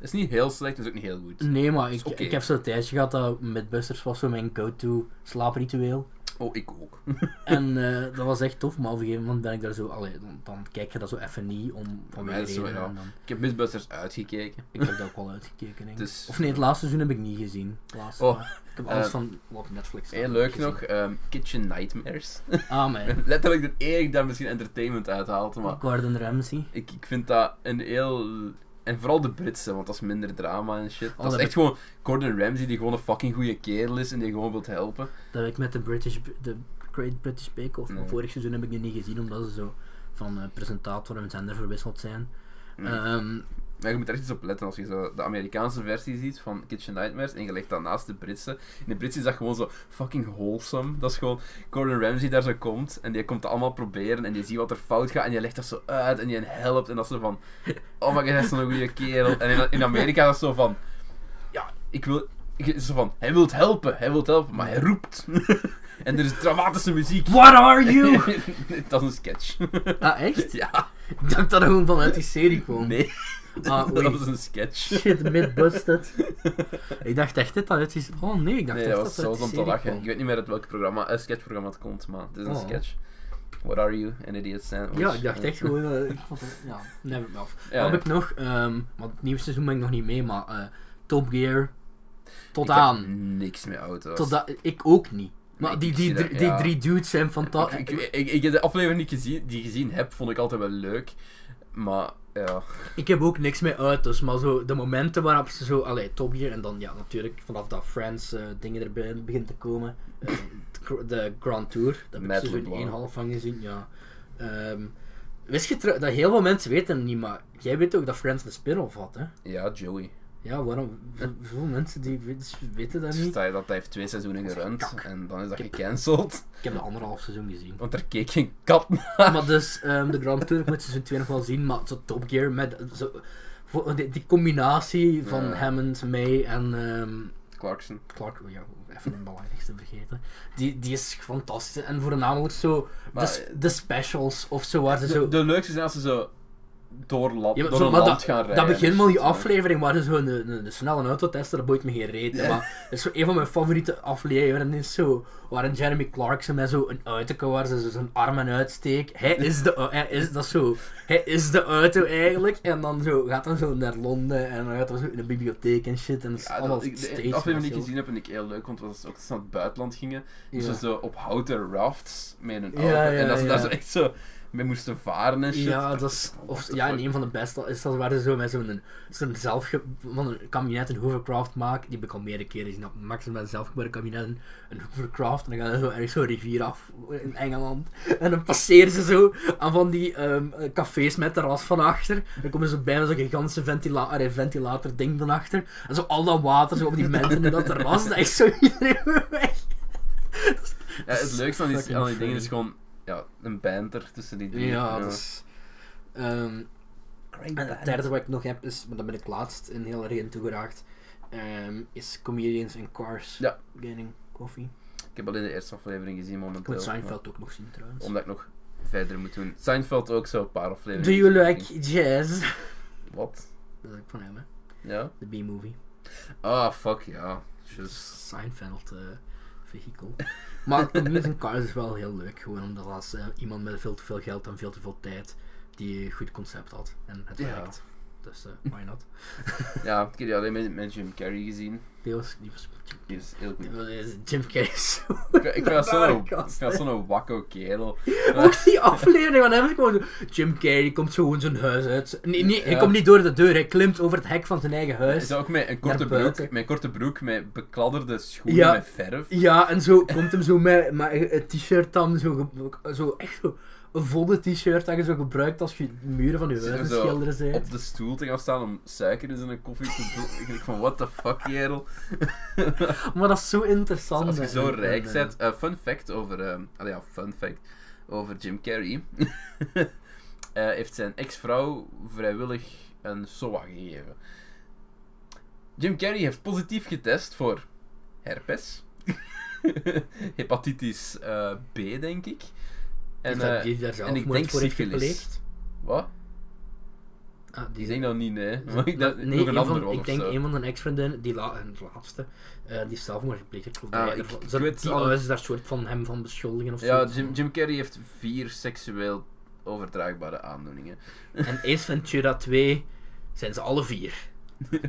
Is niet heel slecht, is ook niet heel goed.
Nee, maar
Is
ik,
oké.
ik heb zo'n tijdje gehad dat Midbusters was zo mijn go-to slaapritueel.
Oh, ik ook.
en eh, dat was echt tof, maar op een gegeven moment ben ik daar zo. Allee, dan, dan kijk je dat zo even niet om.
Voor
Van
mij is het zo, ja.
En dan,
Ik heb Mythbusters uitgekeken.
ik heb dat ook al uitgekeken. Denk. ik.
Dus-
Of nee, het laatste seizoen heb ik niet gezien. Het laatste.
Oh,
ik heb alles
eh,
van wat op Netflix staat
Heel leuk
gezien.
nog, ehm, Kitchen Nightmares.
Ah, man.
Letterlijk de eer ik daar misschien entertainment uithaalt, maar
Gordon Ramsay.
ik, ik vind dat een heel... En vooral de Britse, want dat is minder drama en shit.
Oh,
dat
dat
is
heb
echt gewoon Gordon Ramsay die gewoon een fucking goede kerel is en die gewoon wilt helpen.
Dat ik met de British, de Great British Bake Off, maar
Nee.
vorig seizoen heb ik die niet gezien omdat ze zo van eh, presentator en zender verwisseld zijn.
Mm.
Ehm,
Maar je moet er echt eens op letten als je zo de Amerikaanse versie ziet van Kitchen Nightmares en je legt dat naast de Britse. In de Britse is dat gewoon zo fucking wholesome. Dat is gewoon Gordon Ramsay daar zo komt en die komt dat allemaal proberen en je ziet wat er fout gaat en je legt dat zo uit en je helpt en dat is zo van oh my god, hij is zo'n goede kerel. En in, in Amerika is dat zo van ja, ik wil... je- Zo van, hij wil helpen, hij wil helpen, maar hij roept. en er is dramatische muziek.
What are you?
dat is een sketch.
ah, echt?
ja,
Ik dacht dat dat gewoon vanuit die serie kwam.
nee,
Ah, oei.
dat is een sketch.
Shit, midbusted. ik dacht echt dit dat uit die Oh nee, ik dacht
Nee,
echt
dat
dat
was
dat uit
zelfs
die
om te
serie
lachen.
kwam.
Ik weet niet meer uit welk programma, eh, sketchprogramma het komt, maar het is een
Oh.
sketch. What are you? An idiot sandwich.
Ja, ik dacht
Eh,
echt gewoon... eh, ik vond het- ja, never mind. Wat
Ja,
heb ik nog? Ehm, want het nieuwe seizoen ben ik nog niet mee, maar eh, Top Gear. Tot
ik heb
aan.
niks met auto's.
Totdat, ik ook niet. Maar
ik
die,
zie
die,
dat,
drie-
ja.
die drie dudes zijn
Ik, ik,
fantastisch. Ik,
ik, ik heb de aflevering die ik gezien, die ik gezien heb, vond ik altijd wel leuk. Maar, ja.
heb ook niks met auto's, maar zo de momenten waarop ze zo... Allee, Top Gear en dan ja, natuurlijk vanaf dat Friends eh, dingen er begin- begint te komen. eh, de gr- de Grand Tour, daar heb
Met
ik seizoen
LeBlanc.
1 half van gezien, ja. Ehm, wist je trouw- dat heel veel mensen weten het niet, maar jij weet ook dat Friends een spin-off had, hè?
Ja, Joey.
Ja, waarom? Veel- Veel mensen die weten- weten dat niet.
Dat, dat heeft twee seizoenen gerund
Kak.
en dan is dat gecanceld.
Ik heb de anderhalf seizoen gezien.
Want er keek geen kat naar.
maar dus, ehm, de Grand Tour, ik moet seizoen 2 nog wel zien, maar zo Top Gear met zo, voor- die, die combinatie van
Ja.
Hammond, May en ehm,
Clarkson.
Clark, oh ja, even de belangrijkste vergeten, die, die is fantastisch. En voornamelijk zo de,
Maar,
s- de specials of zo, waar ze
De,
zo...
de leukste zijn als ze zo door, lab,
Ja, maar
door
zo,
een
maar
land
dat,
gaan rijden.
dat begin
en
van die
shit, hè.
aflevering waar ze zo een, een, een snelle auto testen, dat boeit me geen reet. hè, Maar dat is zo een van mijn favoriete afleveringen. Is zo, waarin Jeremy Clarkson met zo'n auto waar ze zo zijn armen uitsteekt. Hij is de au- hij is, dat is zo, hij is de auto eigenlijk. En dan zo, gaat hij zo naar Londen en dan gaat hij zo in de bibliotheek en shit. En dat is
Ja,
allemaal
dat, ik, de-
steeds
de aflevering die ik
zo.
gezien heb, vind ik heel leuk, want dat is ook dat ze naar het buitenland gingen. Dus
Ja.
dat ze op houten rafts met een
Ja,
auto.
ja,
en dat ze daar
ja.
zo echt zo mee moesten varen en shit.
Ja, dat is, of,
the
ja, in
fuck?
een van de beste is dat waar ze zo met zo'n zo'n zelf van een kabinet een hovercraft maken. Die heb ik al meerdere keren gezien. Dat Max met een zelfgebouwde kabinet een, een hovercraft. En dan gaan ze zo ergens zo'n rivier af in Engeland. En dan passeren ze zo aan van die ehm, eh, cafés met terras van achter. Dan komen ze bij met zo'n gigantische ventila eh, ventilator ding van achter. En zo al dat water zo op die mensen in dat terras. Dat is zo iedereen weg.
Ja, het leukste aan die,
Fucking
aan die dingen is
funny.
gewoon ja, een banter tussen die dingen.
Ja, dat is... ehm,
Great
En het derde wat ik nog heb is, maar daar ben ik laatst in heel erg in toegeraakt, ehm, is Comedians in Cars
Ja.
Getting Coffee.
Ik heb alleen de eerste aflevering gezien
Ik
momenteel.
moet Seinfeld ook nog zien trouwens.
maar Omdat ik nog verder moet doen. Seinfeld ook zo een paar afleveringen.
Do you
gezien.
like jazz?
Wat?
Dat is ook van hem, hè?
Ja?
De B-movie.
Ah, fuck ja. Just...
Seinfeld eh vehikel. Maar Comedians in Cars is wel heel leuk, gewoon omdat als eh, iemand met veel te veel geld en veel te veel tijd die een goed concept had en het
Ja.
werkt. Dus eh, why not?
Ja, ik heb die alleen met, met Jim Carrey gezien.
Die was, die was,
Die is heel goed.
die was- Jim Carrey is zo
Ik, ik vind dat zo'n ik
Rare
vind dat zo'n wakko kerel.
Ook die aflevering van hem is gewoon zo... Jim Carrey komt zo gewoon zijn huis uit. Nee, nee hij
Ja.
komt niet door de deur, hij klimt over het hek van zijn eigen huis.
Is ook met een korte
Naar
broek,
buiten.
met een korte broek, met bekladderde schoenen,
Ja.
met verf.
Ja, en zo komt hem zo met, met een t-shirt dan, zo, ge- zo echt zo... Een volle t-shirt dat je zo gebruikt als je de muren van je
Zit
huis
hem
aan het
zo
schilderen bent.
op de stoel te gaan staan om suiker in zijn koffie te doen. Ik denk van, what the fuck, kerel.
Maar dat is zo interessant.
Als je
hè.
zo
En-
rijk
en-
bent. eh, fun fact over... ehm, ah ja, fun fact over Jim Carrey. Eh, heeft zijn ex-vrouw vrijwillig een SOA gegeven. Jim Carrey heeft positief getest voor herpes. Hepatitis eh, B, denk ik. En,
Is dat
eh,
die daar zelf
en ik
moord
denk
voor heeft
syfilis.
gepleegd?
Wat?
Ah, die
Ik denk dat niet, nee. Maar ik
dat,
dacht,
nee,
nog
een
een ander
van,
was
ik
of
denk
zo.
een van zijn ex-vriendinnen, die la, en de laatste, eh, die heeft zelfmoord gepleegd. Ik geloof
Ah,
dat hij
ik-
ervan-
ik
ze-
weet
die
alle-
ouders daar soort van hem van beschuldigen of
Ja,
zo.
Jim, Jim Carrey heeft vier seksueel overdraagbare aandoeningen.
En Ace Ventura 2 zijn ze alle vier.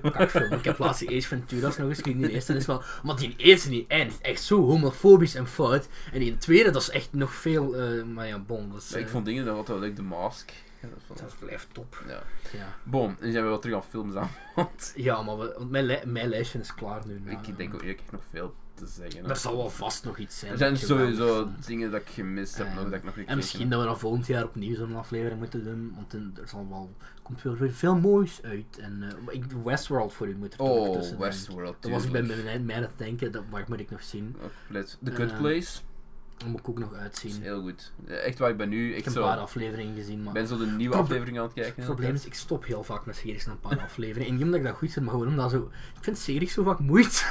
Kakfilm. Ik heb laatst die Ace Ventura's nog eens gezien. Die eerste is wel... Maar die eerste niet eindigt echt zo homofobisch en fout. En die tweede, dat is echt nog veel... eh, maar ja, bon. Dat, is,
ik
eh,
vond dingen dat wat wel leuk, The Mask. Ja, dat vond ik-
dat blijft top.
Ja.
Ja,
Boom, nu zijn we wel terug aan films aan. Want
ja maar we- want mijn, li- mijn lijstje is klaar nu. maar, eh,
ik denk ook eerlijk nog veel te zeggen. hè.
Er zal wel vast nog iets zijn.
Er zijn
dat ik geweldig
sowieso
vond.
dingen dat ik gemist heb,
Ehm,
nog dat ik nog niet
En misschien dat we dan volgend jaar opnieuw zo'n aflevering moeten doen. Want in- er zal wel, komt veel, weer veel moois uit. En eh, ik, Westworld voor u moet er toch nog
Oh,
tussen, denk ik.
Westworld,
Toen was ik bij
tuurlijk.
mijn, mijn aan het denken, dat, wat moet ik nog zien?
Ook compleet. The Good
Ehm,
Place,
Dat moet ik ook nog
is
uitzien.
heel goed. Ja, Echt waar, ik ben nu,
Ik
ik
heb een paar
zo,
afleveringen gezien, maar
ben zo de nieuwe
Proble-
aflevering aan het kijken.
het probleem is, ik stop heel vaak met series na een paar afleveringen. En niet omdat ik dat goed vind, maar gewoon omdat zo... Ik vind series zo vaak moeite.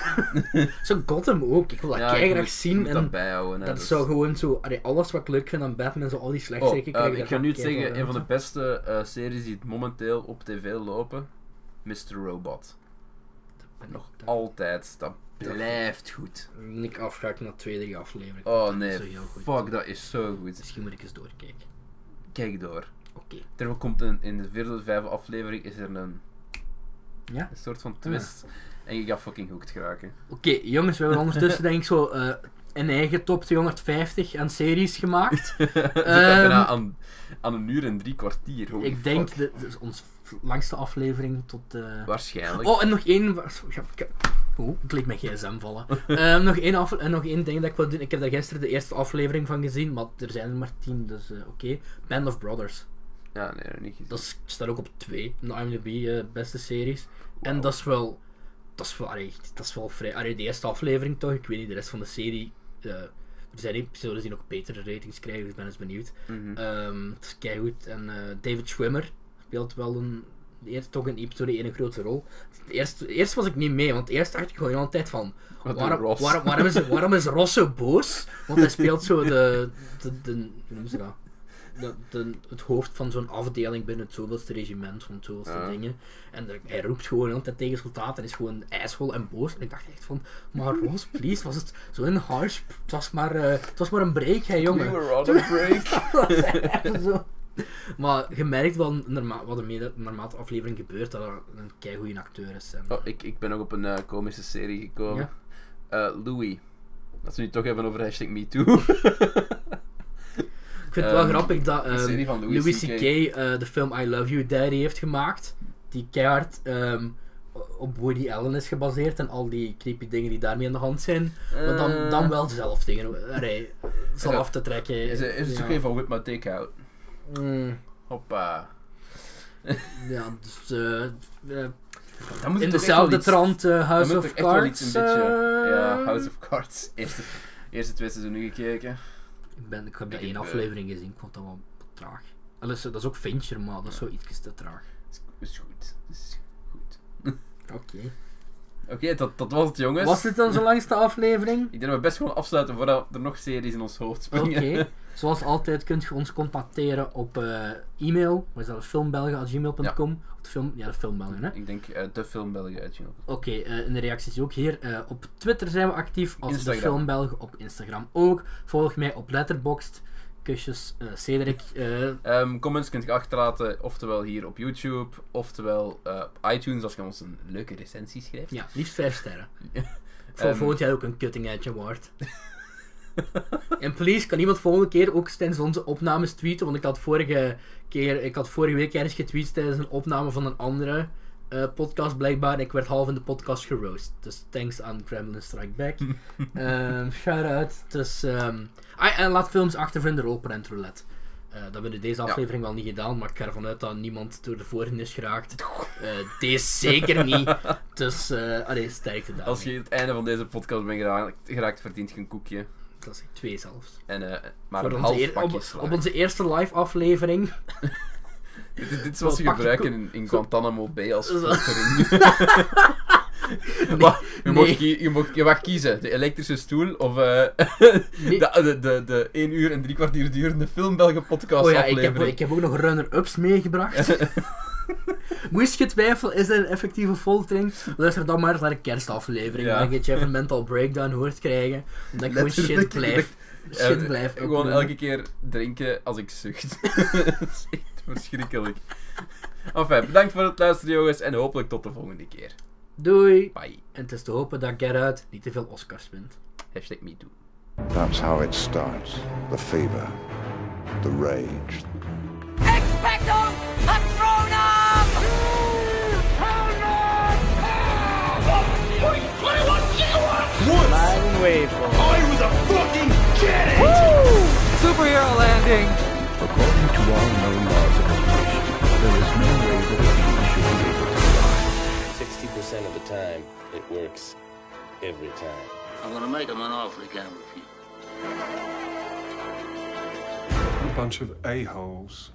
zo Gotham ook. Ik wil dat
Ja, ik
kei
moet-
graag
ik
zien.
moet dat
En
bijhouden. hè,
dat
dus-
is zo gewoon zo... allee, alles wat ik leuk vind aan Batman, zo al die
Oh,
slechtstreken
eh,
krijg
ik
daar
ga nu het
keiveel
zeggen, een van de
ruimte.
beste eh, series die het momenteel op tv lopen, Mr. Robot. Nog
Dat
altijd, dat
Dat-
blijft goed.
ben Ik afgaak naar twee, drie afleveringen.
Oh
is
nee,
zo heel goed.
fuck, dat is zo goed.
Misschien moet ik eens doorkijken.
Kijk door.
Oké.
Terwijl komt een, in de vierde of vijfde aflevering is er een,
Ja? Ah.
een soort van twist. En je gaat fucking hooked geraken.
Oké, jongens, we hebben ondertussen denk ik zo eh, een eigen top 250 aan series gemaakt. Ehm,
We zitten bijna aan, aan een uur en drie kwartier. holy
ik denk,
fuck.
dat dat is onze langste aflevering tot... eh,
Waarschijnlijk.
Oh, en nog één... wa- zo, ja, ik heb- Oeh, het liet mijn gsm vallen. Ehm, nog, één afle- en nog één ding dat ik wil doen. Ik heb daar gisteren de eerste aflevering van gezien, maar er zijn er maar tien, dus eh, oké. Band of Brothers.
Ja, nee, nog niet gezien.
Dat is- staat ook op twee in de IMDb eh, beste series. En dat is wel... Dat is wel, allee, dat is wel vrij... Allee, de eerste aflevering toch, ik weet niet, de rest van de serie... eh, er zijn episodes die nog betere ratings krijgen, dus ik ben eens benieuwd.
Mhm.
Ehm, het is keigoed. En eh, David Schwimmer speelt wel een, eerst, toch in episode 1 een grote rol. Eerst, eerst was ik niet mee, want eerst dacht ik gewoon altijd tijd van...
Wat
waarom,
doet Ross?
Waarom, waarom, is, waarom is Ross zo boos? Want hij speelt zo de... de, de hoe noemen ze dat? de, de- het hoofd van zo'n afdeling binnen het zoveelste regiment, van het zoveelste
Ja.
dingen. En de- hij roept gewoon altijd tegen soldaten, is gewoon ijsvol en boos. En ik dacht echt van, maar Roos, please, was het zo'n harsh... Het was maar, eh, het was maar een break, hè, jongen.
were on a break.
Dat is echt zo. Maar je merkt wel, norma- wat er mede- naarmate de aflevering gebeurt, dat er een keigoeie acteur is. En,
Oh, ik, ik ben nog op een eh, komische serie gekomen.
Ja.
Eh, Louis. Dat we nu toch hebben over hashtag MeToo.
ik vind het wel
ehm,
grappig dat ehm,
serie van Louis
Louis
C.K.
C.K. eh, de film I Love You Daddy heeft gemaakt, die keihard ehm, op Woody Allen is gebaseerd en al die creepy dingen die daarmee aan de hand zijn. Maar
Eh,
dan, dan wel zelf dingen allee, zelf
dat-
af te trekken.
Is, het- is het
ja.
ook even van Whip My Dick Out?
Mm,
Hoppa.
ja, dus... eh, eh,
Dan
in
moet het toch echt wel
dezelfde
iets-
trant eh,
dan
House
moet
of
toch echt wel
Cards.
iets een beetje- Ja,
eh,
House of Cards. Eerste, eerste twee seizoenen gekeken.
Ik, ben, ik heb
Ik
dat één
heb, eh,
aflevering gezien, ik vond dat wel traag. Allee, zo- dat is ook Fincher, maar dat is zo iets te traag.
Is, is goed. Is goed.
Oké.
Oké, dat, dat was het jongens.
Was dit dan zo langste aflevering?
Ik denk dat we best gewoon afsluiten voordat er nog series in ons hoofd
Oké.
springen.
Zoals altijd kunt je ons contacteren op eh, e-mail. Wat is dat? Filmbelgen.gmail.com. Of de film, ja, de filmbelgen, hè?
Ik denk eh, de film België uit China.
Oké, eh, in de reacties ook hier. Eh, op Twitter zijn we actief als de
Instagram.
filmbelgen. Op Instagram ook. Volg mij op Letterboxd. Kusjes, eh, Cedric. eh,
Ehm, comments kunt je achterlaten, oftewel hier op YouTube, oftewel eh, op iTunes als je ons een leuke recensie schrijft.
ja, liefst vijf sterren. Voor
Ehm,
volgend jaar ook een cutting edge award. en please, kan iemand volgende keer ook tijdens onze opnames tweeten? Want ik had vorige, keer, ik had vorige week ergens getweet tijdens een opname van een andere eh, podcast blijkbaar. En ik werd half in de podcast geroost. Dus thanks aan Kremlin Strike Back. Ehm, shout out. Dus, ehm, ah, en laat films achter voor in de rolprent roulette. Eh, dat hebben we deze aflevering wel niet gedaan, maar ik ga ervan uit dat niemand door de voren is geraakt. Eh, deze zeker niet. Dus, eh allee, sterkte daarmee.
Als je het einde van deze podcast bent geraakt, geraakt verdient je een koekje.
Dat is twee zelfs.
En, eh, maar
Voor
een
onze
half
eer-
pakje
op,
sla.
op onze eerste live aflevering.
Dit, dit is wat ze
Zo'n pakje
gebruiken in, in Guantanamo Bay als
Zo-
foltering. Maar je,
nee.
mocht kie- je, mocht- je mag kiezen, de elektrische stoel of eh,
Nee.
de, de, de, de 1 uur en drie kwartier durende film België podcast
Oh ja, ik
aflevering.
heb, ik heb ook nog runner-ups meegebracht. Moest je twijfelen, is dit een effectieve foltering? Luister dan maar naar de kerstaflevering,
Ja.
waar je even een mental breakdown hoort krijgen. Omdat ik gewoon shit
Letterlijk,
blijf,
Eh,
shit blijf
Gewoon
uploaden.
elke keer drinken als ik zucht. dat is echt verschrikkelijk. Enfin, bedankt voor het luisteren jongens en hopelijk tot de volgende keer.
Doei!
Bye.
En het is te hopen dat Get Out niet te veel Oscars wint.
Hashtag MeToo.
That's how it starts. The fever, the rage,
Expecto Patronum!
According to all known laws of evolution, there is no way that a human should be able to fly.
60% of the time, it works every time.
I'm gonna make him an offer he can't refuse.
bunch of a-holes.